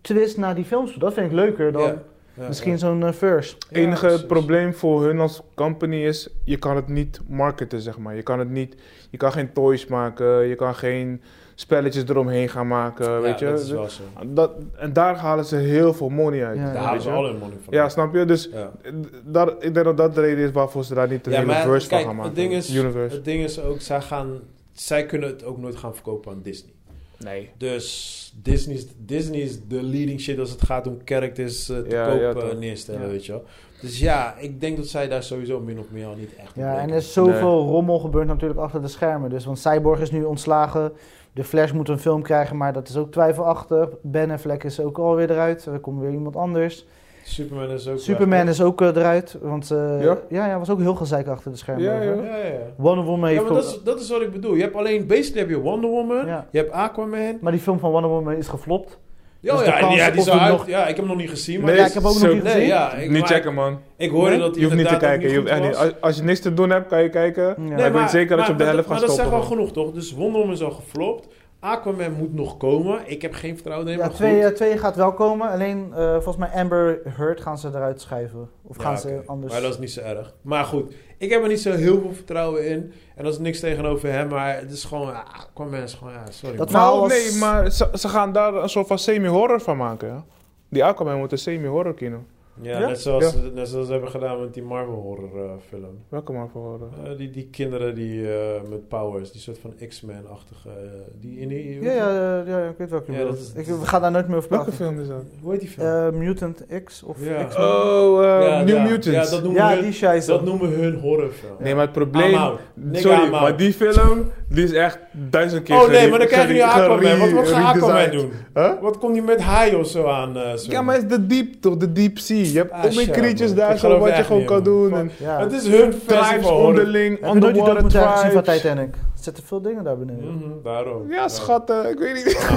twist naar die films toe, dat vind ik leuker dan Ja. Ja, misschien ja. zo'n eh, first. Ja, enige precies. probleem voor hun als company is, je kan het niet marketen, zeg maar. Je kan het niet, je kan geen toys maken, je kan geen spelletjes eromheen gaan maken, Ja, weet je. dat is wel zo. Dat- en daar halen ze heel veel money uit. Ja. Daar Eh, weet halen weet ze je. al hun money van. Ja, snap je? Dus Ja. eh, daar, ik denk dat dat de reden is waarvoor ze daar niet een Ja, hele maar verse van kijk, gaan maken. het ding is- Universe. Het ding is ook, zij, gaan, zij kunnen het ook nooit gaan verkopen aan Disney. nee. Dus Disney is, Disney is de leading shit als het gaat om characters eh, te Ja, ja, koop eh, toch. neerstellen, Ja. weet je wel. Dus ja, ik denk dat zij daar sowieso min of meer al niet echt op Ja, en er rekenen. is zoveel rommel gebeurd natuurlijk achter de schermen. Dus, want Cyborg is nu ontslagen. De Flash moet een film krijgen, maar dat is ook twijfelachtig. Ben Affleck is ook alweer eruit. Er komt weer iemand anders. Superman is ook... Superman is ook eh, eruit. Want eh, Ja? ja? Ja, was ook heel gezeik achter de schermen. Ja, over. ja. Ja, ja. Wonder Woman heeft Ja, maar dat ook- is, dat is wat ik bedoel. Je hebt alleen, basically heb je Wonder Woman, Ja. je hebt Aquaman. maar die film van Wonder Woman is geflopt. Ja, Dus de ja, en die- ja, kans die of zou die uit, nog- ja, ik heb hem nog niet gezien, maar Nee, ja, ik heb ook nog zo- niet nee, gezien. ja, ik, niet maar checken, man. Ik, ik hoorde Nee? dat Je hoeft niet te inderdaad ook kijken. je hoeft goed echt niet, was. als, als je niks te doen hebt, kan je kijken. Nou, Ja. maar ik weet zeker dat je op de maar helft gaat dat stoppen, zegt wel genoeg, toch? Dus Wonder Woman is al geflopt. Aquaman moet nog komen. Ik heb geen vertrouwen in, Ja, maar twee, goed. eh, twee gaat wel komen. Alleen eh, volgens mij Amber Heard gaan ze eruit schrijven. Of Ja, gaan oké. ze anders. Maar dat is niet zo erg. Maar goed, ik heb er niet zo heel veel vertrouwen in. En dat is niks tegenover hem, maar het is gewoon... ah, Aquaman is gewoon... ja, sorry. Dat man. verhaal Nou, was- nee, maar ze, ze gaan daar een soort van semi-horror van maken. hè. Die Aquaman moet een semi-horror kino. Ja, Ja? Net, zoals, net zoals ze hebben gedaan met die Marvel horror eh, film. Welke maar voor horror. Eh, die, die kinderen die eh, met powers, die soort van X-Men-achtige. eh, die in die. Ja, ja, ja, ja, ik weet welke. Ja, je bedoelt. dat is- ik, we gaan daar nooit meer over Welke praten. film is dat? Hoe heet die film? Eh, Mutant X of Ja. X. Oh, eh, Ja, New ja. Mutants. Ja, dat noemen, Ja, hun, die scheisse. dat noemen hun horrorfilm. Nee, maar het I'm probleem... out. Nigga, Sorry, I'm out. maar die film, die is echt duizend keer Oh nee, gere- maar dan krijg je nu gere- Aquaman. gere- Wat, wat gaat Aquaman geredesigned. doen? Huh? Wat komt die met haai of zo aan? eh, zo? Ja, maar het is de deep toch, de deep sea. Je hebt Ah, ook weer shit, creatures man. daar, Ik zo, geloof wat je echt gewoon niet, kan man. doen. En Ja. Het is hun versie tribes van horror. Heb onderling, je nooit die underwater documentaire gezien van tribes. Mm. Titanic? Er zitten veel dingen daar beneden. Mhm, daarom. Ja, schatten, ik weet niet.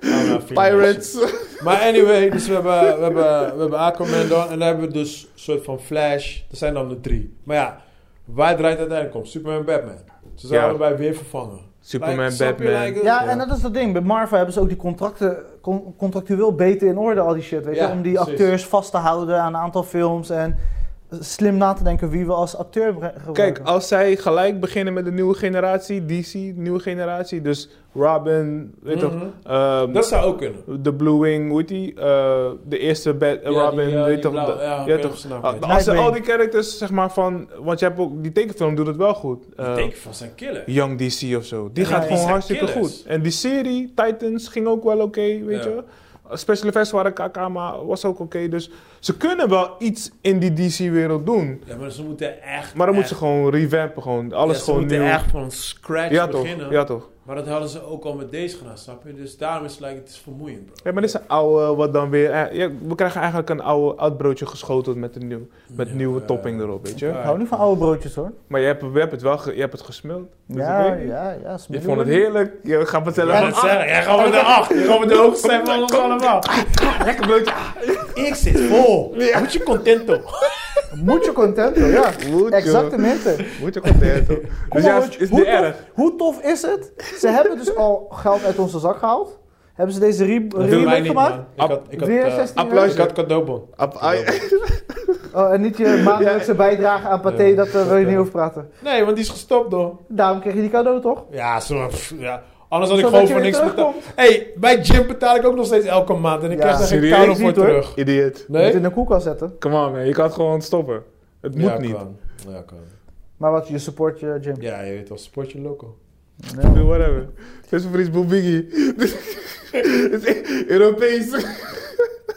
Nou, Pirates. Pirates. Maar anyway, dus we hebben, we hebben, we hebben Aquaman dan. En dan hebben we dus een soort van Flash. Dat zijn dan de drie. Maar ja, waar draait het uiteindelijk om? Superman en Batman. Ze zijn Ja. allebei weer vervangen. Like, Superman, snap je, Batman. like, Ja, eh, en dat is dat ding. Bij Marvel hebben ze ook die contracten con- contractueel beter in orde, al die shit. Weet je? Ja, Om die precies. acteurs vast te houden aan een aantal films en slim na te denken wie we als acteur bre- Kijk, gebruiken. als zij gelijk beginnen met de nieuwe generatie, DC, nieuwe generatie, dus Robin, weet toch, mhm. ehm, Dat zou ook kunnen. de Blue Wing, hoe heet die? Eh, de eerste Bat, Ja, Robin, die, eh, weet die toch? blauwe- de- ja, ja, oké, toch? snap Ah, ik. als ze al Nightwing. die characters, zeg maar, van... Want je hebt ook... Die tekenfilm doet het wel goed. Eh, Ik denk van zijn killer. Young DC of zo. Die Ja, gaat die gewoon zijn hartstikke killers. goed. En die serie, Titans, ging ook wel oké, weet Ja. je. Special effects waren kk, maar was ook oké. Dus ze kunnen wel iets in die DC-wereld doen. Ja, maar ze moeten echt... Maar dan moeten ze echt- gewoon revampen, gewoon. Alles ja, ze gewoon moeten nieuw. echt van scratch ja, toch? beginnen. Ja, toch? Maar dat hadden ze ook al met deze gedaan, snap je? Dus daarom is het, like, het is vermoeiend, bro. Ja, maar dit is een oude, wat dan weer... eh, ja, we krijgen eigenlijk een oude, oud broodje geschoteld met, een nieuw, met Ja, nieuwe eh, topping erop, weet je. Ik hou niet van oude broodjes hoor. Maar je hebt, we hebben het wel ge- je hebt het gesmeld. Dus ja, ik weet niet. ja, ja. Je vond het heerlijk. Je gaat vertellen Ja, van... dat zeggen. Jij gaat met de acht. Je gaat met de hoogste stem van ons allemaal. "Ah, lekker broodje. Ik zit vol. Moet je contento. Moet je content hoor, ja. Moet, Exactement. joh. Moet je content, hoor. Dus ja, is, is niet hoe, erg. tof, hoe tof is het? Ze hebben dus al geld uit onze zak gehaald. Hebben ze deze re doen wij remake niet, gemaakt? man. Ik had, ik had, Weer eh, 16 applaus. Ik had cadeaubon. App- ah, ja. Oh, en niet je maandelijkse bijdrage aan Pathé, Ja. dat eh, wil je niet over praten. Nee, want die is gestopt, hoor. Daarom kreeg je die cadeau, toch? Ja, zo, pff, ja. Anders had ik gewoon Zodat je voor weer niks betaald. terugkomt. hey, bij Jim betaal ik ook nog steeds elke maand. En ik Ja. krijg daar geen Serieus cadeau niet, voor hoor. terug. Idioot. Je moet Nee? in de koelkast zetten. Come on, man. Je kan het gewoon stoppen. Het moet Ja, niet. kan. Ja, kan. Maar wat, je support je gym. Ja, je weet wel, sportje loco. Doe whatever. Dus voor iets Boebiggie. Europees.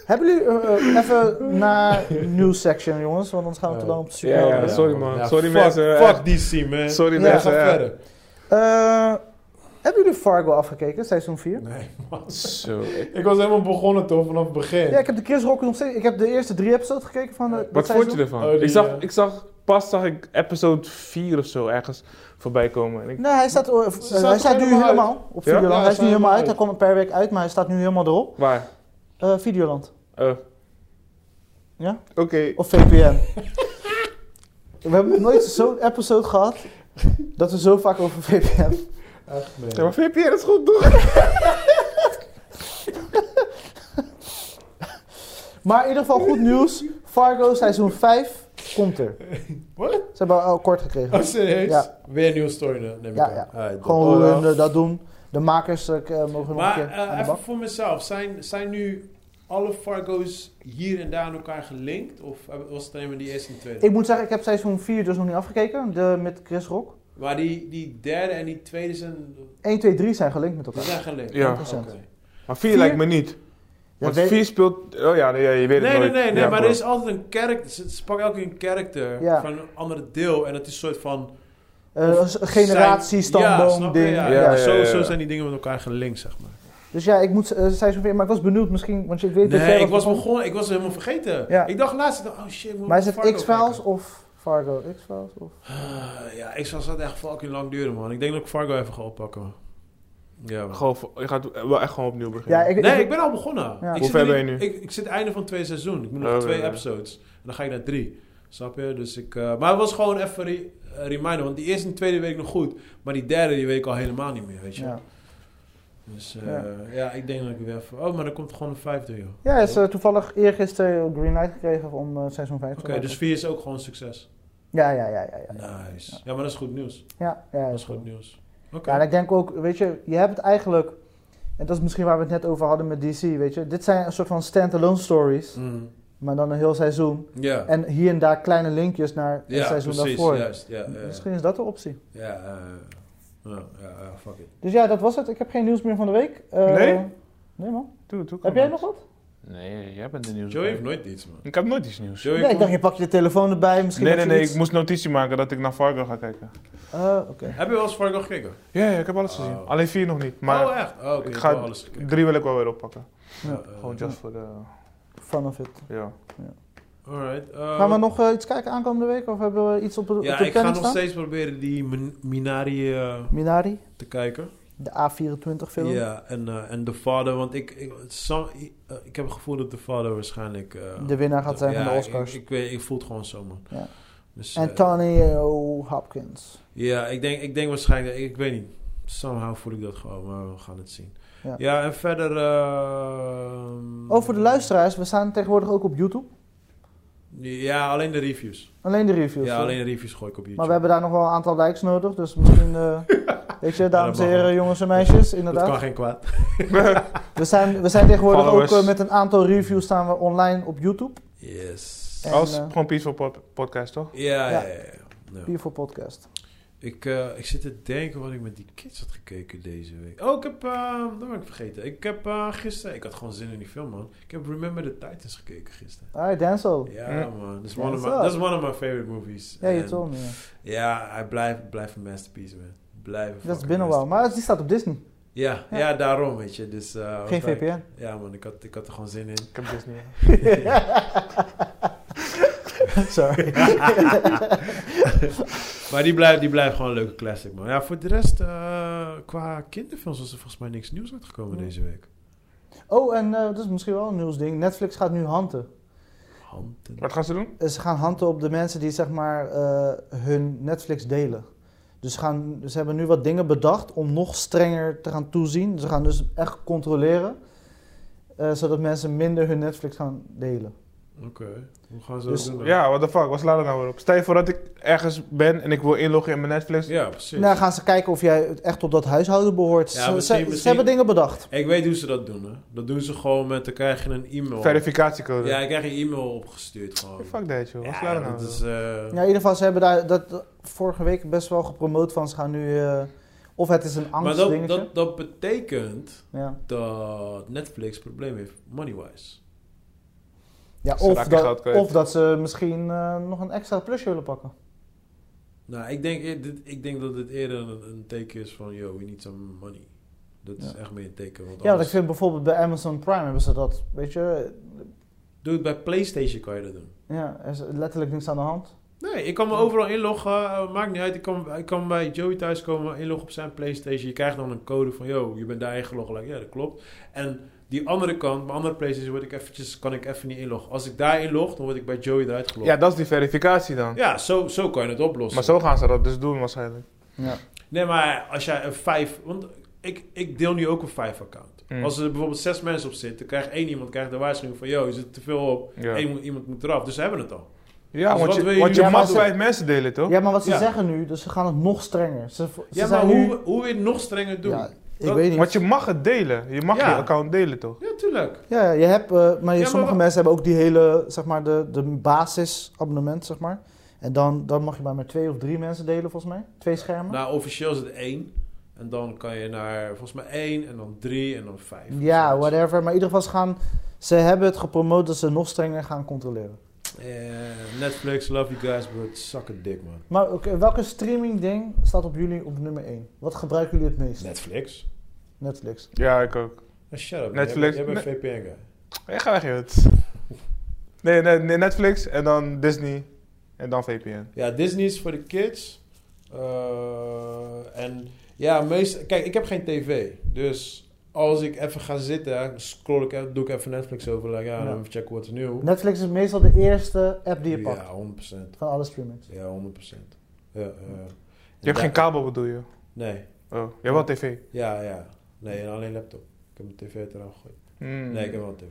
Hebben jullie eh, eh, even naar news section, jongens? Want anders gaan we te Ja. lang op de Ja, superhelden. ja, sorry, man. Sorry, fuck, mensen. eh, Fuck DC, man. Sorry Ja. mensen. Ga ja. verder. Eh, hebben jullie Fargo afgekeken, seizoen 4? Nee, man. Zo. Ik was helemaal begonnen, toch, vanaf het begin. Ja, ik heb de Chris Rock nog steeds... Ik heb de eerste drie episodes gekeken van eh, dat Wat seizoen. vond je ervan? Oh, die, ik, zag, eh, ik zag, pas zag ik episode 4 of zo ergens voorbij komen. En ik, Nee, hij staat, eh, eh, staat hij staat nu helemaal uit. helemaal op Ja? Videoland. Ja, hij is staat nu helemaal uit. helemaal Hij komt per week uit, maar hij staat nu helemaal erop. waar? Eh, Videoland. Eh, Oké. Of VPN. we hebben nog nooit zo'n episode gehad dat we zo vaak over VPN. Echt, man. ja, maar VPN is goed, toch? Maar in ieder geval goed nieuws. Fargo seizoen 5 komt er. What? Ze hebben al kort gekregen. Oh, serieus? Ja. Weer een nieuwe story, neem ik Ja, aan. ja. Alright, Gewoon dan. hoe hun eh, dat doen. De makers eh, k- eh, mogen nog een Oh, Maar keer eh, aan de even bak. voor mezelf, zijn, zijn nu alle Fargo's hier en daar aan elkaar gelinkt? Of eh, was het alleen maar die eerste en tweede? Ik moet zeggen, ik heb seizoen 4 dus nog niet afgekeken. De, met Chris Rock. Maar die, die derde en die tweede zijn, 1, 2, 3 zijn gelinkt met die elkaar. zijn gelinkt? Ja. Oké. 100%. Maar 4 Vier? lijkt me niet. Want weet- 4 speelt... Oh ja, nee, ja, je weet Nee, het nee, nooit. nee, nee Ja, maar er klopt. is altijd een karakter. Ze, ze pakken elke keer een karakter Ja. van een ander deel. En het is een soort van... Eh, een generatie, zijn- ja, stamboom, snap je? ding. Ja, Ja, ja, Zo, ja, zo ja. zijn die dingen met elkaar gelinkt, zeg maar. Dus ja, ik moet eh, seizoen 4, maar ik was benieuwd misschien, want ik weet dat jij Nee, ik was begonnen. begonnen, ik was helemaal vergeten. Ja. Ik dacht laatst, ik dacht, oh shit, ik moet Maar is het Fargo X-Files kijken. of Fargo? X-Files of... Ah, ja, X-Files had echt fucking lang duren, man. Ik denk dat ik Fargo even ga oppakken. man. Ja, man. Gewoon, voor- je gaat wel echt gewoon opnieuw beginnen. Ja, ik, Nee, ik ben al begonnen. Ik Ja. Hoe zit ver er ben je niet- Ik, ik zit einde van twee seizoen. Ik moet nog Oh, twee ja, ja. episodes. En dan ga ik naar drie. Snap je? Dus ik, eh, maar het was gewoon even re- eh, reminder. Want die eerste en tweede week nog goed. Maar die derde die weet ik al helemaal niet meer, weet je. Ja, Dus eh, Ja. ja. ik denk dat ik weer even... Oh, maar er komt gewoon een vijfde, joh. ja hij is eh, toevallig eergisteren Green Light gekregen om eh, seizoen 5 te Oké, maken. dus vier is ook gewoon een succes. Ja, ja, ja, ja. ja. Nice. Ja, maar dat is goed nieuws. Ja, ja, ja, Dat is goed nieuws. Oké. Ja, en ik denk ook, weet je, je hebt het eigenlijk... En dat is misschien waar we het net over hadden met DC, weet je. Dit zijn een soort van stand-alone stories, Mm. maar dan een heel seizoen. Ja. En hier en daar kleine linkjes naar het Ja, seizoen precies. daarvoor. Dus Juist. Ja, ja, ja. Misschien is dat de optie. Ja, eh, ja, ja, ja, fuck it. Dus ja, dat was het. Ik heb geen nieuws meer van de week. Eh, Nee? Nee, man. Doe het ook Heb jij gewoon. nog wat? Nee, jij bent de nieuws. Joey heeft nooit iets, man. Ik heb nooit iets nieuws. Joey Nee, ik komt- dacht, je pak je telefoon erbij. Misschien nee, heb je nee, nee. iets. Ik moest notitie maken dat ik naar Fargo ga kijken. Eh, oké. Heb je wel eens Fargo gekeken? Ja, ja ik heb alles Oh. gezien. Ah. Alleen 4 nog niet. Maar oh, echt? Oh, oké. ik Ik ga- heb wel alles gekeken. 3 wil ik wel weer oppakken. Ja, Eh, Gewoon just voor de... Fun of it. Ja. Alright. eh, Gaan we nog eh, iets kijken aankomende week? Of hebben we iets op, de- op Ja, de ik ga planning nog staan? steeds proberen die Min- Minari eh, Minari, te kijken. de A24 film. Ja, en, eh, en The Father, want ik, ik, het zal- i- eh, ik heb het gevoel dat The Father waarschijnlijk... eh, De winnaar gaat zijn ja, van de ik- Oscars. Ik, ik, weet- ik voel het gewoon zo, man. Ja. Dus, eh, en Tony eh, Hopkins. Ja, ik denk, ik denk waarschijnlijk, ik weet niet. Somehow voel ik dat gewoon, maar we gaan het zien. Ja. Ja, en verder. ehm, Oh, voor de luisteraars, we staan tegenwoordig ook op YouTube. Ja, alleen de reviews. Alleen de reviews. ja, hoor. alleen de reviews gooi ik op YouTube. Maar we hebben daar nog wel een aantal likes nodig. Dus misschien, eh, weet je, dames en mag heren, wel. jongens en meisjes, dat kan inderdaad. geen kwaad. We zijn, we zijn tegenwoordig Followers. ook eh, met een aantal reviews staan we online op YouTube. Yes. Oh, En, Als eh, gewoon Peaceful pod- Podcast, toch? Ja, Ja. ja, ja. ja. Ja. Peaceful Podcast. Ik, eh, ik zit te denken wat ik met die kids had gekeken deze week. Oh, ik heb. eh, dat ben ik vergeten. Ik heb eh, gisteren. Ik had gewoon zin in die film, man. Ik heb Remember the Titans gekeken gisteren. Hi, Denzel. Ja, man. Dat is Oh, Ja, one, of dat is my- wel. dat is one of my favorite movies. Ja, je En- told me. ja. Ja, hij blijft, blijft een masterpiece, man. Blijf een Dat is fucking binnen wel. masterpiece. Maar die staat op Disney. Ja, ja. daarom, weet je. Dus, eh, wat Geen wij- VPN. Ja, man, ik had, ik had er gewoon zin in. Ik heb Disney. Sorry. Maar die blijft, die blijft gewoon een leuke classic, man. Ja, voor de rest, eh, qua kinderfilms was er volgens mij niks nieuws uitgekomen Nee. deze week. Oh, en eh, dat is misschien wel een nieuwsding. Netflix gaat nu hanten. Handen. Wat gaan ze doen? Eh, Ze gaan hanten op de mensen die zeg maar eh, hun Netflix delen. Dus ze, gaan, ze hebben nu wat dingen bedacht om nog strenger te gaan toezien. Ze gaan dus echt controleren, eh, zodat mensen minder hun Netflix gaan delen. Oké. Hoe gaan ze Dus- dat doen? dan? Ja, what the fuck, wat slaat er nou weer op? Stel je voor dat ik ergens ben en ik wil inloggen in mijn Netflix. Ja, precies. Nou, gaan ze kijken of jij echt op dat huishouden behoort. Ja, Ze- ze, misschien- ze misschien- hebben dingen bedacht. Ik weet hoe ze dat doen, hè. Dat doen ze gewoon met, dan krijg je een e-mail. Verificatiecode. Ja, ik krijg een e-mail opgestuurd gewoon. Fuck that, joh. Wat slaat Ja, er nou dat weer is... eh, Ja, in ieder geval, ze hebben daar dat vorige week best wel gepromoot van. Ze gaan nu, eh, of het is een maar dat, angstdingetje. dat, dat betekent ja. dat Netflix probleem heeft, money-wise. Ja, Ze of, raken geld dat, kwijt. of dat ze misschien eh, nog een extra plusje willen pakken. Nou, ik denk, eer- dit, ik denk dat dit eerder een, een teken is van, yo, we need some money. Dat is Ja. echt meer een teken. Want Ja, want ik anders- vind bijvoorbeeld bij Amazon Prime hebben ze dat, weet je. Doe het bij PlayStation, kan je dat doen. Ja, er is letterlijk niks aan de hand. Nee, ik kan me overal inloggen. eh, maakt niet uit. Ik kan, ik kan bij Joey thuis komen, inloggen op zijn PlayStation. Je krijgt dan een code van, yo, je bent daar ingelogd. Like, ja, dat klopt. En die andere kant, mijn andere PlayStation, word ik eventjes, kan ik even niet inloggen. Als ik daar inlog, dan word ik bij Joey eruit op? gelogd. Ja, Ja, dat is die verificatie dan. zo, zo kan je het oplossen. Maar zo gaan ze dat dus doen waarschijnlijk. Ja. Nee, maar als jij een vijf... Want ik, ik deel nu ook een vijf account. Mm. Als er bijvoorbeeld zes mensen op zitten, krijgt één iemand krijgt de waarschuwing van... ...yo, is het te veel op? Ja, Eén moet- iemand moet eraf. Dus ze hebben het al. ja Dus want wat je, wil je want nu je maar mag ze- vijf mensen delen, toch? ja, maar wat ze Ja. zeggen nu, dus ze gaan het nog strenger. Ze, ze Ja, maar zijn hoe, nu, hoe wil je het nog strenger doen? Ja, Ja, ik dat- weet niet. Want je mag het delen. Je mag Ja. je account delen, toch? tuurlijk. Ja, ja, je hebt, eh, maar je- maar sommige wa- mensen hebben ook die hele, zeg maar, de, de basisabonnement, zeg maar. En dan, dan mag je maar met twee of drie mensen delen, volgens mij. Twee schermen. Nou, officieel is het één. En dan kan je naar volgens mij één en dan drie en dan vijf. ja, Zoiets. whatever. Maar in ieder geval, ze, gaan, ze hebben het gepromoot dat ze nog strenger gaan controleren. Eh, Netflix, love you guys, but suck a dick, man. Maar oké, welke streaming ding staat op jullie op nummer 1? Wat gebruiken jullie het meest? Netflix? Netflix. Ja, ik ook. Ah, shut up. Netflix- Netflix. Jij bent VPN guy. Ja, ga weg, joh. Nee, nee, nee, Netflix en dan Disney en dan VPN. Ja, Disney is voor de kids. Eh, en ja, meest, kijk, ik heb geen tv. Dus als ik even ga zitten, scroll ik, even- doe ik even Netflix over. Like, ja, Ja. even checken wat er nieuw. Netflix is meestal de eerste app die je pakt Ja, 100%. van alle streamings. Ja, 100%. Ja, eh, Je hebt ja. geen kabel, bedoel je? Nee. Oh, je hebt wel tv. Ja, ja. Nee, alleen laptop. Ik heb mijn tv eraan gegooid. Hmm. Nee, ik heb wel een tv.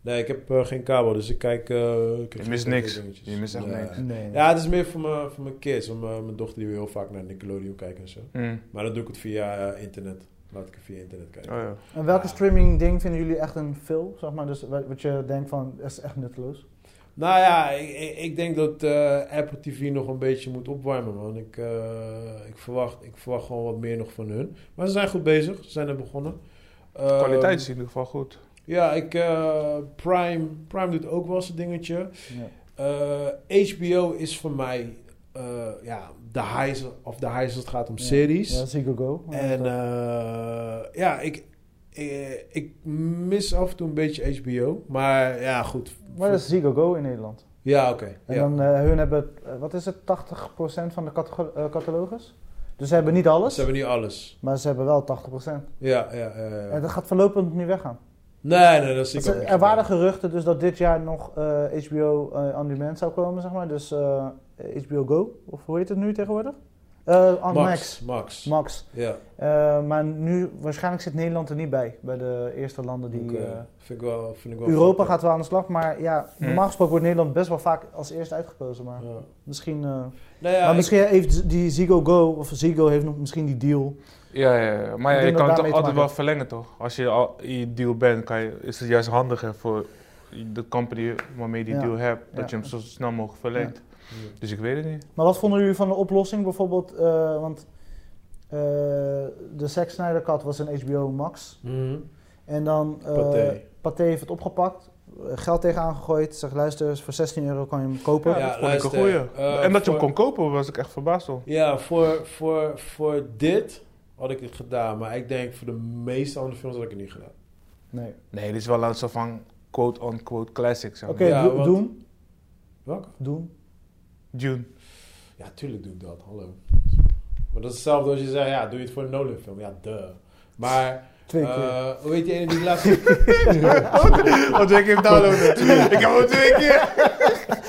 Nee, ik heb eh, geen kabel, dus ik kijk... eh, ik heb Je mist geen niks. dingetjes. Je mist echt Nee. niks. Nee. Ja, het is meer voor mijn, voor mijn kids. Want mijn, mijn dochter die wil heel vaak naar Nickelodeon kijken en zo. Hmm. Maar dan doe ik het via eh, internet. Laat ik het via internet kijken. Oh, ja. En welke streaming ding vinden jullie echt een film? Zeg maar, dus wat wat je denkt van, dat is echt nutteloos. Nou ja, ik, ik- ik denk dat eh, Apple TV nog een beetje moet opwarmen, man. Ik, eh, ik, verwacht, ik verwacht gewoon wat meer nog van hun. Maar ze zijn goed bezig. Ze zijn er begonnen. Ehm, Kwaliteit is in ieder geval goed. Ja, ik, eh, Prime, Prime doet ook wel zijn dingetje. Ja. Eh, HBO is voor mij eh, ja, de highest of de highest als het gaat om Ja. series. Ja, Ziggo Go. En eh, ja, ik, eh, ik mis af en toe een beetje HBO. Maar ja, goed. maar dat is Ziggo Go in Nederland. Ja, oké. En Ja. dan, eh, hun hebben, eh, wat is het, 80% van de catego- eh, catalogus? Dus ze hebben niet Ze alles, hebben niet alles. maar ze hebben wel 80%. Ja, ja, ja, ja. En dat gaat voorlopig niet weggaan. Nee, nee, dat zie ik Want ook ze- niet er gebeuren. waren geruchten dus dat dit jaar nog eh, HBO eh on demand zou komen, zeg maar. Dus eh, HBO Go, of hoe heet het nu tegenwoordig? Eh, on- Max. Max. Max. Max. Ja, Eh, maar nu, waarschijnlijk zit Nederland er niet bij, bij de eerste landen die... oké. eh, vind ik wel, vind ik wel Europa goed. gaat wel aan de slag, maar ja, Hmm. normaal gesproken wordt Nederland best wel vaak als eerste uitgekozen. Maar Hm. Ja. misschien, eh, Nou ja, maar ik- misschien heeft die Ziggo Go, of Ziggo heeft nog misschien die deal. Ja, ja, ja. maar ja, Ik denk dat je kan het daarmee toch te altijd maken wel verlengen, toch? Als je al in je deal bent, kan je, is het juist handiger voor de company waarmee je die Ja. deal hebt, dat Ja. je hem zo snel mogelijk verlengt. Ja. Dus ik weet het niet. Maar wat vonden jullie van de oplossing bijvoorbeeld, eh, want eh, de Zack Snyder Cut was een HBO Max. Mhm. En dan eh Pathé. Pathé heeft het opgepakt, eh, geld tegenaan gegooid, zegt luister, voor 16 euro kan je hem kopen. Ja, Ja, dat vond ik een luister, goeie. eh, en dat je hem voor- kon kopen, was ik echt verbaasd om. Ja, voor, voor, voor dit had ik het gedaan. Maar ik denk voor de meeste andere films had ik het niet gedaan. Nee. Nee, dit is wel een soort van quote-unquote classic. Zeg Oké, maar. Ja, do- want- doen, Welke? doen. Dune. Ja, tuurlijk doe ik dat. Hallo. Maar dat is hetzelfde als je zegt, ja, doe je het voor een Nolan film? Ja, duh. Maar Twee keer. Eh, hoe heet die ene die ik laatst... Oh, twee keer downloaden. Ik heb hem twee keer.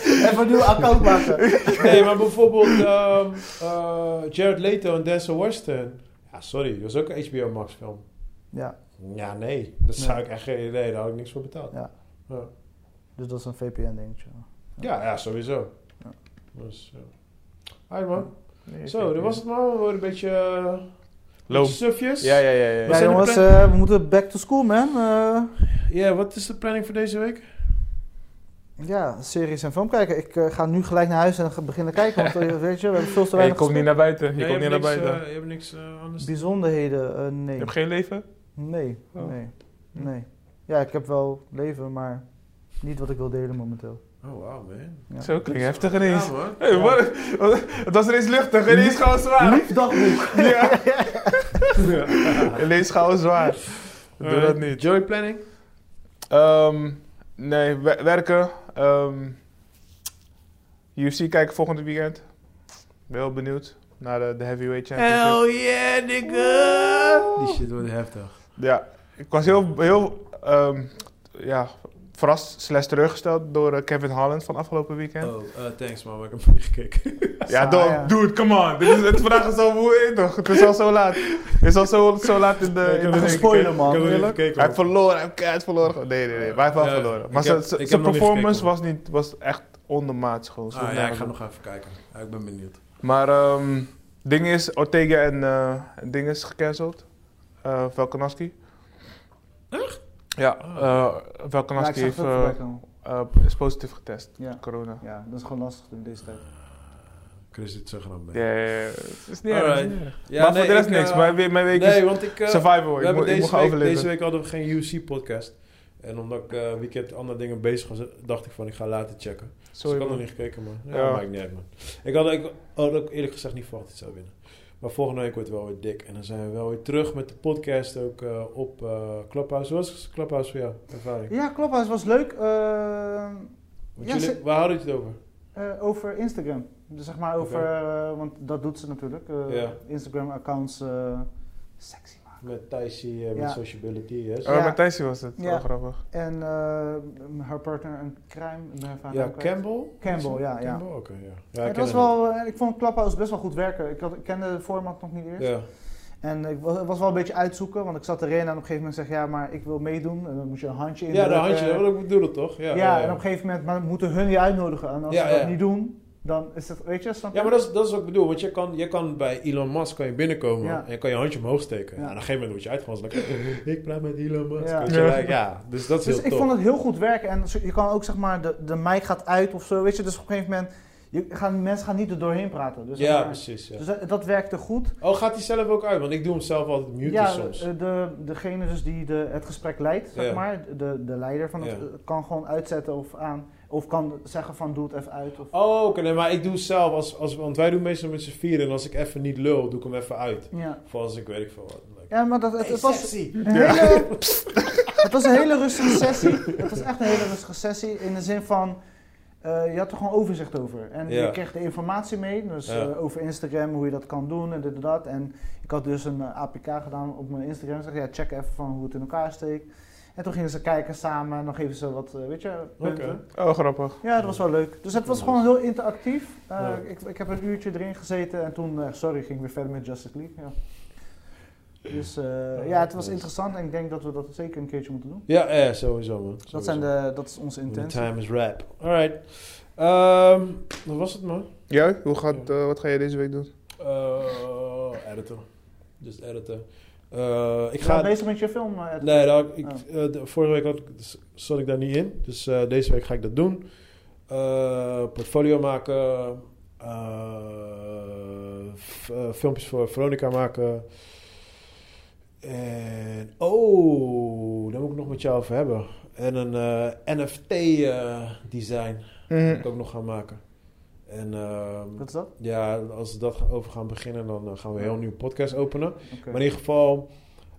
Even een nieuw account maken. Nee, maar bijvoorbeeld ehm, eh, Jared Leto en Denzel Washington. Ja, sorry, dat was ook een HBO Max film. Ja, Ja, nee. Dat zou ik echt geen idee. Daar had ik niks voor betaald. Ja. Ja, dus dat is een VPN-dingetje. ja, ja, sowieso. Ja. Dus, ja. Hi man. Zo, dat was het man. We worden een beetje... eh, Loop. beetje sufjes. Ja, ja, ja. Wat ja. Ja, zijn de jongens, plan- eh, we moeten back to school, man. Eh, Ja, wat is de planning voor deze week? ja, series en film kijken. Ik eh, ga nu gelijk naar huis en ga beginnen kijken. Want eh, weet je, we hebben veel te Hey, je weinig komt niet naar buiten. Je Nee, komt niet naar hebt niks, buiten. eh, je hebt niks eh, anders. gesproken. Bijzonderheden, eh, Je nee. hebt geen leven? Nee, Oh. nee, Hm. nee. Ja, ik heb wel leven, maar niet wat ik wil delen momenteel. Oh, wauw man. Ja. Zo, klinkt heftig ineens. Ja, man. Hey, wat- wat- Het was ineens luchtig, ineens gauw zwaar. Lief dagboek! Ja. Ineens gauw zwaar. Doe dat Oh, niet. Joy planning? Ehm, nee, we- werken. Ehm UFC kijken volgende weekend. Ben heel benieuwd naar de, de heavyweight championship. yeah, nigga! Die shit wordt heftig. Ja, ik was heel, heel ehm, ja, verrast slash teruggesteld door eh, Kevin Holland van afgelopen weekend. Oh, eh, thanks man, maar ik heb hem niet gekeken. Ja, Saai, dog, ja. dude, come on. Dit is, het is vandaag is al moe, eh, toch? Het is al zo laat. Het is al zo, zo laat in de... in de hem spoilen, man. Ik heb hem niet Eerlijk? gekeken. Hij heeft man. verloren, hij heeft keihard verloren. Nee, nee, nee, wij hebben wel Ja, verloren. ik Eh, Maar heb- zijn- zijn ik heb zijn nog niet performance gekeken, was, niet, was echt ondermaats gewoon. Ah, Zo ja, ik nergens ga op. nog even kijken. Ja, ik ben benieuwd. Maar ehm ding is, Ortega en eh, ding is gecanceld. Eh Velkonaski. Echt? Ja, Ah. eh Ja, ik Velkonaski zag het heeft, ook voorbij eh, komen. eh, is positief getest. Ja. Corona. Ja, dat is gewoon lastig in deze tijd. Chris zit zo graag mee. Ja, ja, ja. Het is niet erg. Alright. het is niet erg. Ja, maar nee, voor de rest ik, niks. eh, Mijn, we- mijn week Nee, is want ik... eh, survival. we Ik, moet- hebben ik moet deze gaan week, overleven. deze week hadden we geen UFC-podcast. En omdat ik eh, weekend andere dingen bezig was, dacht ik van ik ga later checken. Sorry, dus ik had man. nog niet gekeken, man. Ja, Ja. maakt niet uit, man. Ik had, ik had ook eerlijk gezegd niet verwacht dat het zou winnen. Maar volgende week wordt het wel weer dik. En dan zijn we wel weer terug met de podcast ook eh, op eh Clubhouse. Hoe was Clubhouse voor jou, ervaring? Ja, klopt, het was leuk. Eh, Want Ja, jullie- ze- Waar hadden jullie het over? eh, over Instagram. Dus zeg maar over, Oké. eh, want dat doet ze natuurlijk. eh, Ja. Instagram-accounts eh, sexy maken. Met Thaisi, eh, met Ja. Sociability. Hè? Oh, Ja. met Thijsie was het. Ja. Wel grappig. En eh, haar partner een crime. ik ben haar vader Ja, ook kwijt. Campbell? nou, Campbell, ja, ja. Campbell, oké, ja. Ja, Ja, ik het ken was hem. wel, eh, ik vond Clubhouse best wel goed werken. Ik, had, ik kende de format nog niet eerst. Ja, En ik was, was wel een beetje uitzoeken, want ik zat erin en op een gegeven moment zeg ja, maar ik wil meedoen. En dan moest je een handje in. ja dat handje, dat ik bedoelde toch? Ja, Ja, ja, ja. en op een gegeven moment maar moeten hun je uitnodigen. En als Ja, ze dat ja. niet doen, dan is het, weet je, snap je? Ja, maar dat is, dat is wat ik bedoel. Want je kan, je kan bij Elon Musk kan je binnenkomen Ja. en je kan je handje omhoog steken. Ja. En op een gegeven moment word je uitgewassen. Dan kan je, ik praat met Elon Musk. Ja. Weet je, Ja. like, ja, dus dat is Dus heel ik tof. vond het heel goed werken. En zo- je kan ook zeg maar, de, de mic gaat uit of zo, weet je. Dus op een gegeven moment, je, gaan, mensen gaan niet er doorheen praten. Dus, zeg ja, maar- precies. Ja. dus dat, dat werkte goed. Oh, gaat hij zelf ook uit? Want ik doe hem zelf altijd muten ja, soms. eh, De, degene dus die de, het gesprek leidt, zeg Ja. maar, de, de leider van het, Ja. eh, kan gewoon uitzetten of aan. Of kan zeggen van doe het even uit. Of, Oh, oké, nee, maar ik doe zelf, als, als, want wij doen meestal met z'n vieren. En als ik even niet lul, doe ik hem even uit. ja. Of als ik weet ik veel wat. Like, ja, maar dat, het, hey, het was sexy. een hele, het was een hele rustige sessie. Het was echt een hele rustige sessie in de zin van... eh, je had er gewoon overzicht over. En Ja. je kreeg de informatie mee. Dus Ja. eh, over Instagram, hoe je dat kan doen en dit en dat. En ik had dus een eh, APK gedaan op mijn Instagram. Ik zeg, ja, check even van hoe het in elkaar steekt. En toen gingen ze kijken samen. En dan geven ze wat, eh, weet je, punten. Oké. Oh, grappig. Ja, dat was wel leuk. Dus het was gewoon heel interactief. Uh, Ja. ik, ik heb een uurtje erin gezeten en toen, eh, sorry, ging ik weer verder met Justice League. Ja. Dus eh, ja, het was interessant en ik denk dat we dat zeker een keertje moeten doen. Ja, eh, sowieso man. Dat, Sowieso. zijn de, dat is onze The intentie. time is rap. Alright. Ehm, dat was het man. Jij? Hoe gaat, eh, wat ga je deze week doen? Eh, editen. Just editen. Eh, ik Ik ga ga... bezig met je film. eh, Ed. Nee, nou, ik, Oh. eh, de- vorige week had, ik- dus zat ik daar niet in. Dus eh, deze week ga ik dat doen. Eh, portfolio maken. eh, f- eh, filmpjes voor Veronica maken. En... Oh, daar moet ik nog met jou over hebben. En een eh, NFT-design eh, moet Mhm. ik ook nog gaan maken. En... ehm, Wat is dat? ja, als we dat over gaan beginnen, dan eh, gaan we een heel nieuwe podcast openen. Oké. Maar in ieder geval,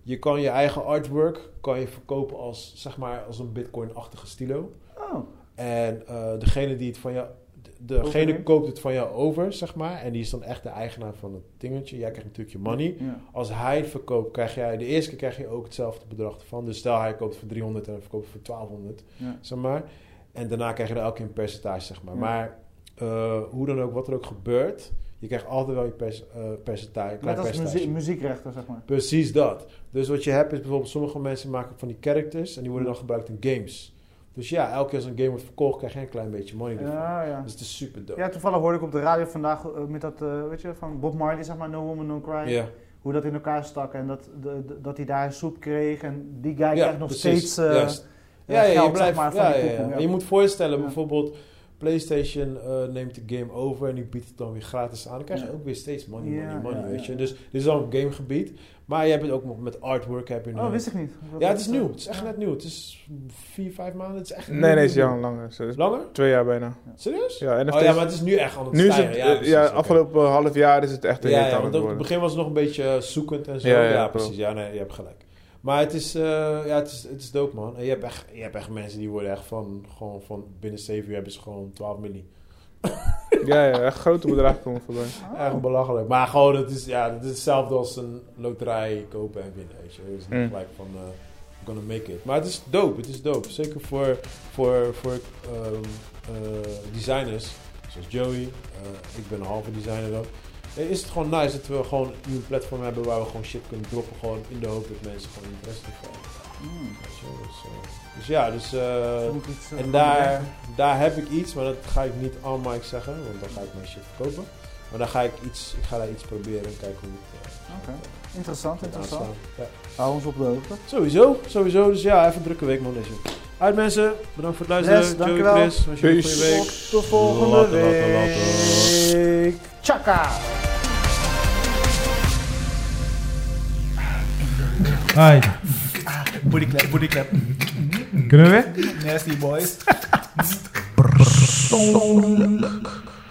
je kan je eigen artwork kan je verkopen als, zeg maar, als een bitcoin-achtige stilo. Oh, En eh, degene die het van jou, degene koopt het van jou over, zeg maar. En die is dan echt de eigenaar van het dingetje. Jij krijgt natuurlijk je money. Ja. Als hij het verkoopt, krijg jij... De eerste keer krijg je ook hetzelfde bedrag ervan. Dus stel hij koopt voor 300 en hij verkoopt voor 1200, Ja. zeg maar. En daarna krijg je er elke keer een percentage, zeg maar. Ja. Maar eh, hoe dan ook, wat er ook gebeurt... Je krijgt altijd wel je pers- eh, percentage, klein Net als percentage. muzie- muziekrechter, zeg maar. Precies dat. Dus wat je hebt is bijvoorbeeld sommige mensen maken van die characters en die worden dan gebruikt in games. Dus ja, elke keer als een game wordt verkocht, krijg je een klein beetje money ervan. Ja, ja. Dus het is super dope. Ja, toevallig hoorde ik op de radio vandaag eh, met dat, eh, weet je, van Bob Marley, zeg maar, No Woman, No Cry. Ja, Hoe dat in elkaar stak en dat, de, de- dat hij daar soep kreeg en die guy ja krijgt nog precies. steeds eh, Juist. eh, ja, ja, je geld, blijft, zeg maar, van ja, die ja, ja. poepoe, ja. En Je moet voorstellen, Ja. bijvoorbeeld PlayStation eh, neemt de game over en die biedt het dan weer gratis aan. Dan krijg je Ja. ook weer steeds money, Ja, money, money, ja, weet ja. je. Dus dit is al een gamegebied. Maar je hebt het ook nog met artwork. Heb je Oh, nog- wist ik niet. Wat ja, het is eh, is dat? nieuw. Het is echt net nieuw. Het is vier, vijf maanden. Het is echt Nee, nee, is nieuw. Jan langer. Ze is Langer? Twee jaar bijna. Serieus? Ja, NFT's. Oh ja, maar het is nu echt aan het nu is stijgen. het, eh, ja, ja, precies, oké. afgelopen half jaar is het echt een Ja, hit ja, aan want het ook in het worden. begin was het nog een beetje eh, zoekend en zo. Ja, Ja, ja, klopt. precies. Ja, nee, je hebt gelijk. Maar het is, eh, ja, het is, het is dope, man. En je hebt, echt, je hebt echt mensen die worden echt van, gewoon van binnen 7 uur hebben ze gewoon 12 miljoen. Ja, ja, echt grote bedragen komen voorbij. Echt Oh. belachelijk. Maar gewoon, het is, ja, het is hetzelfde als een loterij kopen en winnen, weet je. Het is niet Mm. gelijk van, eh I'm gonna make it. Maar het is dope, het is dope. Zeker voor, voor, voor ehm, eh, designers, zoals Joey. eh, ik ben een halve designer ook. Eh, Is het gewoon nice dat we gewoon nu een platform hebben waar we gewoon shit kunnen droppen. Gewoon in de hoop dat mensen gewoon interesse krijgen. Mm. weet je. Dus, eh, dus ja, dus... eh, Er moet iets, eh, en van daar, blijven. daar heb ik iets, maar dat ga ik niet on mic zeggen, want dan ga ik mijn shit verkopen. Maar dan ga ik iets, ik ga daar iets proberen en kijken hoe het eh, Oké. Interessant, gaat interessant. aanslaan. Ja. Hou ons op de hoogte. Sowieso, sowieso. Dus ja, even een drukke week man deze. Uit mensen, bedankt voor het luisteren. Joey, Yes, dankjewel. Chris, was jullie een goede Peace. week. Tot de volgende Later, later, later. week. Tjaka! Hi, Booty clap, booty clap. kunnen we weer? Nasty boys.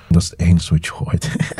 Dat is één switch gooit.